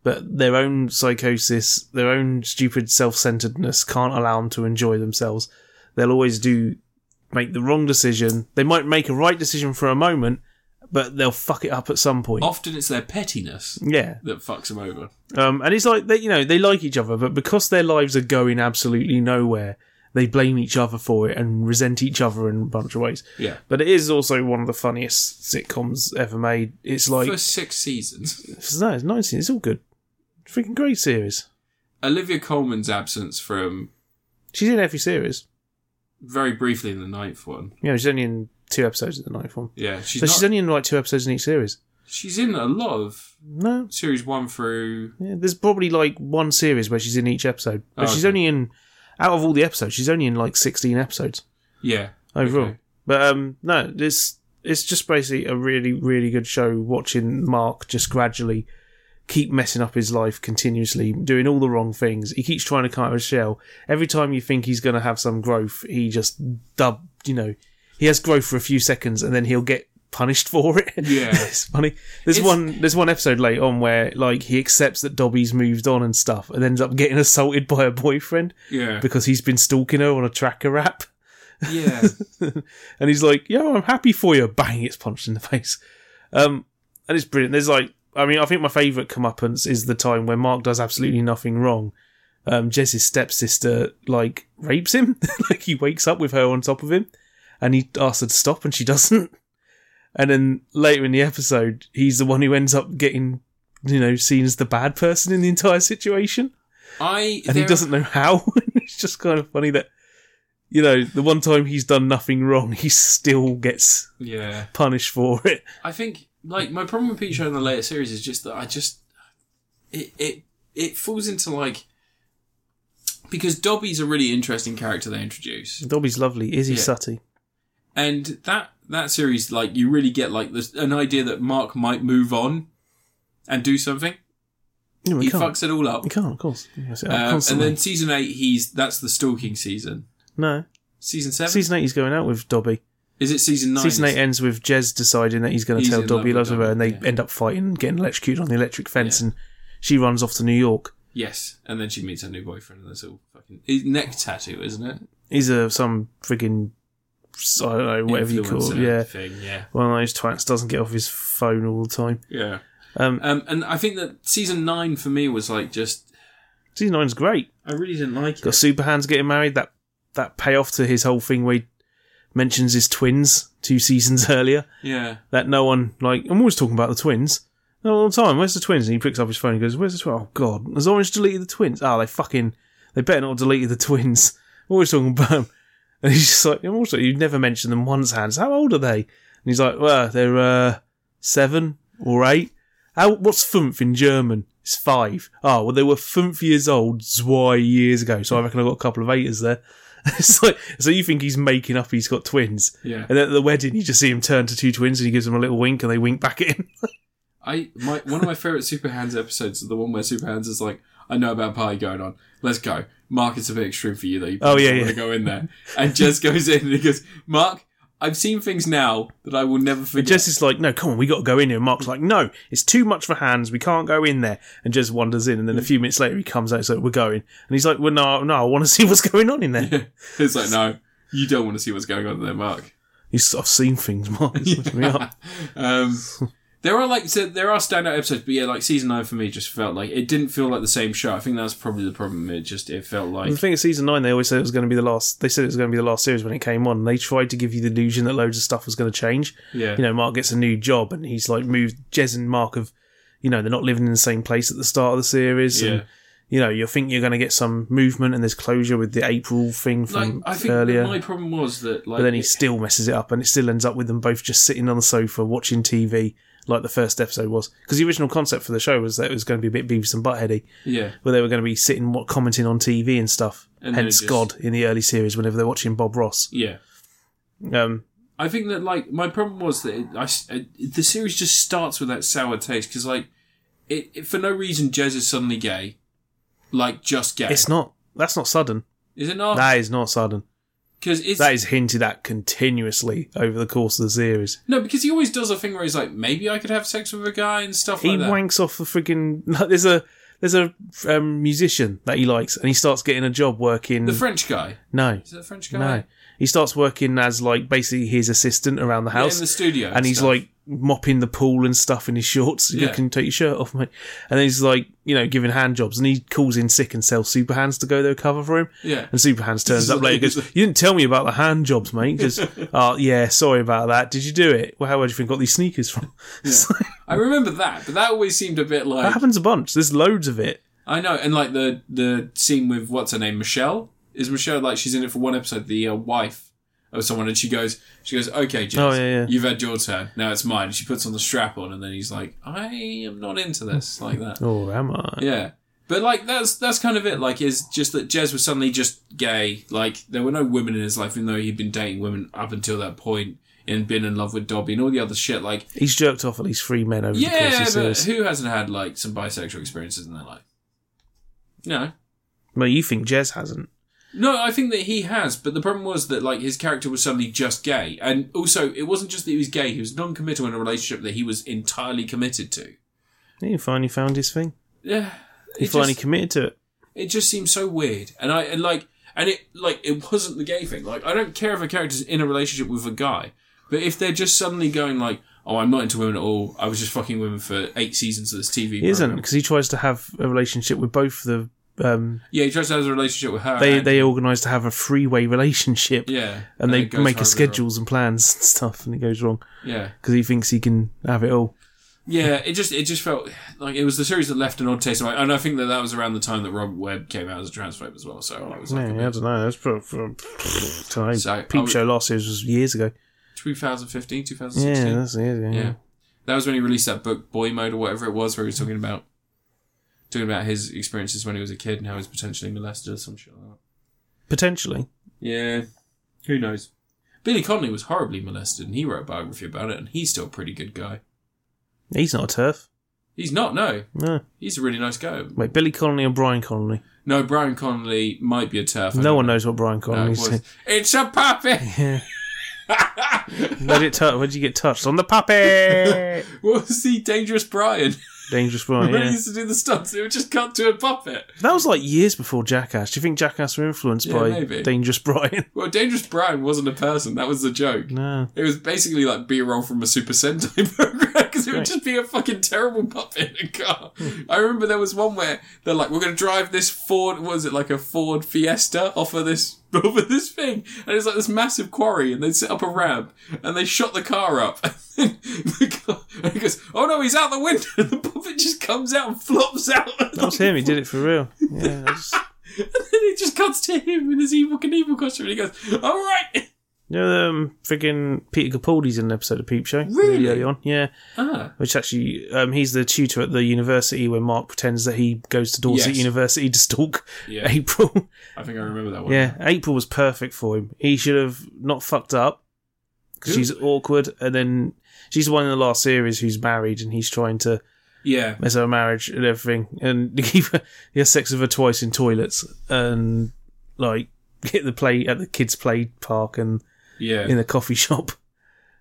Speaker 2: but their own psychosis, their own stupid self centeredness can't allow them to enjoy themselves. They'll always do, make the wrong decision. They might make a right decision for a moment, but they'll fuck it up at some point.
Speaker 1: Often it's their pettiness
Speaker 2: Yeah.
Speaker 1: that fucks them over.
Speaker 2: Um, and it's like they, you know, they like each other, but because their lives are going absolutely nowhere, they blame each other for it and resent each other in a bunch of ways.
Speaker 1: Yeah.
Speaker 2: But it is also one of the funniest sitcoms ever made. It's like
Speaker 1: for six seasons.
Speaker 2: no, it's nineteen. It's all good. Freaking great series.
Speaker 1: Olivia Coleman's absence from
Speaker 2: She's in every series.
Speaker 1: very briefly in the ninth one.
Speaker 2: You know, she's only in two episodes of the ninth one.
Speaker 1: Yeah, she's
Speaker 2: so
Speaker 1: not-
Speaker 2: she's only in like two episodes in each series.
Speaker 1: she's in a lot of
Speaker 2: No,
Speaker 1: series one through.
Speaker 2: yeah, there's probably like one series where she's in each episode, but
Speaker 1: Oh,
Speaker 2: she's
Speaker 1: okay.
Speaker 2: only in out of all the episodes, she's only in like sixteen episodes.
Speaker 1: Yeah,
Speaker 2: overall.
Speaker 1: Okay.
Speaker 2: But um, no, this it's just basically a really really good show. Watching Mark just gradually keep messing up his life continuously, doing all the wrong things. He keeps trying to come out of his shell. Every time you think he's going to have some growth, he just dub. You know, he has growth for a few seconds, and then he'll get punished for it.
Speaker 1: Yeah.
Speaker 2: it's funny. There's
Speaker 1: It's-
Speaker 2: one there's one episode late on where like he accepts that Dobby's moved on and stuff, and ends up getting assaulted by her boyfriend
Speaker 1: yeah,
Speaker 2: because he's been stalking her on a tracker app
Speaker 1: yeah.
Speaker 2: and he's like, "Yo, I'm happy for you." Bang, it's punched in the face. Um, and it's brilliant. There's like, I mean, I think my favourite comeuppance is the time where Mark does absolutely nothing wrong. Um, Jess's stepsister like rapes him. like he wakes up with her on top of him, and he asks her to stop, and she doesn't. And then later in the episode, he's the one who ends up getting, you know, seen as the bad person in the entire situation
Speaker 1: I
Speaker 2: and he
Speaker 1: there-
Speaker 2: doesn't know how. it's just kind of funny that you know the one time he's done nothing wrong, he still gets
Speaker 1: Yeah,
Speaker 2: punished for it.
Speaker 1: I think like my problem with Pete Show in the later series is just that I just it it it falls into like because Dobby's a really interesting character they introduce.
Speaker 2: Dobby's lovely. Is he
Speaker 1: Yeah.
Speaker 2: Sutty?
Speaker 1: and that that series like you really get like this an idea that mark might move on and do something
Speaker 2: No, he,
Speaker 1: he
Speaker 2: can't.
Speaker 1: fucks it all up
Speaker 2: He can't, of course. Yes,
Speaker 1: Um, and
Speaker 2: constantly.
Speaker 1: then season 8 he's that's the stalking season
Speaker 2: no,
Speaker 1: season 7
Speaker 2: season eight he's going out with Dobby.
Speaker 1: is it season 9
Speaker 2: season eight ends with Jez deciding that he's going to
Speaker 1: He's
Speaker 2: tell
Speaker 1: in
Speaker 2: Dobby he
Speaker 1: love
Speaker 2: loves
Speaker 1: with
Speaker 2: her, and they
Speaker 1: Dobby, yeah.
Speaker 2: end up fighting, and getting electrocuted on the electric fence,
Speaker 1: Yeah.
Speaker 2: and she runs off to New York.
Speaker 1: yes and then she meets her new boyfriend and that's all fucking his neck tattoo isn't it
Speaker 2: He's a some friggin' I don't know whatever you call it.
Speaker 1: Influencer
Speaker 2: Yeah,
Speaker 1: thing yeah
Speaker 2: one of those twats doesn't get off his phone all the time.
Speaker 1: yeah
Speaker 2: Um,
Speaker 1: um, and I think that season nine for me was like just
Speaker 2: season nine's great.
Speaker 1: I really didn't like it.
Speaker 2: Got Superhands getting married. That that payoff to his whole thing where he, mentions his twins two seasons earlier.
Speaker 1: Yeah.
Speaker 2: That no one like I'm always talking about the twins. No, all the time. Where's the twins? And he picks up his phone and goes, "Where's the twins? Oh God, has Orange deleted the twins? Ah, they fucking they better not have deleted the twins. I'm always talking about them." And he's just like, and also you never mentioned them once, Hans. How old are they? And he's like, well, they're uh, seven or eight. How, what's fünf in German? It's five. Oh, well, they were fünf years old zwei years ago, so I reckon I got a couple of eighters there. it's like, so you think he's making up he's got twins.
Speaker 1: Yeah.
Speaker 2: And at the wedding, you just see him turn to two twins and he gives them a little wink and they wink back at him.
Speaker 1: I my one of my favorite Superhands episodes is the one where Superhands is like, "I know about party going on. Let's go." Mark, it's a bit extreme for you though. You
Speaker 2: Oh, yeah,
Speaker 1: don't
Speaker 2: yeah.
Speaker 1: wanna go in there, and Jess goes in and he goes, "Mark, I've seen things now that I will never forget."
Speaker 2: Jess is like, no, come on, we got to go in here. And Mark's like, no, it's too much for hands. We can't go in there. And Jess wanders in. And then a few minutes later, he comes out. So we're going. And he's like, well, no, no, I want to see what's going on in there.
Speaker 1: it's like, "No, you don't want to see what's going on there, Mark."
Speaker 2: He's, I've seen things, Mark. It's messing me up.
Speaker 1: Um, there are like so there are standout episodes, but yeah, like season nine for me just felt like it didn't feel like the same show. I think that's probably the problem. It just it felt like
Speaker 2: The thing is, season nine, they always said it was going to be the last. They said it was going to be the last series when it came on. They tried to give you the illusion that loads of stuff was going to change.
Speaker 1: yeah,
Speaker 2: You know, Mark gets a new job, and he's like moved. Jez and Mark have, you know, they're not living in the same place at the start of the series.
Speaker 1: yeah.
Speaker 2: And, you know, you think you're going to get some movement, and there's closure with the April thing
Speaker 1: Like
Speaker 2: from
Speaker 1: I think
Speaker 2: earlier.
Speaker 1: my problem was that like
Speaker 2: but then he
Speaker 1: it-
Speaker 2: still messes it up, and it still ends up with them both just sitting on the sofa watching TV, like the first episode was. Because the original concept for the show was that it was going to be a bit Beavis and Buttheady
Speaker 1: yeah.
Speaker 2: where they were going to be sitting what commenting on TV and stuff.
Speaker 1: And then it
Speaker 2: Hence
Speaker 1: just-
Speaker 2: God in the early series whenever they're watching Bob Ross.
Speaker 1: Yeah.
Speaker 2: Um,
Speaker 1: I think that like my problem was that it, I s- uh, the series just starts with that sour taste because like it, it for no reason Jez is suddenly gay, like just gay.
Speaker 2: it's not. That's not sudden.
Speaker 1: is it not?
Speaker 2: That is not sudden.
Speaker 1: Because it's
Speaker 2: That is hinted at continuously over the course of the series.
Speaker 1: no because he always does a thing where he's like maybe I could have sex with a guy and stuff
Speaker 2: He
Speaker 1: like that.
Speaker 2: wanks off the friggin' like, there's a there's a um, musician that he likes, and he starts getting a job working.
Speaker 1: the French guy
Speaker 2: no,
Speaker 1: is that the French guy?
Speaker 2: no, he starts working as like basically his assistant around the
Speaker 1: Yeah,
Speaker 2: house.
Speaker 1: in the studio,
Speaker 2: and he's
Speaker 1: stuff.
Speaker 2: like mopping the pool and stuff in his shorts. You
Speaker 1: Yeah.
Speaker 2: can take your shirt off, mate. And then he's like, you know, giving hand jobs, and he calls in sick and sells super hands to go there cover for him.
Speaker 1: yeah.
Speaker 2: And super hands turns up later. and Goes, you didn't tell me about the hand jobs, mate. Because, oh yeah, sorry about that. Did you do it? Well, how where do you think I got these sneakers from? It's like-
Speaker 1: I remember that, but that always seemed a bit
Speaker 2: that
Speaker 1: like
Speaker 2: happens a bunch. There's loads of it.
Speaker 1: I know, and like the the scene with what's her name, Michelle is Michelle like she's in it for one episode, the uh, wife of someone, and she goes, she goes, okay, Jess,
Speaker 2: Oh, yeah, yeah.
Speaker 1: you've had your turn, now it's mine. She puts on the strap on, and then he's like, I am not into this like that.
Speaker 2: Oh, am I?
Speaker 1: Yeah. But like that's that's kind of it. Like is just that Jez was suddenly just gay. Like there were no women in his life, even though he'd been dating women up until that point and been in love with Dobby and all the other shit. Like
Speaker 2: He's jerked off at least three men over the course
Speaker 1: yeah,
Speaker 2: of the
Speaker 1: but
Speaker 2: series.
Speaker 1: who hasn't had like some bisexual experiences in their life? No.
Speaker 2: Well, you think Jez hasn't?
Speaker 1: No, I think that he has, but the problem was that like his character was suddenly just gay, and also it wasn't just that he was gay; he was non-committal in a relationship that he was entirely committed to.
Speaker 2: He finally found his thing.
Speaker 1: Yeah,
Speaker 2: He
Speaker 1: it
Speaker 2: finally
Speaker 1: just,
Speaker 2: committed to it.
Speaker 1: it just seems so weird, and I and like and it like it wasn't the gay thing. Like I don't care if a character's in a relationship with a guy, but if they're just suddenly going like, "Oh, I'm not into women at all. I was just fucking women for eight seasons of this TV."
Speaker 2: He isn't
Speaker 1: program.
Speaker 2: because he tries to have a relationship with both the. Um,
Speaker 1: Yeah, he tries to have a relationship with her.
Speaker 2: they
Speaker 1: and-
Speaker 2: they organise to have a three way relationship,
Speaker 1: yeah,
Speaker 2: and
Speaker 1: it
Speaker 2: they
Speaker 1: goes
Speaker 2: make a
Speaker 1: horribly wrong.
Speaker 2: schedules and plans and stuff, and it goes wrong
Speaker 1: Yeah.
Speaker 2: because he thinks he can have it all.
Speaker 1: Yeah, it just it just felt like it was the series that left an odd taste in my and I think that that was around the time that Robert Webb came out as a transphobe as well. So I was
Speaker 2: Yeah,
Speaker 1: like,
Speaker 2: I
Speaker 1: a
Speaker 2: don't
Speaker 1: bit-
Speaker 2: know. That's pro- pro- don't know.
Speaker 1: So, I
Speaker 2: Peep
Speaker 1: would-
Speaker 2: Show last series was years ago.
Speaker 1: 2015, 2016.
Speaker 2: Yeah,
Speaker 1: Yeah,
Speaker 2: that's years ago. Yeah.
Speaker 1: that was when he released that book Boy Mode or whatever it was, where he was talking about talking about his experiences when he was a kid and how he was potentially molested or some shit like that.
Speaker 2: Potentially,
Speaker 1: Yeah, who knows? Billy Connolly was horribly molested, and he wrote a biography about it, and he's still a pretty good guy.
Speaker 2: he's not a turf.
Speaker 1: He's not, no.
Speaker 2: No,
Speaker 1: He's a really nice guy.
Speaker 2: wait, Billy Connolly and Brian Connolly.
Speaker 1: No, Brian Connolly might be a turf. I
Speaker 2: No
Speaker 1: don't
Speaker 2: one
Speaker 1: know.
Speaker 2: knows what Brian
Speaker 1: No, it
Speaker 2: Connolly's.
Speaker 1: was. It's a puppy!
Speaker 2: yeah. Where did it tu- where did you get touched on the puppet?
Speaker 1: What was the dangerous Brian?
Speaker 2: Dangerous Bright.
Speaker 1: When they
Speaker 2: Yeah.
Speaker 1: used to do the stunts, it would just cut to a puppet.
Speaker 2: That was like years before Jackass. Do you think Jackass were influenced
Speaker 1: Yeah,
Speaker 2: by
Speaker 1: maybe.
Speaker 2: Dangerous Brian?
Speaker 1: Well, Dangerous Brown wasn't a person. That was the joke.
Speaker 2: no.
Speaker 1: It was basically like B-roll from a Super Sentai program because it would
Speaker 2: Right.
Speaker 1: just be a fucking terrible puppet in a car. I remember there was one where they're like, "We're going to drive this Ford. what Was it like a Ford Fiesta off of this off of this thing?" And it's like this massive quarry, and they set up a ramp and they shot the car up. And then the car and he goes, "Oh no, he's out the window!" And the puppet just comes out and flops out.
Speaker 2: That was him. He did it for real. Yeah. that's-
Speaker 1: And then it just cuts to him in his evil Knievel costume, and he goes, "All right."
Speaker 2: you know, the, um, friggin' Peter Capaldi's in an episode of Peep Show.
Speaker 1: Really?
Speaker 2: Early on. Yeah.
Speaker 1: Ah,
Speaker 2: Which actually, um, he's the tutor at the university where Mark pretends that he goes to Dorset
Speaker 1: Yes.
Speaker 2: University to stalk
Speaker 1: Yeah.
Speaker 2: April.
Speaker 1: I think I remember that one.
Speaker 2: yeah. April was perfect for him. He should have not fucked up because
Speaker 1: Good.
Speaker 2: she's awkward. And then she's the one in the last series who's married and he's trying to
Speaker 1: yeah.
Speaker 2: mess up her marriage and everything, and he has sex with her twice in toilets, and like hit the play at the kids' play park and
Speaker 1: yeah.
Speaker 2: in the coffee shop.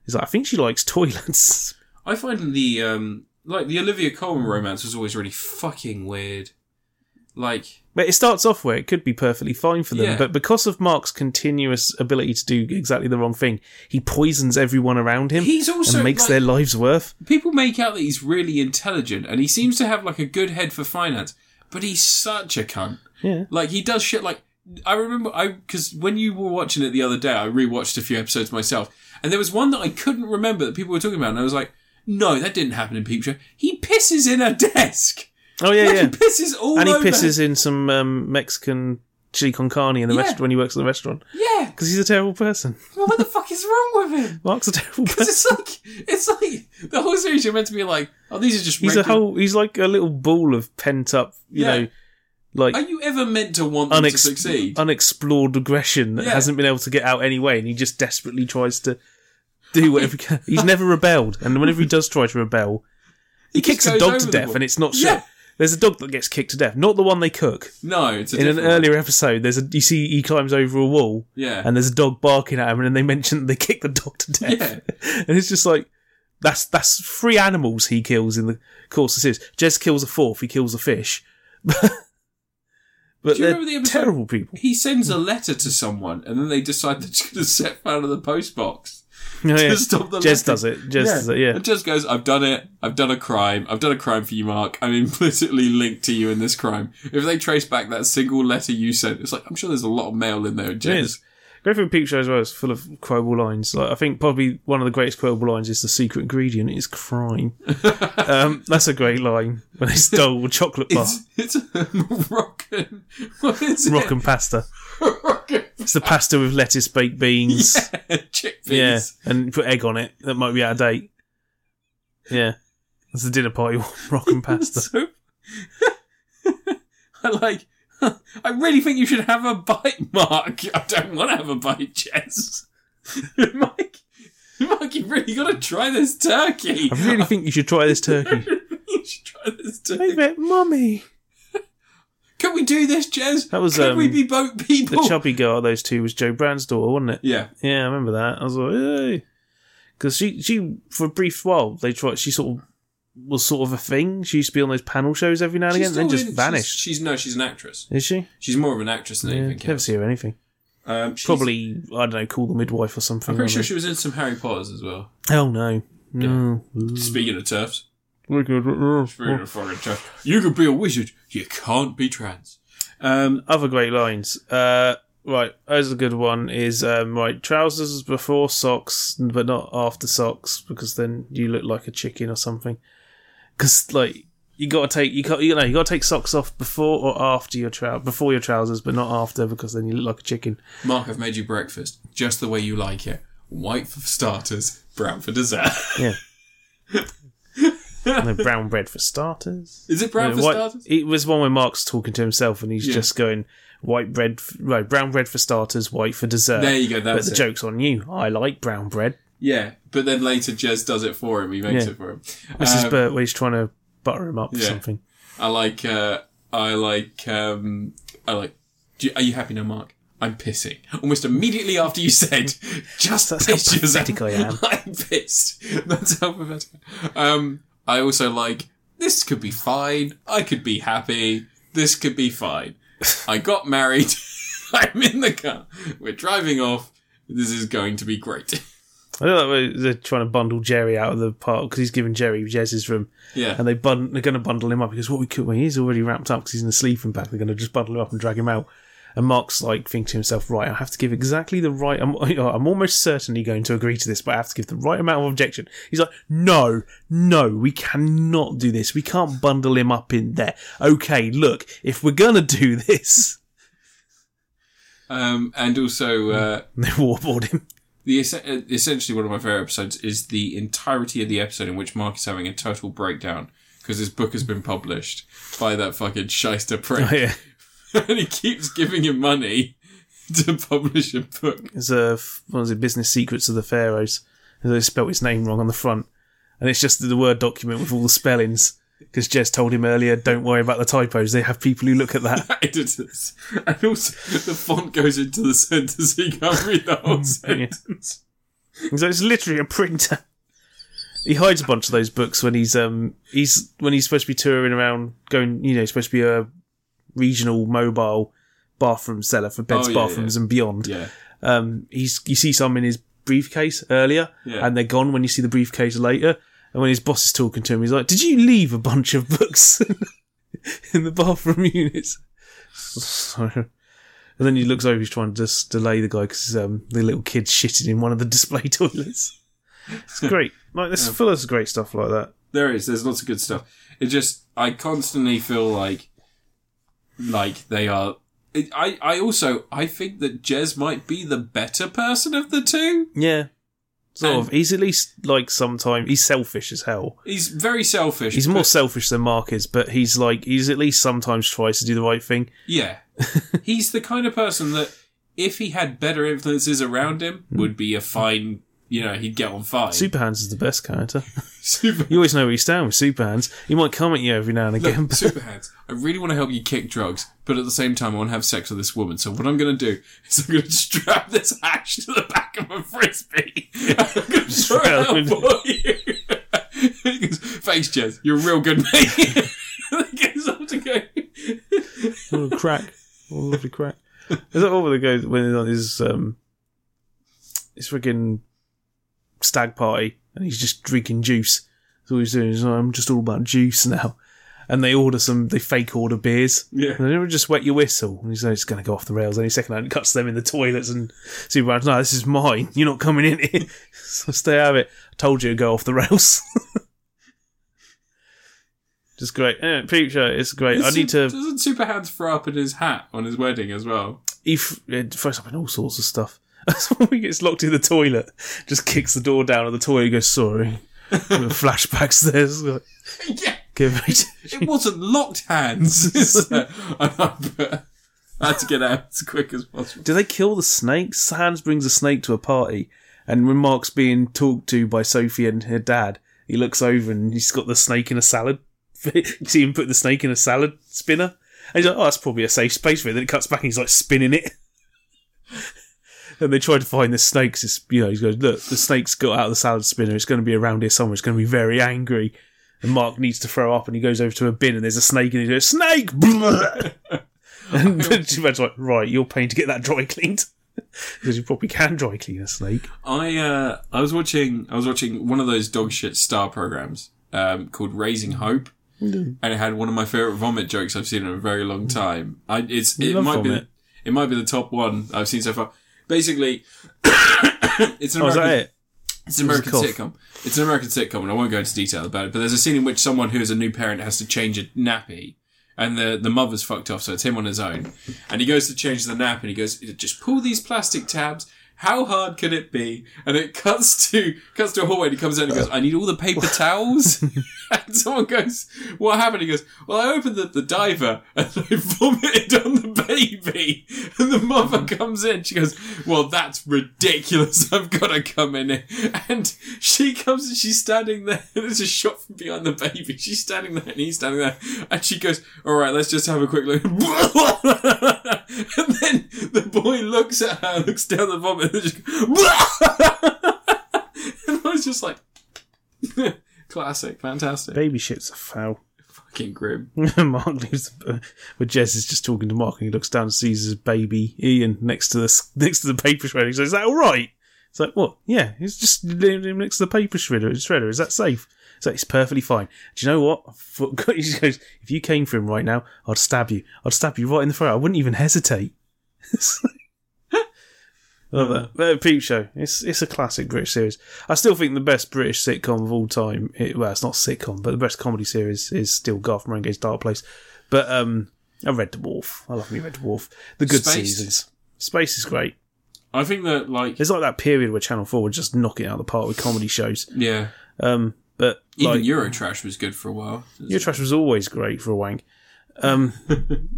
Speaker 2: He's like, I think she likes toilets.
Speaker 1: I find the um like the Olivia Colman romance was always really fucking weird. Like
Speaker 2: But it starts off where it could be perfectly fine for them,
Speaker 1: Yeah.
Speaker 2: but because of Mark's continuous ability to do exactly the wrong thing, he poisons everyone around him
Speaker 1: he's also
Speaker 2: and makes
Speaker 1: like,
Speaker 2: their lives worth.
Speaker 1: people make out that he's really intelligent and he seems to have like a good head for finance, but he's such a cunt.
Speaker 2: Yeah.
Speaker 1: Like he does shit like I remember I because when you were watching it the other day, I rewatched a few episodes myself, and there was one that I couldn't remember that people were talking about, and I was like, no, that didn't happen in Peep Show. He pisses in a desk.
Speaker 2: Oh yeah,
Speaker 1: Like,
Speaker 2: yeah.
Speaker 1: He pisses all
Speaker 2: And he
Speaker 1: over.
Speaker 2: pisses in some um, Mexican chili con carne in the
Speaker 1: Yeah.
Speaker 2: rest- when he works at the restaurant
Speaker 1: Yeah.
Speaker 2: because he's a terrible person.
Speaker 1: Well, what the fuck is wrong with him?
Speaker 2: Mark's a terrible person.
Speaker 1: 'Cause it's like it's like the whole series you're meant to be like, oh, these are just.
Speaker 2: He's a
Speaker 1: regular-
Speaker 2: whole. He's like a little ball of pent up, you
Speaker 1: Yeah.
Speaker 2: know, like
Speaker 1: Are you ever meant to want them to
Speaker 2: unex-
Speaker 1: succeed?
Speaker 2: unexplored aggression that
Speaker 1: Yeah.
Speaker 2: hasn't been able to get out anyway, and he just desperately tries to do whatever he can. He's never rebelled, and whenever he does try to rebel, he,
Speaker 1: just
Speaker 2: kicks a
Speaker 1: goes
Speaker 2: dog
Speaker 1: over
Speaker 2: to
Speaker 1: the
Speaker 2: death,
Speaker 1: wall.
Speaker 2: and it's not shit.
Speaker 1: Yeah.
Speaker 2: There's a dog that gets kicked to death, not the one they cook.
Speaker 1: no, it's a
Speaker 2: In an
Speaker 1: different one.
Speaker 2: earlier episode, there's a you see he climbs over a wall,
Speaker 1: Yeah,
Speaker 2: and there's a dog barking at him, and then they mention that they kick the dog to death, and it's just like that's that's three animals he kills in the course of the series. Jez kills a fourth, he kills a fish, but
Speaker 1: Do you
Speaker 2: they're
Speaker 1: remember the episode-
Speaker 2: terrible people.
Speaker 1: he sends a letter to someone, and then they decide they're just going to set fire to the postbox.
Speaker 2: Yeah, yeah.
Speaker 1: stop the letter.
Speaker 2: Jez does it. Jez does it. Yeah,
Speaker 1: and just goes, "I've done it. I've done a crime. I've done a crime for you, Mark. I'm implicitly linked to you in this crime. If they trace back that single letter you sent, it's like I'm sure there's a lot of mail in there,
Speaker 2: it
Speaker 1: Jez.
Speaker 2: is. Griffin Peep Show as well is full of quotable lines. Like, I think probably one of the greatest quotable lines is the secret ingredient is crime. um, that's a great line when they stole a chocolate bar,
Speaker 1: It's it's a Moroccan. What is
Speaker 2: rock and pasta.
Speaker 1: it? Moroccan
Speaker 2: It's the pasta with lettuce, baked beans. Yeah,
Speaker 1: chickpeas.
Speaker 2: and put egg on it. That might be out of date. Yeah, that's the dinner party one, rock and pasta.
Speaker 1: So, I like. I really think you should have a bite, Mark. I don't want to have a bite, Jess. Mike, Mike, you really got to try this turkey.
Speaker 2: I really think you should try this turkey.
Speaker 1: you should try this
Speaker 2: Hey,
Speaker 1: turkey.
Speaker 2: bet, mummy.
Speaker 1: Can we do this, Jez?
Speaker 2: That was,
Speaker 1: Can we
Speaker 2: um,
Speaker 1: be boat
Speaker 2: The
Speaker 1: people?
Speaker 2: chubby girl, of those two, was Joe Brand's daughter, wasn't it?
Speaker 1: yeah,
Speaker 2: Yeah, I remember that. I was like, because she, she for a brief while they tried. She sort of was sort of a thing. She used to be on those panel shows every now and
Speaker 1: She's
Speaker 2: again, then
Speaker 1: still
Speaker 2: just
Speaker 1: in-
Speaker 2: vanished.
Speaker 1: She's, she's no, she's an actress.
Speaker 2: Is she?
Speaker 1: She's more of an actress than
Speaker 2: Yeah,
Speaker 1: anything.
Speaker 2: never
Speaker 1: else.
Speaker 2: see her anything.
Speaker 1: Um, she's-
Speaker 2: Probably I don't know. Call the midwife or something.
Speaker 1: I'm pretty
Speaker 2: I
Speaker 1: sure she was in some Harry Potter's as well.
Speaker 2: don't know. Oh no, no.
Speaker 1: Speaking of turfs,
Speaker 2: Ooh.
Speaker 1: Speaking of fucking turfs, you could be a wizard, you can't be trans. Um,
Speaker 2: other great lines. Uh, right, there's a good one. Is um, right trousers before socks, but not after socks, because then you look like a chicken or something. Because like you gotta take you got you know you gotta take socks off before or after your trou before your trousers, but not after, because then you look like a chicken.
Speaker 1: Mark, I've made you breakfast just the way you like it. White for starters, brown for dessert.
Speaker 2: Yeah. no brown bread for starters.
Speaker 1: Is it brown
Speaker 2: No,
Speaker 1: for
Speaker 2: white-
Speaker 1: starters?
Speaker 2: It was one where Mark's talking to himself and he's
Speaker 1: Yeah.
Speaker 2: just going white bread, f- right, brown bread for starters, white for dessert.
Speaker 1: There you go.
Speaker 2: but
Speaker 1: That's
Speaker 2: the
Speaker 1: it.
Speaker 2: joke's on you. I like brown bread.
Speaker 1: Yeah, but then later Jez does it for him. He makes
Speaker 2: Yeah.
Speaker 1: it for him.
Speaker 2: This is
Speaker 1: Um,
Speaker 2: Bert where he's trying to butter him up or
Speaker 1: yeah.
Speaker 2: something.
Speaker 1: I like. Uh, I like. Um, I like. Do you, are you happy now, Mark? I'm pissing. Almost immediately after you said, just
Speaker 2: That's how
Speaker 1: piss yourself.
Speaker 2: pathetic I am.
Speaker 1: I'm pissed. That's how pathetic. Um, I also like. this could be fine. I could be happy. This could be fine. I got married. I'm in the car. We're driving off. This is going to be great.
Speaker 2: I don't know. They're trying to bundle Jerry out of the park because he's giving Jerry Jez's room,
Speaker 1: yeah.
Speaker 2: and they bun- they're going to bundle him up because what we could, well, he's already wrapped up because he's in a sleeping bag. They're going to just bundle him up and drag him out. And Mark's like thinking to himself, right, I have to give exactly the right. I'm, I'm almost certainly going to agree to this, but I have to give the right amount of objection. He's like, no, no, we cannot do this. We can't bundle him up in there. Okay, look, if we're gonna do this,
Speaker 1: Um, and also, uh,
Speaker 2: and they warboard him.
Speaker 1: the es- uh, essentially one of my favorite episodes is the entirety of the episode in which Mark is having a total breakdown because his book has been published by that fucking shyster prick,
Speaker 2: yeah,
Speaker 1: and he keeps giving him money to publish a book.
Speaker 2: it's a what was it? Business Secrets of the Pharaohs. And they spelt his name wrong on the front, and it's just the word document with all the spellings. Because Jez told him earlier, don't worry about the typos. They have people who look at that.
Speaker 1: editors. And also, the font goes into the center so you can't read the whole sentence.
Speaker 2: So it's literally a printer. He hides a bunch of those books when he's um he's when he's supposed to be touring around going you know supposed to be a regional mobile bathroom seller for beds,
Speaker 1: Oh, yeah,
Speaker 2: bathrooms, and beyond.
Speaker 1: Yeah.
Speaker 2: Um, he's you see some in his briefcase earlier,
Speaker 1: Yeah.
Speaker 2: and they're gone when you see the briefcase later. And when his boss is talking to him, he's like, "Did you leave a bunch of books in the bathroom units?" So- and then he looks over, he's trying to just delay the guy because um, the little kid shitted in one of the display toilets. It's great. Like this full of great stuff like that.
Speaker 1: There is. There's lots of good stuff. It just, I constantly feel like, like they are. It, I, I also, I think that Jez might be the better person of the two.
Speaker 2: Yeah. Sort
Speaker 1: And-
Speaker 2: of. He's at least like sometimes he's selfish as hell.
Speaker 1: He's very selfish.
Speaker 2: He's more
Speaker 1: but-
Speaker 2: selfish than Mark is, but he's like he's at least sometimes tries to do the right thing.
Speaker 1: Yeah. He's the kind of person that, if he had better influences around him, would be a fine, you know, he'd get on fine.
Speaker 2: Superhands is the best character.
Speaker 1: Super
Speaker 2: You always know where you stand with Superhands. He might come at you every now and again.
Speaker 1: Look, super hands. I really want to help you kick drugs, but at the same time, I want to have sex with this woman. So what I'm going to do is I'm going to strap this hatch to the back of a frisbee. And I'm going to throw it
Speaker 2: Strap
Speaker 1: out
Speaker 2: him.
Speaker 1: for you. He goes, Thanks, Jez. You're a real good mate. And he goes off to go.
Speaker 2: but- oh, crack. Oh, lovely crack. Is that all the go when he's on his um his friggin' stag party and he's just drinking juice. That's all he's doing. He's like, I'm just all about juice now. And they order some they fake order beers.
Speaker 1: Yeah.
Speaker 2: And they never just wet your whistle. And he's like, it's gonna go off the rails any second and cuts them in the toilets and Superman's no, this is mine. You're not coming in here. so stay out of it. I told you to go off the rails. just great. Anyway, picture it's great. I need to
Speaker 1: Doesn't Super Hands throw up in his hat on his wedding as well?
Speaker 2: he f- uh, throws up in all sorts of stuff. when he gets locked in the toilet, just kicks the door down at the toilet and goes, sorry. flashbacks there. It's like,
Speaker 1: Yeah.
Speaker 2: Give it.
Speaker 1: It wasn't locked hands. So, I had to get out as quick as possible.
Speaker 2: Do they kill the snake? Hans brings a snake to a party and remarks being talked to by Sophie and her dad. He looks over and he's got the snake in a salad. you see him put the snake in a salad spinner. And he's like, oh, that's probably a safe space for it. Then it cuts back and he's like spinning it. and they try to find this snake 'cause it's, you know, he goes, look, the snake's got out of the salad spinner. It's going to be around here somewhere. It's going to be very angry. And Mark needs to throw up and he goes over to a bin and there's a snake and he goes, snake! And Superman's like, right, you're paying to get that dry cleaned. Because you probably can dry clean a snake.
Speaker 1: I uh, I was watching I was watching one of those dog shit star programs um, called Raising Hope, and it had one of my favorite vomit jokes I've seen in a very long time. I, it's it
Speaker 2: love
Speaker 1: might
Speaker 2: vomit.
Speaker 1: be it might be the top one I've seen so far. Basically, it's an
Speaker 2: Oh, is
Speaker 1: American
Speaker 2: that it?
Speaker 1: it's an American
Speaker 2: cough.
Speaker 1: sitcom. It's an American sitcom, and I won't go into detail about it. But there's a scene in which someone who is a new parent has to change a nappy, and the the mother's fucked off, so it's him on his own. And he goes to change the nap, and he goes, "Just pull these plastic tabs." How hard can it be? And it cuts to cuts to a hallway, and he comes out and he goes, "I need all the paper towels." and someone goes, "What happened?" He goes, "Well, I opened the, the diver, and they vomited on the baby." And the mother comes in. She goes, "Well, that's ridiculous. I've got to come in." here." And she comes and she's standing there. And it's a shot from behind the baby. She's standing there and he's standing there. And she goes, "All right, let's just have a quick look." and then the boy looks at her, looks down the vomit, and just goes, and I was just like, "Classic, fantastic."
Speaker 2: Baby shit's a foul.
Speaker 1: Fucking grim.
Speaker 2: Mark leaves the, but Jez is just talking to Mark and he looks down and sees his baby Ian next to the next to the paper shredder. He says, "Is that all right?" It's like, "What? Yeah, he's just leaving him next to the paper shredder. Shredder, is that safe?" It's like, "It's perfectly fine." Do you know what? I forgot- He just goes, "If you came for him right now, I'd stab you. I'd stab you right in the throat. I wouldn't even hesitate." It's like- I Love that. But Peep Show. It's it's a classic British series. I still think the best British sitcom of all time. It, well, it's not sitcom, but the best comedy series is still Garth Marenghi's Dark Place. But um, I Red Dwarf. I love me Red Dwarf. The good
Speaker 1: Spaced.
Speaker 2: seasons. Space is great.
Speaker 1: I think that like
Speaker 2: It's like that period where Channel Four would just knock it out of the park with comedy shows.
Speaker 1: yeah,
Speaker 2: Um, but
Speaker 1: even
Speaker 2: like,
Speaker 1: Eurotrash was good for a while.
Speaker 2: your trash was always great for a wank. Um,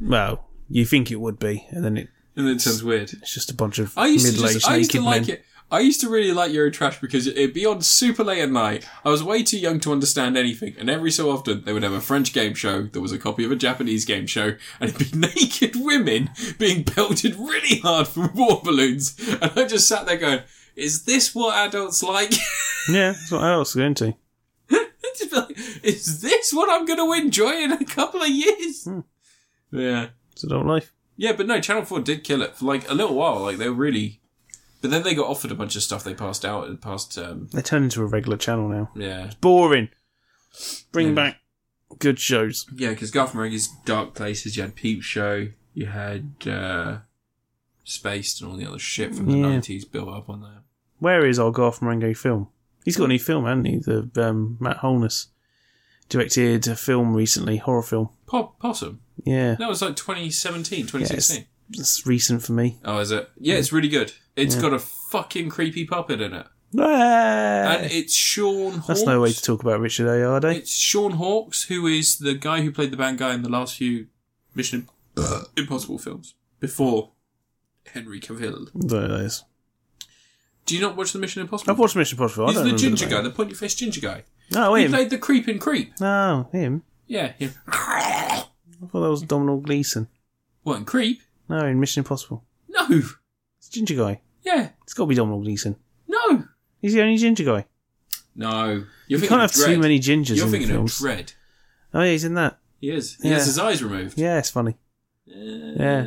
Speaker 2: well, you think it would be, and then it,
Speaker 1: And then it sounds weird.
Speaker 2: it's just a bunch of
Speaker 1: I used to
Speaker 2: middle-aged
Speaker 1: just, I used to
Speaker 2: naked
Speaker 1: like
Speaker 2: men.
Speaker 1: it. I used to really like Eurotrash because it'd be on super late at night. I was way too young to understand anything, and every so often they would have a French game show that was a copy of a Japanese game show, and it'd be naked women being pelted really hard from war balloons, and I just sat there going, "Is this what adults like?"
Speaker 2: Yeah, that's what I was going to.
Speaker 1: I'd just be like, "Is this what I'm going to enjoy in a couple of years?"
Speaker 2: Hmm.
Speaker 1: Yeah.
Speaker 2: It's adult life.
Speaker 1: Yeah, but no, Channel Four did kill it for like a little while. Like they were really, but then they got offered a bunch of stuff. They passed out and passed. Um,
Speaker 2: They turned into a regular channel now.
Speaker 1: yeah,
Speaker 2: boring. Bring
Speaker 1: Yeah.
Speaker 2: back good shows.
Speaker 1: yeah, because Garth Marenghi's Dark Places. You had Peep Show. You had uh, Spaced and all the other shit from the
Speaker 2: Yeah.
Speaker 1: nineties built up on there.
Speaker 2: Where is our Garth Marenghi film? He's got a new film, hasn't he? The um, Matt Holness directed a film recently, horror film.
Speaker 1: Po- Possum.
Speaker 2: Yeah,
Speaker 1: That was like 2017, 2016.
Speaker 2: it's recent for me.
Speaker 1: Oh, is it? Yeah, it's really good. It's got a fucking creepy puppet in it, and
Speaker 2: Uh, That's
Speaker 1: it's Sean. Hawkes.
Speaker 2: no way to talk about Richard Ayade.
Speaker 1: It's Sean Hawkes, who is the guy who played the bad guy in the last few Mission Im- Impossible films before Henry Cavill.
Speaker 2: Don't know those.
Speaker 1: Do you not watch the Mission Impossible?
Speaker 2: I've watched Mission Impossible. I
Speaker 1: He's
Speaker 2: don't
Speaker 1: the
Speaker 2: remember
Speaker 1: ginger
Speaker 2: name.
Speaker 1: guy, the pointy faced ginger guy.
Speaker 2: No,
Speaker 1: He
Speaker 2: him.
Speaker 1: played the creep in Creep.
Speaker 2: No, him.
Speaker 1: Yeah. yeah.
Speaker 2: I thought that was Domhnall Gleeson.
Speaker 1: What in Creep?
Speaker 2: No, in Mission Impossible.
Speaker 1: No.
Speaker 2: It's ginger guy.
Speaker 1: Yeah.
Speaker 2: It's got to be Domhnall Gleeson.
Speaker 1: No.
Speaker 2: He's the only ginger guy.
Speaker 1: No. You're
Speaker 2: you
Speaker 1: thinking
Speaker 2: can't have
Speaker 1: of dread.
Speaker 2: too many gingers
Speaker 1: You're
Speaker 2: in
Speaker 1: thinking
Speaker 2: films.
Speaker 1: of dread.
Speaker 2: Oh yeah, he's in that.
Speaker 1: He is. He has
Speaker 2: Yeah.
Speaker 1: his eyes removed.
Speaker 2: Yeah, it's funny.
Speaker 1: Yeah.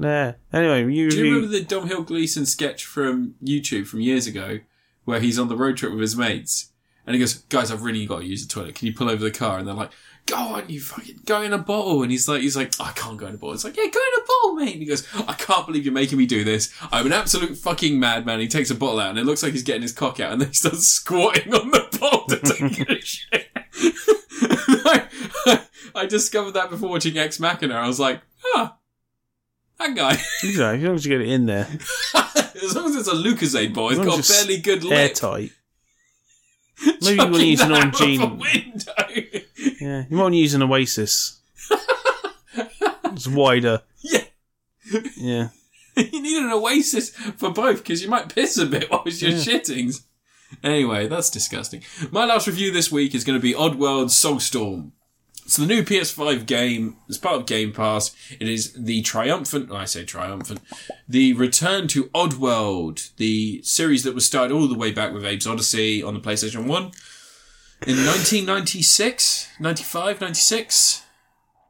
Speaker 2: Yeah. Anyway, you
Speaker 1: Uh, Do you
Speaker 2: review-
Speaker 1: remember the Dom Hill Gleason sketch from YouTube from years ago where he's on the road trip with his mates and he goes, Guys, I've really got to use the toilet. Can you pull over the car? And they're like, Go on, you fucking go in a bottle. And he's like, he's like, I can't go in a bottle. It's like, yeah, go in a bottle, mate. And he goes, I can't believe you're making me do this. I'm an absolute fucking madman. He takes a bottle out and it looks like he's getting his cock out and then he starts squatting on the bottle to take a shit. I, I discovered that before watching Ex Machina. I was like, huh, that guy.
Speaker 2: You know, as long as you get it in there,
Speaker 1: as long as it's a Lucasade bottle, it's
Speaker 2: As long
Speaker 1: got a
Speaker 2: as it's
Speaker 1: fairly good lip.
Speaker 2: airtight. Maybe you want to
Speaker 1: Chucking
Speaker 2: use an
Speaker 1: that
Speaker 2: on
Speaker 1: out of a
Speaker 2: gene.
Speaker 1: window.
Speaker 2: Yeah, you might want to use an Oasis. it's wider.
Speaker 1: Yeah.
Speaker 2: Yeah.
Speaker 1: you need an oasis for both because you might piss a bit whilst you're
Speaker 2: Yeah.
Speaker 1: shittings. Anyway, that's disgusting. My last review this week is going to be Oddworld Soulstorm. It's the new PS5 game. It's part of Game Pass. It is the triumphant, I say triumphant, the return to Oddworld, the series that was started all the way back with Abe's Odyssey on the PlayStation 1 in 1996, 95, 96.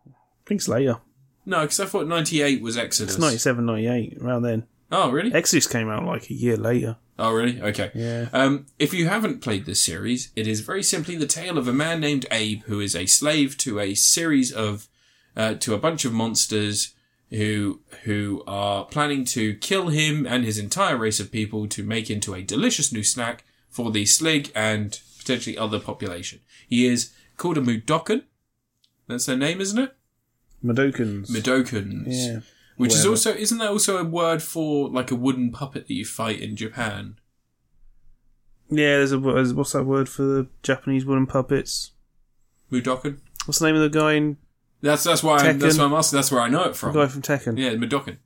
Speaker 2: I think it's later.
Speaker 1: No, because I thought 98 was Exodus.
Speaker 2: It's 97, 98, around then.
Speaker 1: Oh, really?
Speaker 2: Exodus came out like a year later.
Speaker 1: Oh, really? Okay.
Speaker 2: Yeah.
Speaker 1: Um, if you haven't played this series, it is very simply the tale of a man named Abe who is a slave to a series of, uh, to a bunch of monsters who, who are planning to kill him and his entire race of people to make into a delicious new snack for the Slig and potentially other population. He is called a Mudokan. That's their name, isn't it?
Speaker 2: Madokans.
Speaker 1: Mudokans.
Speaker 2: yeah.
Speaker 1: Which is
Speaker 2: Whatever.
Speaker 1: also, isn't that also a word for like a wooden puppet that you fight in Japan?
Speaker 2: Yeah, there's a, there's- what's that word for the Japanese wooden puppets?
Speaker 1: Mudokan?
Speaker 2: What's the name of the guy in,
Speaker 1: That's that's why I'm, that's
Speaker 2: Tekken.
Speaker 1: why I'm asking. That's where I know it
Speaker 2: the
Speaker 1: from.
Speaker 2: guy from Tekken?
Speaker 1: Yeah, Mudokan.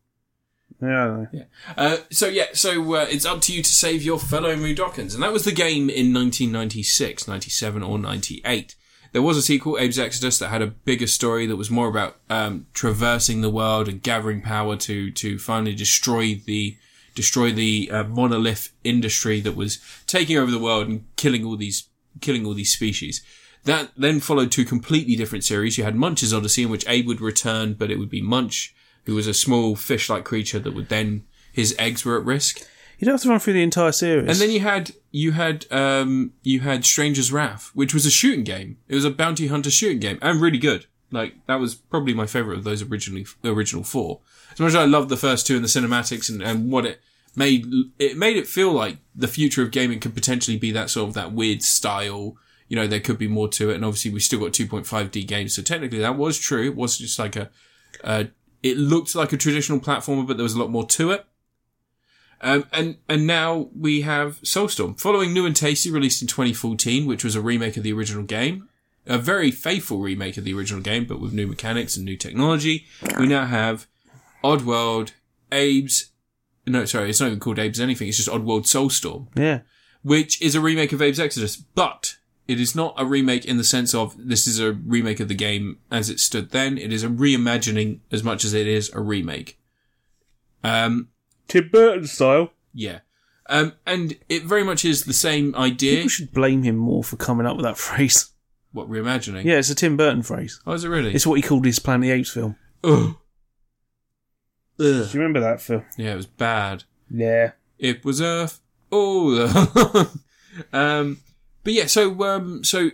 Speaker 2: Yeah, I don't know.
Speaker 1: Yeah. Uh, so yeah, so uh, it's up to you to save your fellow Mudokans, and that was the game in 1996, 97, or 98. There was a sequel, Abe's Exodus, that had a bigger story that was more about um, traversing the world and gathering power to to finally destroy the destroy the uh, monolith industry that was taking over the world and killing all these killing all these species. That then followed two completely different series. You had Munch's Odyssey, in which Abe would return, but it would be Munch, who was a small fish-like creature that would then his eggs were at risk.
Speaker 2: You don't have to run through the entire series.
Speaker 1: And then you had you had um, you had Stranger's Wrath, which was a shooting game. It was a bounty hunter shooting game, and really good. Like that was probably my favorite of those originally the original four. As much as I loved the first two and the cinematics and, and what it made, it made it feel like the future of gaming could potentially be that sort of that weird style. You know, there could be more to it, and obviously we still got 2.5D games, so technically that was true. It was just like a, uh, it looked like a traditional platformer, but there was a lot more to it. Um, and and now we have Soulstorm, following New and Tasty, released in 2014, which was a remake of the original game, a very faithful remake of the original game, but with new mechanics and new technology. We now have Oddworld, Abe's. No, sorry, it's not even called Abe's anything. It's just Oddworld Soulstorm,
Speaker 2: yeah.
Speaker 1: which is a remake of Abe's Exodus, but it is not a remake in the sense of this is a remake of the game as it stood then. It is a reimagining as much as it is a remake. Um,
Speaker 2: Tim Burton style.
Speaker 1: yeah. Um, and it very much is the same idea.
Speaker 2: People should blame him more for coming up with that phrase.
Speaker 1: What, reimagining?
Speaker 2: Yeah, it's a Tim Burton phrase.
Speaker 1: Oh, is it really?
Speaker 2: It's what he called his Planet of the Apes film.
Speaker 1: Ugh. Ugh.
Speaker 2: you remember that, Phil?
Speaker 1: Yeah, it was bad.
Speaker 2: Yeah.
Speaker 1: It was Earth all along. um, but yeah, so, um, so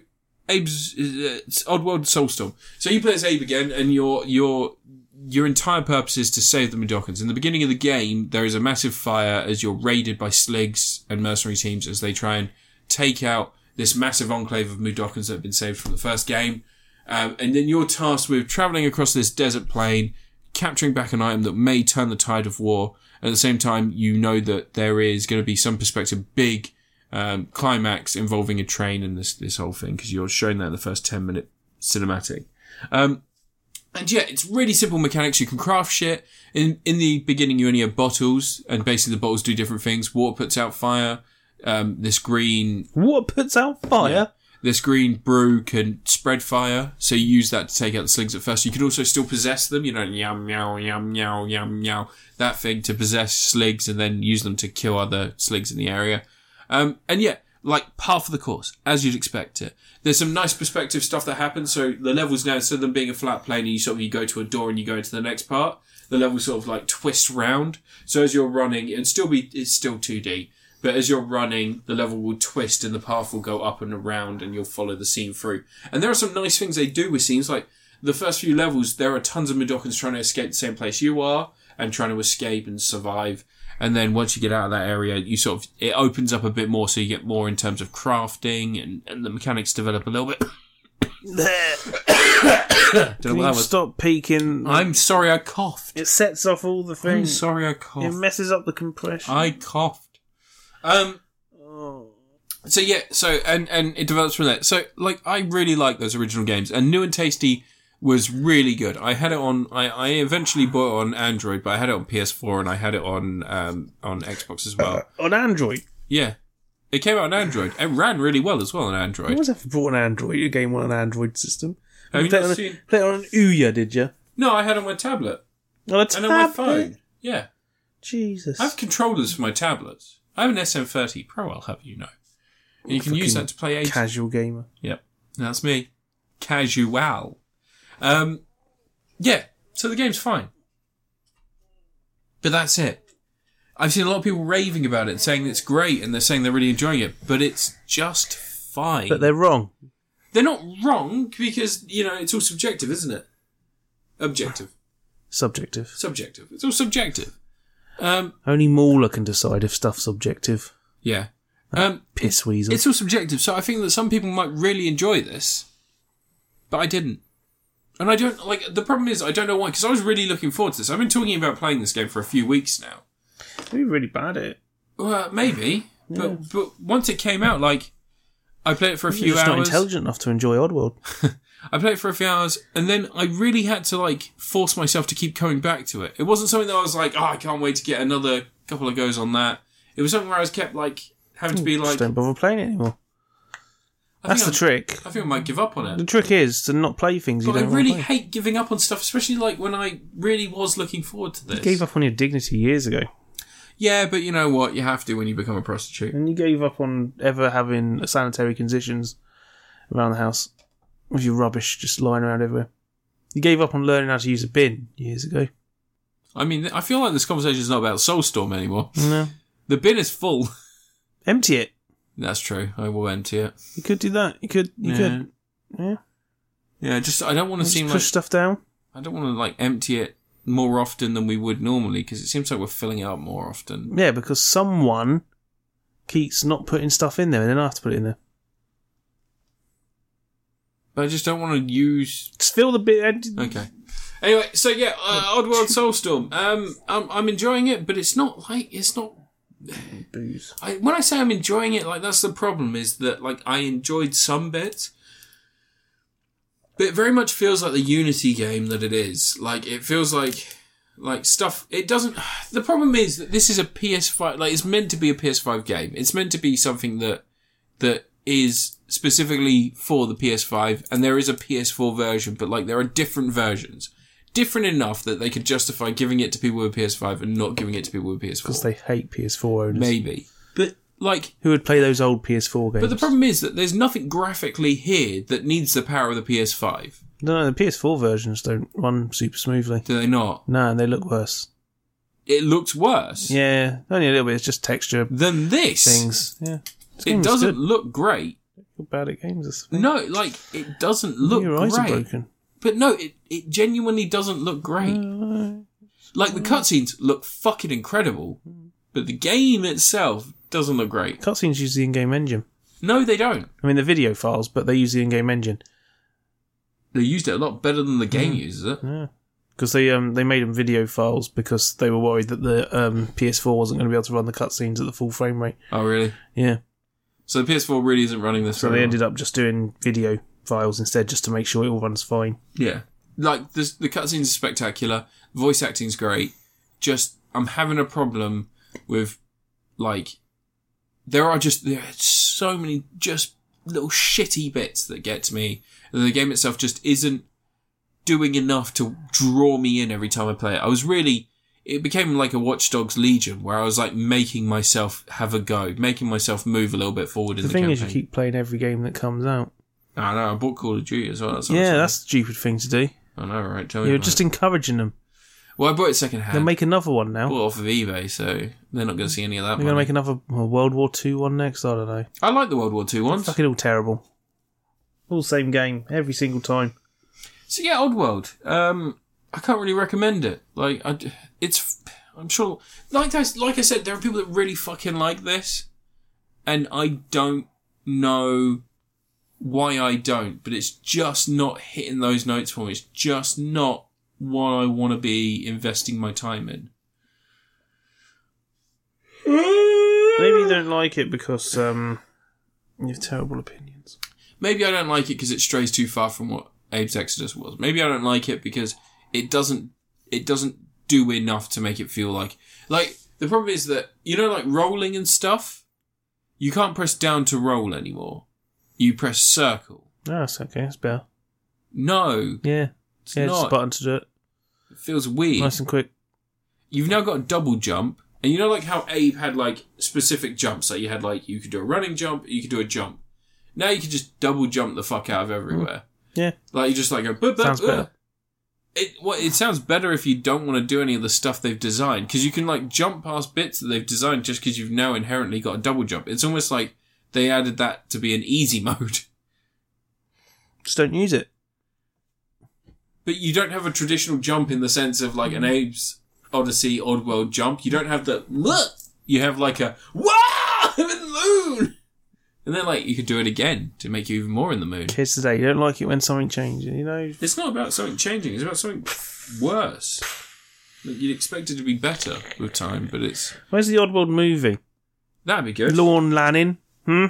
Speaker 1: Abe's, uh, it's Oddworld Soulstorm. So you play as Abe again and your, your, your entire purpose is to save the Medokins. In the beginning of the game, there is a massive fire as you're raided by sligs and mercenary teams as they try and take out this massive enclave of Mudokans that have been saved from the first game. Um, and then you're tasked with traveling across this desert plain, capturing back an item that may turn the tide of war. At the same time, you know that there is going to be some perspective big um, climax involving a train and this this whole thing because you're shown that in the first ten minute cinematic. Um, and yeah, it's really simple mechanics. You can craft shit. In in the beginning, you only have bottles, and basically the bottles do different things. Water puts out fire. Um, this green
Speaker 2: What puts out fire?
Speaker 1: this green brew can spread fire, so you use that to take out the slings at first. You can also still possess them, you know, yum, meow, yum, meow, yum, meow, that thing to possess sligs and then use them to kill other sligs in the area. Um, and yeah, like par for the course, as you'd expect it. There's some nice perspective stuff that happens. So the levels now, instead of them being a flat plane, and you sort of you go to a door and you go into the next part. The levels sort of like twist round. So as you're running, and still be it's still 2D, but as you're running, the level will twist and the path will go up and around, and you'll follow the scene through. And there are some nice things they do with scenes, like the first few levels. There are tons of Madokans trying to escape the same place you are and trying to escape and survive. And then once you get out of that area, you sort of it opens up a bit more, so you get more in terms of crafting and, and the mechanics develop a little bit. Don't know
Speaker 2: Can
Speaker 1: what
Speaker 2: you
Speaker 1: that was.
Speaker 2: stop peeking?
Speaker 1: I'm sorry, I coughed.
Speaker 2: it sets off all the
Speaker 1: I'm
Speaker 2: things.
Speaker 1: sorry, I
Speaker 2: It
Speaker 1: coughed.
Speaker 2: messes up the compression.
Speaker 1: I coughed. Um.
Speaker 2: Oh.
Speaker 1: So yeah. So and and it develops from there. So like, I really like those original games, and New and Tasty was really good. I had it on. I, I eventually bought it on Android, but I had it on PS4 and I had it on um on Xbox as well.
Speaker 2: On Android.
Speaker 1: Yeah. It came out on Android. It ran really well as well on
Speaker 2: I
Speaker 1: Android.
Speaker 2: was ever brought an Android? A game on an Android system.
Speaker 1: Have you
Speaker 2: Play it
Speaker 1: not
Speaker 2: on a-
Speaker 1: seen-
Speaker 2: play it on an Ouya, did you?
Speaker 1: No, I had it on my tablet
Speaker 2: On a
Speaker 1: and
Speaker 2: tablet?
Speaker 1: on my phone. Yeah.
Speaker 2: Jesus.
Speaker 1: I have controllers for my tablets. I have an SM30 Pro, I'll have you know. And you can use
Speaker 2: Fucking
Speaker 1: that to play eight.
Speaker 2: Casual gamer.
Speaker 1: Yep. That's me. Casual. Um, yeah. So the game's fine. But that's it. I've seen a lot of people raving about it, saying it's great, and they're saying they're really enjoying it, but it's just fine.
Speaker 2: But they're wrong.
Speaker 1: They're not wrong because you know it's all subjective, isn't it? Objective,
Speaker 2: Subjective.
Speaker 1: subjective. It's all subjective. Um,
Speaker 2: Only Mauler can decide if stuff's objective.
Speaker 1: yeah. Um,
Speaker 2: Piss weasel.
Speaker 1: it's all subjective. So I think that some people might really enjoy this, but I didn't. And I don't like the problem is I don't know why because I was really looking forward to this. I've been talking about playing this game for a few weeks now.
Speaker 2: We're really bad at it.
Speaker 1: Well, maybe,
Speaker 2: Yeah.
Speaker 1: but but once it came out, like I played it for a
Speaker 2: You're
Speaker 1: few
Speaker 2: just not
Speaker 1: hours.
Speaker 2: intelligent enough to enjoy Oddworld.
Speaker 1: I played it for a few hours, and then I really had to like force myself to keep coming back to it. It wasn't something that I was like, "Oh, I can't wait to get another couple of goes on that." It was something where I was kept like having to be
Speaker 2: Hmm. just
Speaker 1: like,
Speaker 2: don't bother playing it anymore.
Speaker 1: I
Speaker 2: That's the
Speaker 1: think I'm-
Speaker 2: trick.
Speaker 1: I think I might give up on
Speaker 2: The
Speaker 1: it.
Speaker 2: trick is to not play things you
Speaker 1: But I
Speaker 2: don't wanna
Speaker 1: really
Speaker 2: play.
Speaker 1: hate giving up on stuff, especially like when I really was looking forward to this.
Speaker 2: You gave up on your dignity years ago,
Speaker 1: Yeah, but you know what? You have to when you become a prostitute.
Speaker 2: and you gave up on ever having sanitary conditions around the house with your rubbish just lying around everywhere. You gave up on learning how to use a bin years ago.
Speaker 1: I mean, I feel like this conversation is not about Soulstorm anymore.
Speaker 2: No.
Speaker 1: The bin is full.
Speaker 2: Empty it.
Speaker 1: That's true. I will empty it.
Speaker 2: You could do that. You could. You
Speaker 1: yeah.
Speaker 2: could. Yeah.
Speaker 1: Yeah, just I don't want to
Speaker 2: Just
Speaker 1: seem
Speaker 2: push
Speaker 1: like
Speaker 2: stuff down.
Speaker 1: I don't want to like empty it more often than we would normally because it seems like we're filling it up more often.
Speaker 2: Yeah, because someone keeps not putting stuff in there, and then I have to put it in there.
Speaker 1: But I just don't want to use.
Speaker 2: Just fill the bit. Empty.
Speaker 1: Okay. Anyway, so yeah, uh, Oddworld Soulstorm. Um, I'm, I'm enjoying it, but it's not like it's not.
Speaker 2: Booze.
Speaker 1: I, when I say I'm enjoying it, like that's the problem is that like I enjoyed some bits, but it very much feels like the Unity game that it is. Like it feels like like stuff. It doesn't. The problem is that this is a PS5. Like it's meant to be a PS5 game. It's meant to be something that that is specifically for the PS5, and there is a PS4 version, but like there are different versions. Different enough that they could justify giving it to people with PS5 and not giving it to people with PS4.
Speaker 2: Because they hate PS4 owners.
Speaker 1: Maybe. But like
Speaker 2: Who would play those old PS4 games?
Speaker 1: but the problem is that there's nothing graphically here that needs the power of the PS5.
Speaker 2: No, the PS4 versions don't run super smoothly.
Speaker 1: Do they not?
Speaker 2: No, and they look worse.
Speaker 1: It looks worse
Speaker 2: Yeah, only a little bit. It's just texture
Speaker 1: than this.
Speaker 2: things. Yeah, This
Speaker 1: It
Speaker 2: game's
Speaker 1: doesn't
Speaker 2: good.
Speaker 1: look great.
Speaker 2: You're bad at games. That's the thing.
Speaker 1: No, like it doesn't look
Speaker 2: Your eyes are
Speaker 1: great.
Speaker 2: broken. Mm.
Speaker 1: But no, it, it genuinely doesn't look great.
Speaker 2: Uh,
Speaker 1: Like the cutscenes look fucking incredible, but the game itself doesn't look great.
Speaker 2: Cutscenes use the in-game engine.
Speaker 1: No, they don't.
Speaker 2: I mean, the video files, but they use the in-game engine
Speaker 1: They used it a lot better than the game
Speaker 2: Mm.
Speaker 1: uses it.
Speaker 2: because they um they made them video files because they were worried that the um PS4 wasn't going to be able to run the cutscenes at the full frame rate.
Speaker 1: Oh, really?
Speaker 2: Yeah,
Speaker 1: So the PS4 really isn't running this.
Speaker 2: so
Speaker 1: very
Speaker 2: they
Speaker 1: well.
Speaker 2: ended up just doing video files instead, just to make sure it all runs fine.
Speaker 1: Yeah. Like the the cutscenes are spectacular, voice acting's great. Just I'm having a problem with like there are just there are so many just little shitty bits that get to me. And the game itself just isn't doing enough to draw me in every time I play it. I was really it became like a Watch Dogs Legion where I was like making myself have a go, making myself move a little bit forward in
Speaker 2: The
Speaker 1: the,
Speaker 2: thing
Speaker 1: campaign.
Speaker 2: is, you keep playing every game that comes out.
Speaker 1: I know I bought Call of Duty as well. That's what I'm
Speaker 2: yeah,
Speaker 1: saying.
Speaker 2: that's a stupid thing to do.
Speaker 1: I know, right? Tell me
Speaker 2: You're
Speaker 1: about
Speaker 2: just
Speaker 1: it.
Speaker 2: encouraging them.
Speaker 1: well, I bought it second hand.
Speaker 2: They'll make another one now.
Speaker 1: bought it off of eBay, so they're not going to see any of that.
Speaker 2: They're going to
Speaker 1: money.
Speaker 2: make another well, World War II one next. I don't know.
Speaker 1: I like the World War II ones.
Speaker 2: Fucking all terrible. All same game every single time.
Speaker 1: So yeah, Oddworld. Um, I can't really recommend it. Like, I, it's, I'm sure, like I, like I said, there are people that really fucking like this, and I don't know why I don't, but it's just not hitting those notes for me. It's just not what I want to be investing my time in.
Speaker 2: Maybe you don't like it because um, you have terrible opinions.
Speaker 1: Maybe I don't like it because it strays too far from what Abe's Exodus was. Maybe I don't like it because it doesn't it doesn't do enough to make it feel like like the problem is that you know like rolling and stuff, you can't press down to roll anymore. You press circle.
Speaker 2: No, it's okay. It's better.
Speaker 1: No,
Speaker 2: Yeah.
Speaker 1: it's
Speaker 2: yeah, just a
Speaker 1: not.
Speaker 2: button to do it.
Speaker 1: it feels weird.
Speaker 2: Nice and quick.
Speaker 1: You've now got a double jump, and you know like how Abe had like specific jumps. Like you had like you could do a running jump, you could do a jump. Now you can just double jump the fuck out of everywhere.
Speaker 2: Yeah.
Speaker 1: Like you just like go. Buh, buh,
Speaker 2: Sounds
Speaker 1: buh.
Speaker 2: better.
Speaker 1: It well, it sounds better if you don't want to do any of the stuff they've designed because you can like jump past bits that they've designed just because you've now inherently got a double jump. It's almost like they added that to be an easy mode,
Speaker 2: Just don't use it.
Speaker 1: but you don't have a traditional jump in the sense of like an
Speaker 2: Mm-hmm.
Speaker 1: Abe's Odyssey Oddworld jump. You don't have the look. You have like a wow, I'm in the moon, and then like you could do it again to make you even more in the moon.
Speaker 2: Kids today, you don't like it when something changes. You know,
Speaker 1: It's not about something changing. It's about something worse. Like, you'd expect it to be better with time, but it's
Speaker 2: where's the Oddworld movie?
Speaker 1: that'd be good.
Speaker 2: Lawn Lanning. Hmm.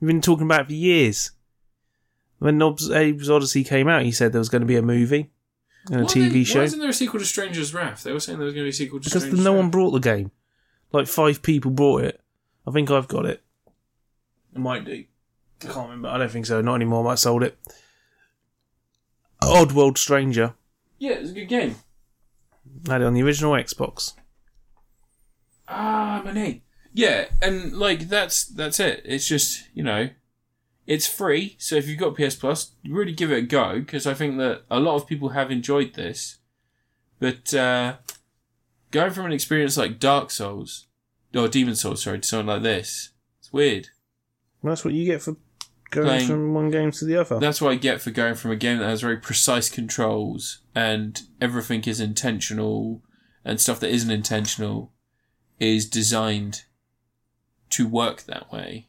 Speaker 2: We've been talking about it for years. When Nob's Abe's Odyssey came out, he said there was going to be a movie and a
Speaker 1: Why
Speaker 2: TV
Speaker 1: they-
Speaker 2: show.
Speaker 1: Why isn't there a sequel to Stranger's Wrath? They were saying there was going to be a sequel to
Speaker 2: Because
Speaker 1: Stranger's
Speaker 2: no one
Speaker 1: Wrath.
Speaker 2: brought the game. Like five people brought it. I think I've got it. I might do. I can't remember. I don't think so. Not anymore. I might have sold it. Oddworld Stranger.
Speaker 1: Yeah, it's a good game.
Speaker 2: I had it on the original Xbox.
Speaker 1: Ah, my knee. Yeah, and like that's that's it. It's just you know, It's free, so if you've got PS Plus, really give it a go because I think that a lot of people have enjoyed this. But uh, going from an experience like Dark Souls or Demon Souls, sorry, to something like this, it's weird.
Speaker 2: Well, that's what you get for going
Speaker 1: Playing-
Speaker 2: from one game to the other.
Speaker 1: That's what I get for going from a game that has very precise controls and everything is intentional and stuff that isn't intentional is designed to work that way.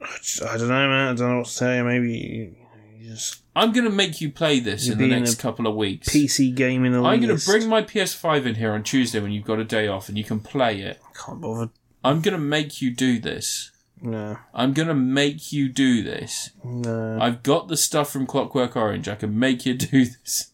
Speaker 2: I don't know, man. I don't know what to tell you. Maybe you, you just
Speaker 1: I'm going to make you play this
Speaker 2: You're
Speaker 1: in the
Speaker 2: being
Speaker 1: next
Speaker 2: a
Speaker 1: couple of weeks.
Speaker 2: PC gaming.
Speaker 1: I'm going to
Speaker 2: elitist.
Speaker 1: bring my PS5 in here on Tuesday when you've got a day off and you can play it.
Speaker 2: I can't bother.
Speaker 1: I'm going to make you do this.
Speaker 2: No,
Speaker 1: I'm going to make you do this.
Speaker 2: no.
Speaker 1: I've got the stuff from Clockwork Orange. I can make you do this.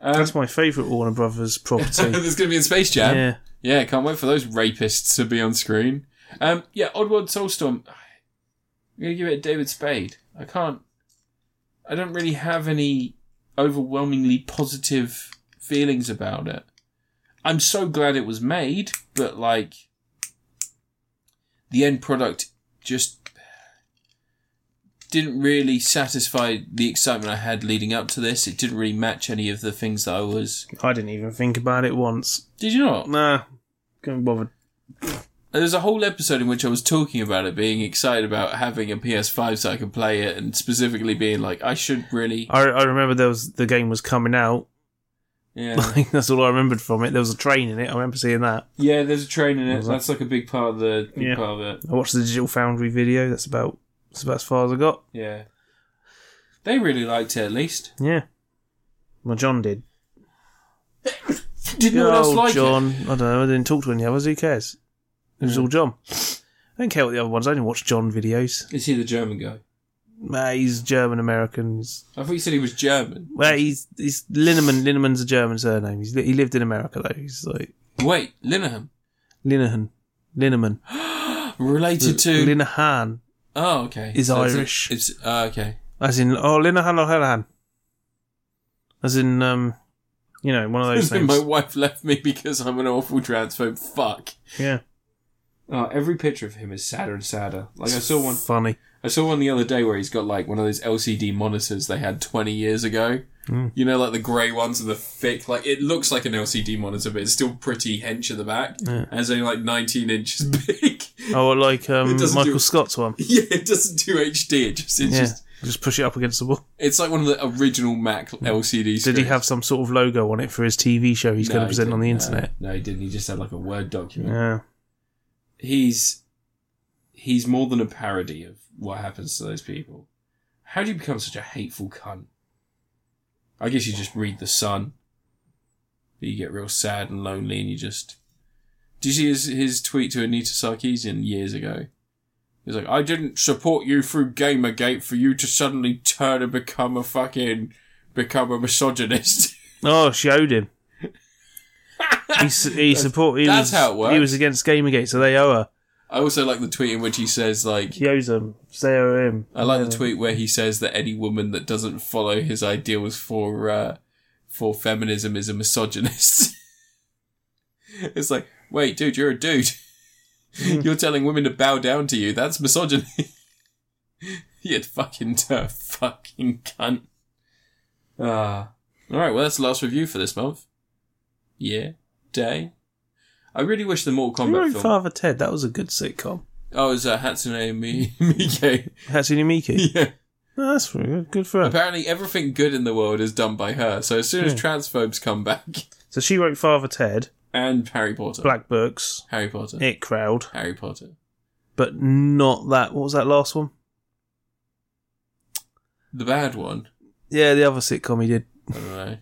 Speaker 1: Um,
Speaker 2: that's my favourite Warner Brothers property.
Speaker 1: there's going to be a Space Jam.
Speaker 2: yeah.
Speaker 1: Yeah, can't wait for those rapists to be on screen. Um, yeah, Oddworld Soulstorm. I'm gonna give it a David Spade. I can't. I don't really have any overwhelmingly positive feelings about it. I'm so glad it was made, but like, the end product just didn't really satisfy the excitement I had leading up to this. It didn't really match any of the things that I was.
Speaker 2: I didn't even think about it once.
Speaker 1: Did you not?
Speaker 2: Nah, couldn't bother.
Speaker 1: There's a whole episode in which I was talking about it, being excited about having a PS5 so I could play it, and specifically being like, I should really.
Speaker 2: I, I remember there was the game was coming out.
Speaker 1: Yeah,
Speaker 2: Like that's all I remembered from it. There was a train in it. I remember seeing that.
Speaker 1: yeah. There's a train in it.
Speaker 2: Was that-
Speaker 1: That's like a big part of the big
Speaker 2: Yeah.
Speaker 1: part of it.
Speaker 2: I watched the Digital Foundry video. That's about that's about as far as I got.
Speaker 1: Yeah, they really liked it. At least
Speaker 2: Yeah. Well, John did.
Speaker 1: did no one else
Speaker 2: Good old
Speaker 1: like it?
Speaker 2: John. I don't know. I didn't talk to any others. Who cares? It was all John. I don't care what the other ones. I only watch John videos.
Speaker 1: Is he the German guy?
Speaker 2: Nah, he's German American. He's-
Speaker 1: I thought you said he was German.
Speaker 2: Well, he's he's Lineman. Lineman's a German surname. He's, li- he lived in America though. He's like
Speaker 1: Wait, Linehan
Speaker 2: Linehan. Lineman.
Speaker 1: related to.
Speaker 2: Linehan.
Speaker 1: oh, okay.
Speaker 2: is
Speaker 1: it's a-
Speaker 2: Irish.
Speaker 1: It's, uh, okay.
Speaker 2: As in oh Linehan or Helahan. As in um, you know, one of those names.
Speaker 1: My wife left me because I'm an awful transphobe. Fuck.
Speaker 2: Yeah.
Speaker 1: Oh, every picture of him is sadder and sadder. Like I saw one.
Speaker 2: Funny.
Speaker 1: I saw one the other day where he's got like one of those LCD monitors they had 20 years ago.
Speaker 2: Hmm.
Speaker 1: You know, like the grey ones and the thick, like it looks like an LCD monitor, but it's still pretty hench at the back. And it's only like 19 inches big.
Speaker 2: Oh, well, like um,
Speaker 1: It doesn't
Speaker 2: Michael
Speaker 1: do-
Speaker 2: Scott's one.
Speaker 1: yeah, it doesn't do HD. It just, it's
Speaker 2: Yeah.
Speaker 1: just,
Speaker 2: Just, push it up against the wall.
Speaker 1: it's like one of the original Mac LCD screens.
Speaker 2: Did he have some sort of logo on it for his TV show he's
Speaker 1: No, he
Speaker 2: going to present on the
Speaker 1: didn't.
Speaker 2: internet?
Speaker 1: No, no, he didn't. He just had like a Word document.
Speaker 2: Yeah.
Speaker 1: He's, he's more than a parody of what happens to those people. How do you become such a hateful cunt? I guess you just read the sun. You get real sad and lonely, and you just. Did you see his, his tweet to Anita Sarkeesian years ago? He's like, I didn't support you through Gamergate for you to suddenly turn and become a fucking become a misogynist.
Speaker 2: Oh, showed him. he s- he support. He
Speaker 1: that's
Speaker 2: was,
Speaker 1: how it works.
Speaker 2: He was against Gamergate, so they owe her.
Speaker 1: I also like the tweet in which he says like,
Speaker 2: He owes them. So They owe him.
Speaker 1: I like the tweet where he says that any woman that doesn't follow his ideals for uh, for feminism is a misogynist. it's like, wait, dude, you're a dude. you're telling women to bow down to you. That's misogyny. you fucking turf, fucking cunt. Ah. all right. Well, that's the last review for this month. Yeah, day. I really wish the Mortal
Speaker 2: Who
Speaker 1: Kombat
Speaker 2: wrote
Speaker 1: film.
Speaker 2: Father Ted? That was a good sitcom.
Speaker 1: Oh, it was uh, Hatsune Mi- Miike.
Speaker 2: Hatsune Miku.
Speaker 1: yeah.
Speaker 2: oh, that's really good. Good for her.
Speaker 1: Apparently, everything good in the world is done by her. So as soon
Speaker 2: Hmm.
Speaker 1: as transphobes come back,
Speaker 2: So she wrote Father Ted,
Speaker 1: and Harry Potter,
Speaker 2: Black Books,
Speaker 1: Harry Potter,
Speaker 2: It Crowd,
Speaker 1: Harry Potter,
Speaker 2: but not that. What was that last one?
Speaker 1: the bad one.
Speaker 2: Yeah, the other sitcom he did.
Speaker 1: I don't know.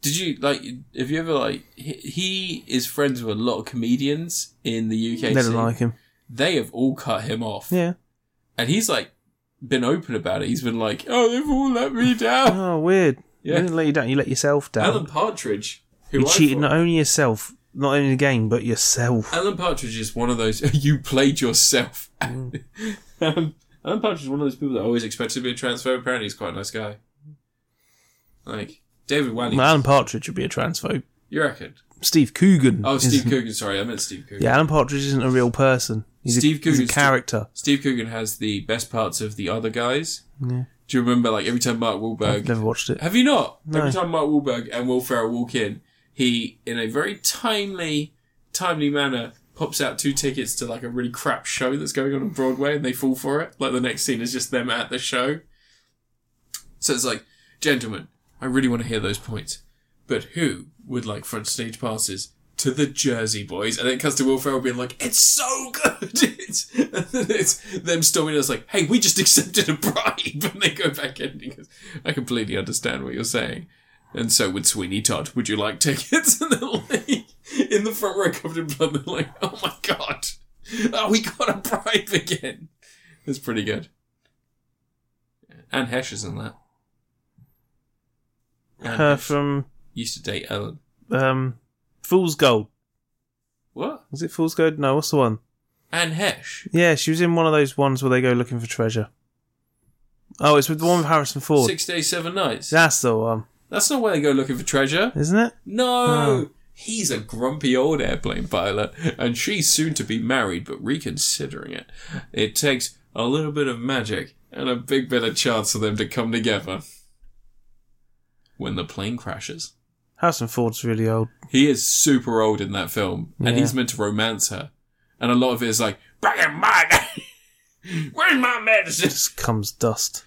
Speaker 1: Did you like? Have you ever like? He, he is friends with a lot of comedians in the UK.
Speaker 2: They don't
Speaker 1: scene.
Speaker 2: like him.
Speaker 1: They have all cut him off,
Speaker 2: Yeah.
Speaker 1: and he's like been open about it. He's been like, "Oh, they've all let me down."
Speaker 2: Oh, weird.
Speaker 1: Yeah.
Speaker 2: You didn't let you down. You let yourself down.
Speaker 1: Alan Partridge, who
Speaker 2: you
Speaker 1: I
Speaker 2: cheated
Speaker 1: thought-
Speaker 2: not only yourself, not only the game, but yourself.
Speaker 1: Alan Partridge is one of those you played yourself. um, Alan Partridge is one of those people that I always expect to be a transfer. Apparently, he's quite a nice guy. Like David Wally,
Speaker 2: Well, Alan Partridge would be a transphobe.
Speaker 1: you reckon?
Speaker 2: Steve Coogan.
Speaker 1: Oh, Steve
Speaker 2: isn't-
Speaker 1: Coogan. Sorry, I meant Steve Coogan.
Speaker 2: Yeah, Alan Partridge isn't a real person. He's a,
Speaker 1: Steve
Speaker 2: he's a
Speaker 1: Coogan's-
Speaker 2: character.
Speaker 1: Steve Coogan has the best parts of the other guys. Do you remember, like, every time Mark Wahlberg.
Speaker 2: Never watched it.
Speaker 1: Have you not? Every time Mark Wahlberg and Will Ferrell walk in, he, in a very timely, timely manner, pops out two tickets to like a really crap show that's going on on Broadway, and they fall for it. Like the next scene is just them at the show. So it's like, gentlemen, I really want to hear those points, but who would like front stage passes? To the Jersey Boys, and then it comes to Will Ferrell being like, "It's so good!" it's, and then it's them storming us like, "Hey, we just accepted a bribe," and they go back in. And he goes, "I completely understand what you're saying." And so would Sweeney Todd. Would you like tickets? And they're like, in the front row covered in blood, they're like, oh my god. Oh, we got a bribe again. That's pretty good. Anne Hesh is in that. Anne
Speaker 2: Her
Speaker 1: Hesh
Speaker 2: from
Speaker 1: used to date Ellen.
Speaker 2: um, Fool's Gold.
Speaker 1: What?
Speaker 2: Was it Fool's Gold? No, what's the one?
Speaker 1: Anne Hesh.
Speaker 2: Yeah, she was in one of those ones where they go looking for treasure. Oh, it's with the one with Harrison Ford.
Speaker 1: Six days, seven nights.
Speaker 2: That's the one,
Speaker 1: That's not where they go looking for treasure.
Speaker 2: isn't it?
Speaker 1: No! He's a grumpy old airplane pilot, and she's soon to be married but reconsidering it. It takes a little bit of magic and a big bit of chance for them to come together. When the plane crashes.
Speaker 2: Harrison Ford's really old.
Speaker 1: He is super old in that film, and
Speaker 2: Yeah.
Speaker 1: he's meant to romance her. And a lot of it is like, Back in my day! Where's my medicine?
Speaker 2: Just comes dust.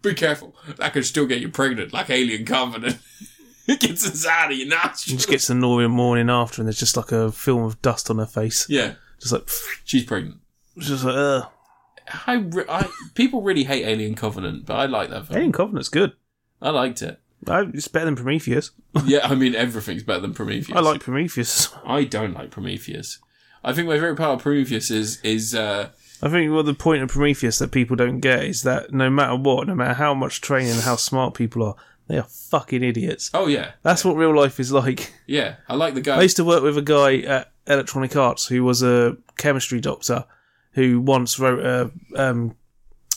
Speaker 1: Be careful. That could still get you pregnant, like Alien Covenant. it gets inside of you
Speaker 2: She
Speaker 1: nostrils.
Speaker 2: just gets the Norian morning after, and there's just like a film of dust on her face.
Speaker 1: Yeah,
Speaker 2: Just like, pfft,
Speaker 1: she's pregnant.
Speaker 2: just like, ugh.
Speaker 1: I, re- I people really hate Alien Covenant, but I like that film.
Speaker 2: Alien Covenant's good.
Speaker 1: I liked it.
Speaker 2: I, it's better than Prometheus.
Speaker 1: Yeah, I mean everything's better than Prometheus.
Speaker 2: I like Prometheus.
Speaker 1: I don't like Prometheus. I think my favorite part of Prometheus is is uh,
Speaker 2: I think well, the point of Prometheus that people don't get is that no matter what, no matter how much training and how smart people are, they are fucking idiots.
Speaker 1: oh yeah
Speaker 2: That's what real life is like.
Speaker 1: yeah I like the guy.
Speaker 2: I used to work with a guy at Electronic Arts who was a chemistry doctor who once wrote a um,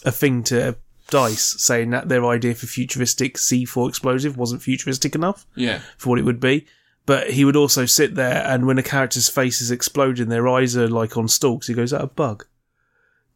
Speaker 2: a thing to Dice saying that their idea for futuristic C4 explosive wasn't futuristic enough
Speaker 1: yeah
Speaker 2: for what it would be. But he would also sit there, and when a character's face is exploding, their eyes are like on stalks. He goes, "Is that a bug?"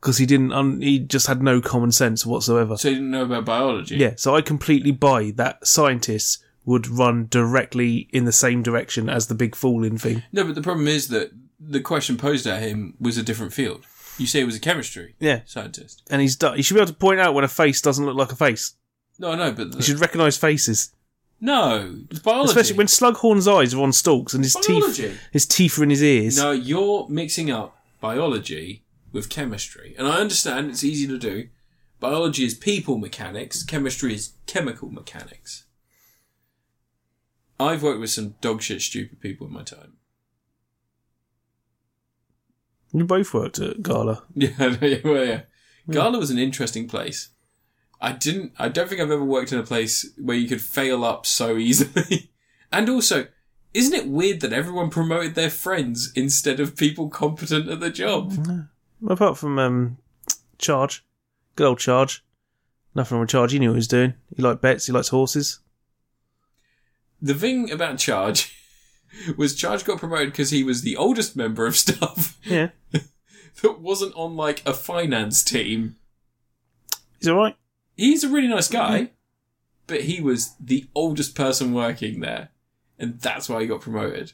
Speaker 2: Because he didn't, un- he just had no common sense whatsoever.
Speaker 1: so you didn't know about biology.
Speaker 2: Yeah, so I completely buy that scientists would run directly in the same direction as the big falling thing.
Speaker 1: No, but the problem is that the question posed at him was a different field. You say he was a chemistry
Speaker 2: Yeah,
Speaker 1: scientist.
Speaker 2: and he's done. He should be able to point out when a face doesn't look like a face.
Speaker 1: No, I know, but the,
Speaker 2: He should recognise faces,
Speaker 1: no it's biology.
Speaker 2: especially when Slughorn's eyes are on stalks and his
Speaker 1: Biology.
Speaker 2: teeth, his teeth are in his ears.
Speaker 1: No, you're mixing up biology with chemistry. And I understand it's easy to do. Biology is people mechanics, chemistry is chemical mechanics. I've worked with some dog shit stupid people in my time.
Speaker 2: You both worked at Gala.
Speaker 1: Yeah, yeah, well, yeah.
Speaker 2: Hmm.
Speaker 1: Gala was an interesting place. I didn't. I don't think I've ever worked in a place where you could fail up so easily. and also, isn't it weird that everyone promoted their friends instead of people competent at the job?
Speaker 2: Apart from um, Charge, good old Charge. Nothing wrong with Charge. He knew what he was doing. He liked bets. He likes horses.
Speaker 1: the thing about Charge was Charge got promoted because he was the oldest member of staff
Speaker 2: Yeah,
Speaker 1: that wasn't on like a finance team.
Speaker 2: he's all right.
Speaker 1: He's a really nice
Speaker 2: Mm-hmm.
Speaker 1: guy, but he was the oldest person working there, and that's why he got promoted.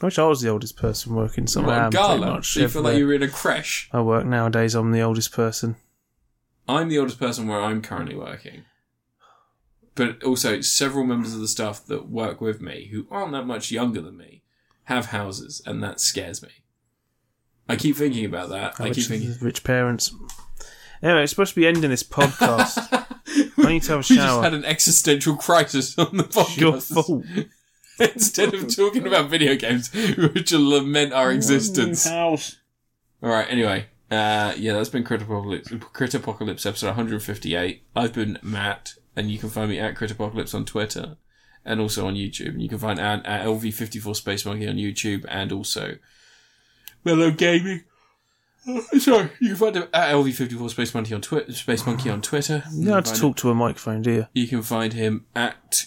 Speaker 2: I wish I was the oldest person working somewhere. I
Speaker 1: Well,
Speaker 2: am pretty
Speaker 1: Gala,
Speaker 2: much
Speaker 1: so you feel like
Speaker 2: everywhere.
Speaker 1: you were in a creche.
Speaker 2: I work nowadays. I'm the oldest person.
Speaker 1: I'm the oldest person where I'm currently working. But also, several members of the staff that work with me, who aren't that much younger than me, have houses, and that scares me. I keep thinking about that. I
Speaker 2: Rich,
Speaker 1: keep thinking,
Speaker 2: rich parents. Anyway, it's supposed to be ending this podcast. I need to have a
Speaker 1: We
Speaker 2: shower.
Speaker 1: just had an existential crisis on the podcast.
Speaker 2: Your fault.
Speaker 1: Instead of talking about video games, we were to lament our existence. All right. Anyway, uh, yeah, that's been Critapocalypse, Critapocalypse episode 158. I've been Matt, and you can find me at Critapocalypse on Twitter and also on YouTube. And you can find Anne at LV54 Space Monkey on YouTube and also Mellow Gaming. Uh, Sorry, you can find him at LV54 Space Monkey on Twitter. Space Monkey on Twitter.
Speaker 2: You know how to talk to a microphone, do you?
Speaker 1: You can find him at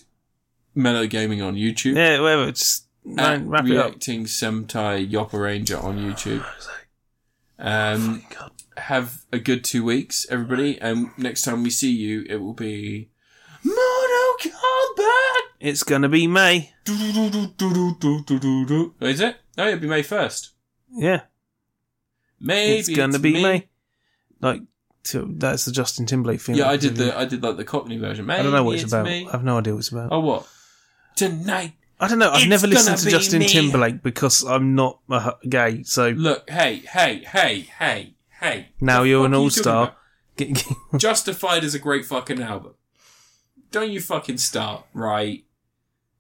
Speaker 1: Mellow Gaming on YouTube.
Speaker 2: Yeah, whatever. Just
Speaker 1: at
Speaker 2: wrap it up.
Speaker 1: reacting Sentai Yoppa Ranger on YouTube. Um,
Speaker 2: God.
Speaker 1: have a good two weeks, everybody. And next time we see you, it will be Mono Combat.
Speaker 2: It's gonna be May.
Speaker 1: Is it? No, it'll be May first.
Speaker 2: Yeah,
Speaker 1: Maybe
Speaker 2: it's gonna be May. Like to, that's the Justin Timberlake thing.
Speaker 1: Yeah, I did the I did like the Cockney version. Maybe
Speaker 2: I don't know what it's, about.
Speaker 1: Me.
Speaker 2: I've no idea what it's about.
Speaker 1: Oh, what tonight?
Speaker 2: I don't know. I've
Speaker 1: It's
Speaker 2: never listened
Speaker 1: gonna
Speaker 2: to
Speaker 1: be
Speaker 2: Justin
Speaker 1: me.
Speaker 2: Timberlake because I'm not uh, gay. So
Speaker 1: Look, hey, hey, hey, hey, hey.
Speaker 2: now
Speaker 1: What the
Speaker 2: you're
Speaker 1: fuck
Speaker 2: an
Speaker 1: are you
Speaker 2: all
Speaker 1: talking
Speaker 2: star.
Speaker 1: about? Justified is a great fucking album. Don't you fucking start, right?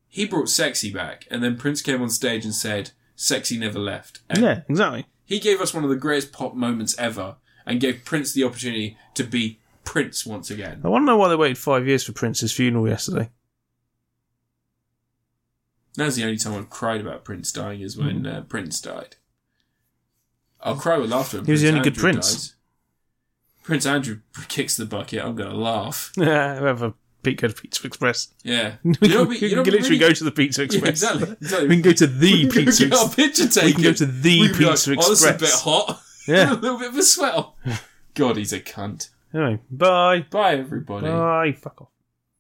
Speaker 1: He brought Sexy back, and then Prince came on stage and said, Sexy never left. And
Speaker 2: yeah, exactly.
Speaker 1: He gave us one of the greatest pop moments ever and gave Prince the opportunity to be Prince once again.
Speaker 2: I want to know why they waited five years for Prince's funeral yesterday.
Speaker 1: That's the only time I've cried about Prince dying is when uh, Prince died. I'll cry with laughter. when
Speaker 2: He was the
Speaker 1: Prince
Speaker 2: only good
Speaker 1: Andrew
Speaker 2: Prince.
Speaker 1: dies. Prince Andrew kicks the bucket. I'm gonna laugh.
Speaker 2: Whoever Pete go to Pizza Express.
Speaker 1: Yeah,
Speaker 2: We
Speaker 1: You know
Speaker 2: can,
Speaker 1: what we-
Speaker 2: we
Speaker 1: you know
Speaker 2: can
Speaker 1: what we
Speaker 2: literally
Speaker 1: really-
Speaker 2: go to the Pizza Express.
Speaker 1: Yeah, exactly. exactly.
Speaker 2: We can go to the
Speaker 1: We can
Speaker 2: Pizza
Speaker 1: get our
Speaker 2: Express.
Speaker 1: picture taken.
Speaker 2: We can go to the
Speaker 1: We can be
Speaker 2: Pizza
Speaker 1: Oh, this is a bit
Speaker 2: Express."
Speaker 1: hot. a
Speaker 2: Yeah.
Speaker 1: little bit of a swell. God, he's a cunt.
Speaker 2: Anyway, bye.
Speaker 1: Bye, everybody.
Speaker 2: Bye. Fuck off.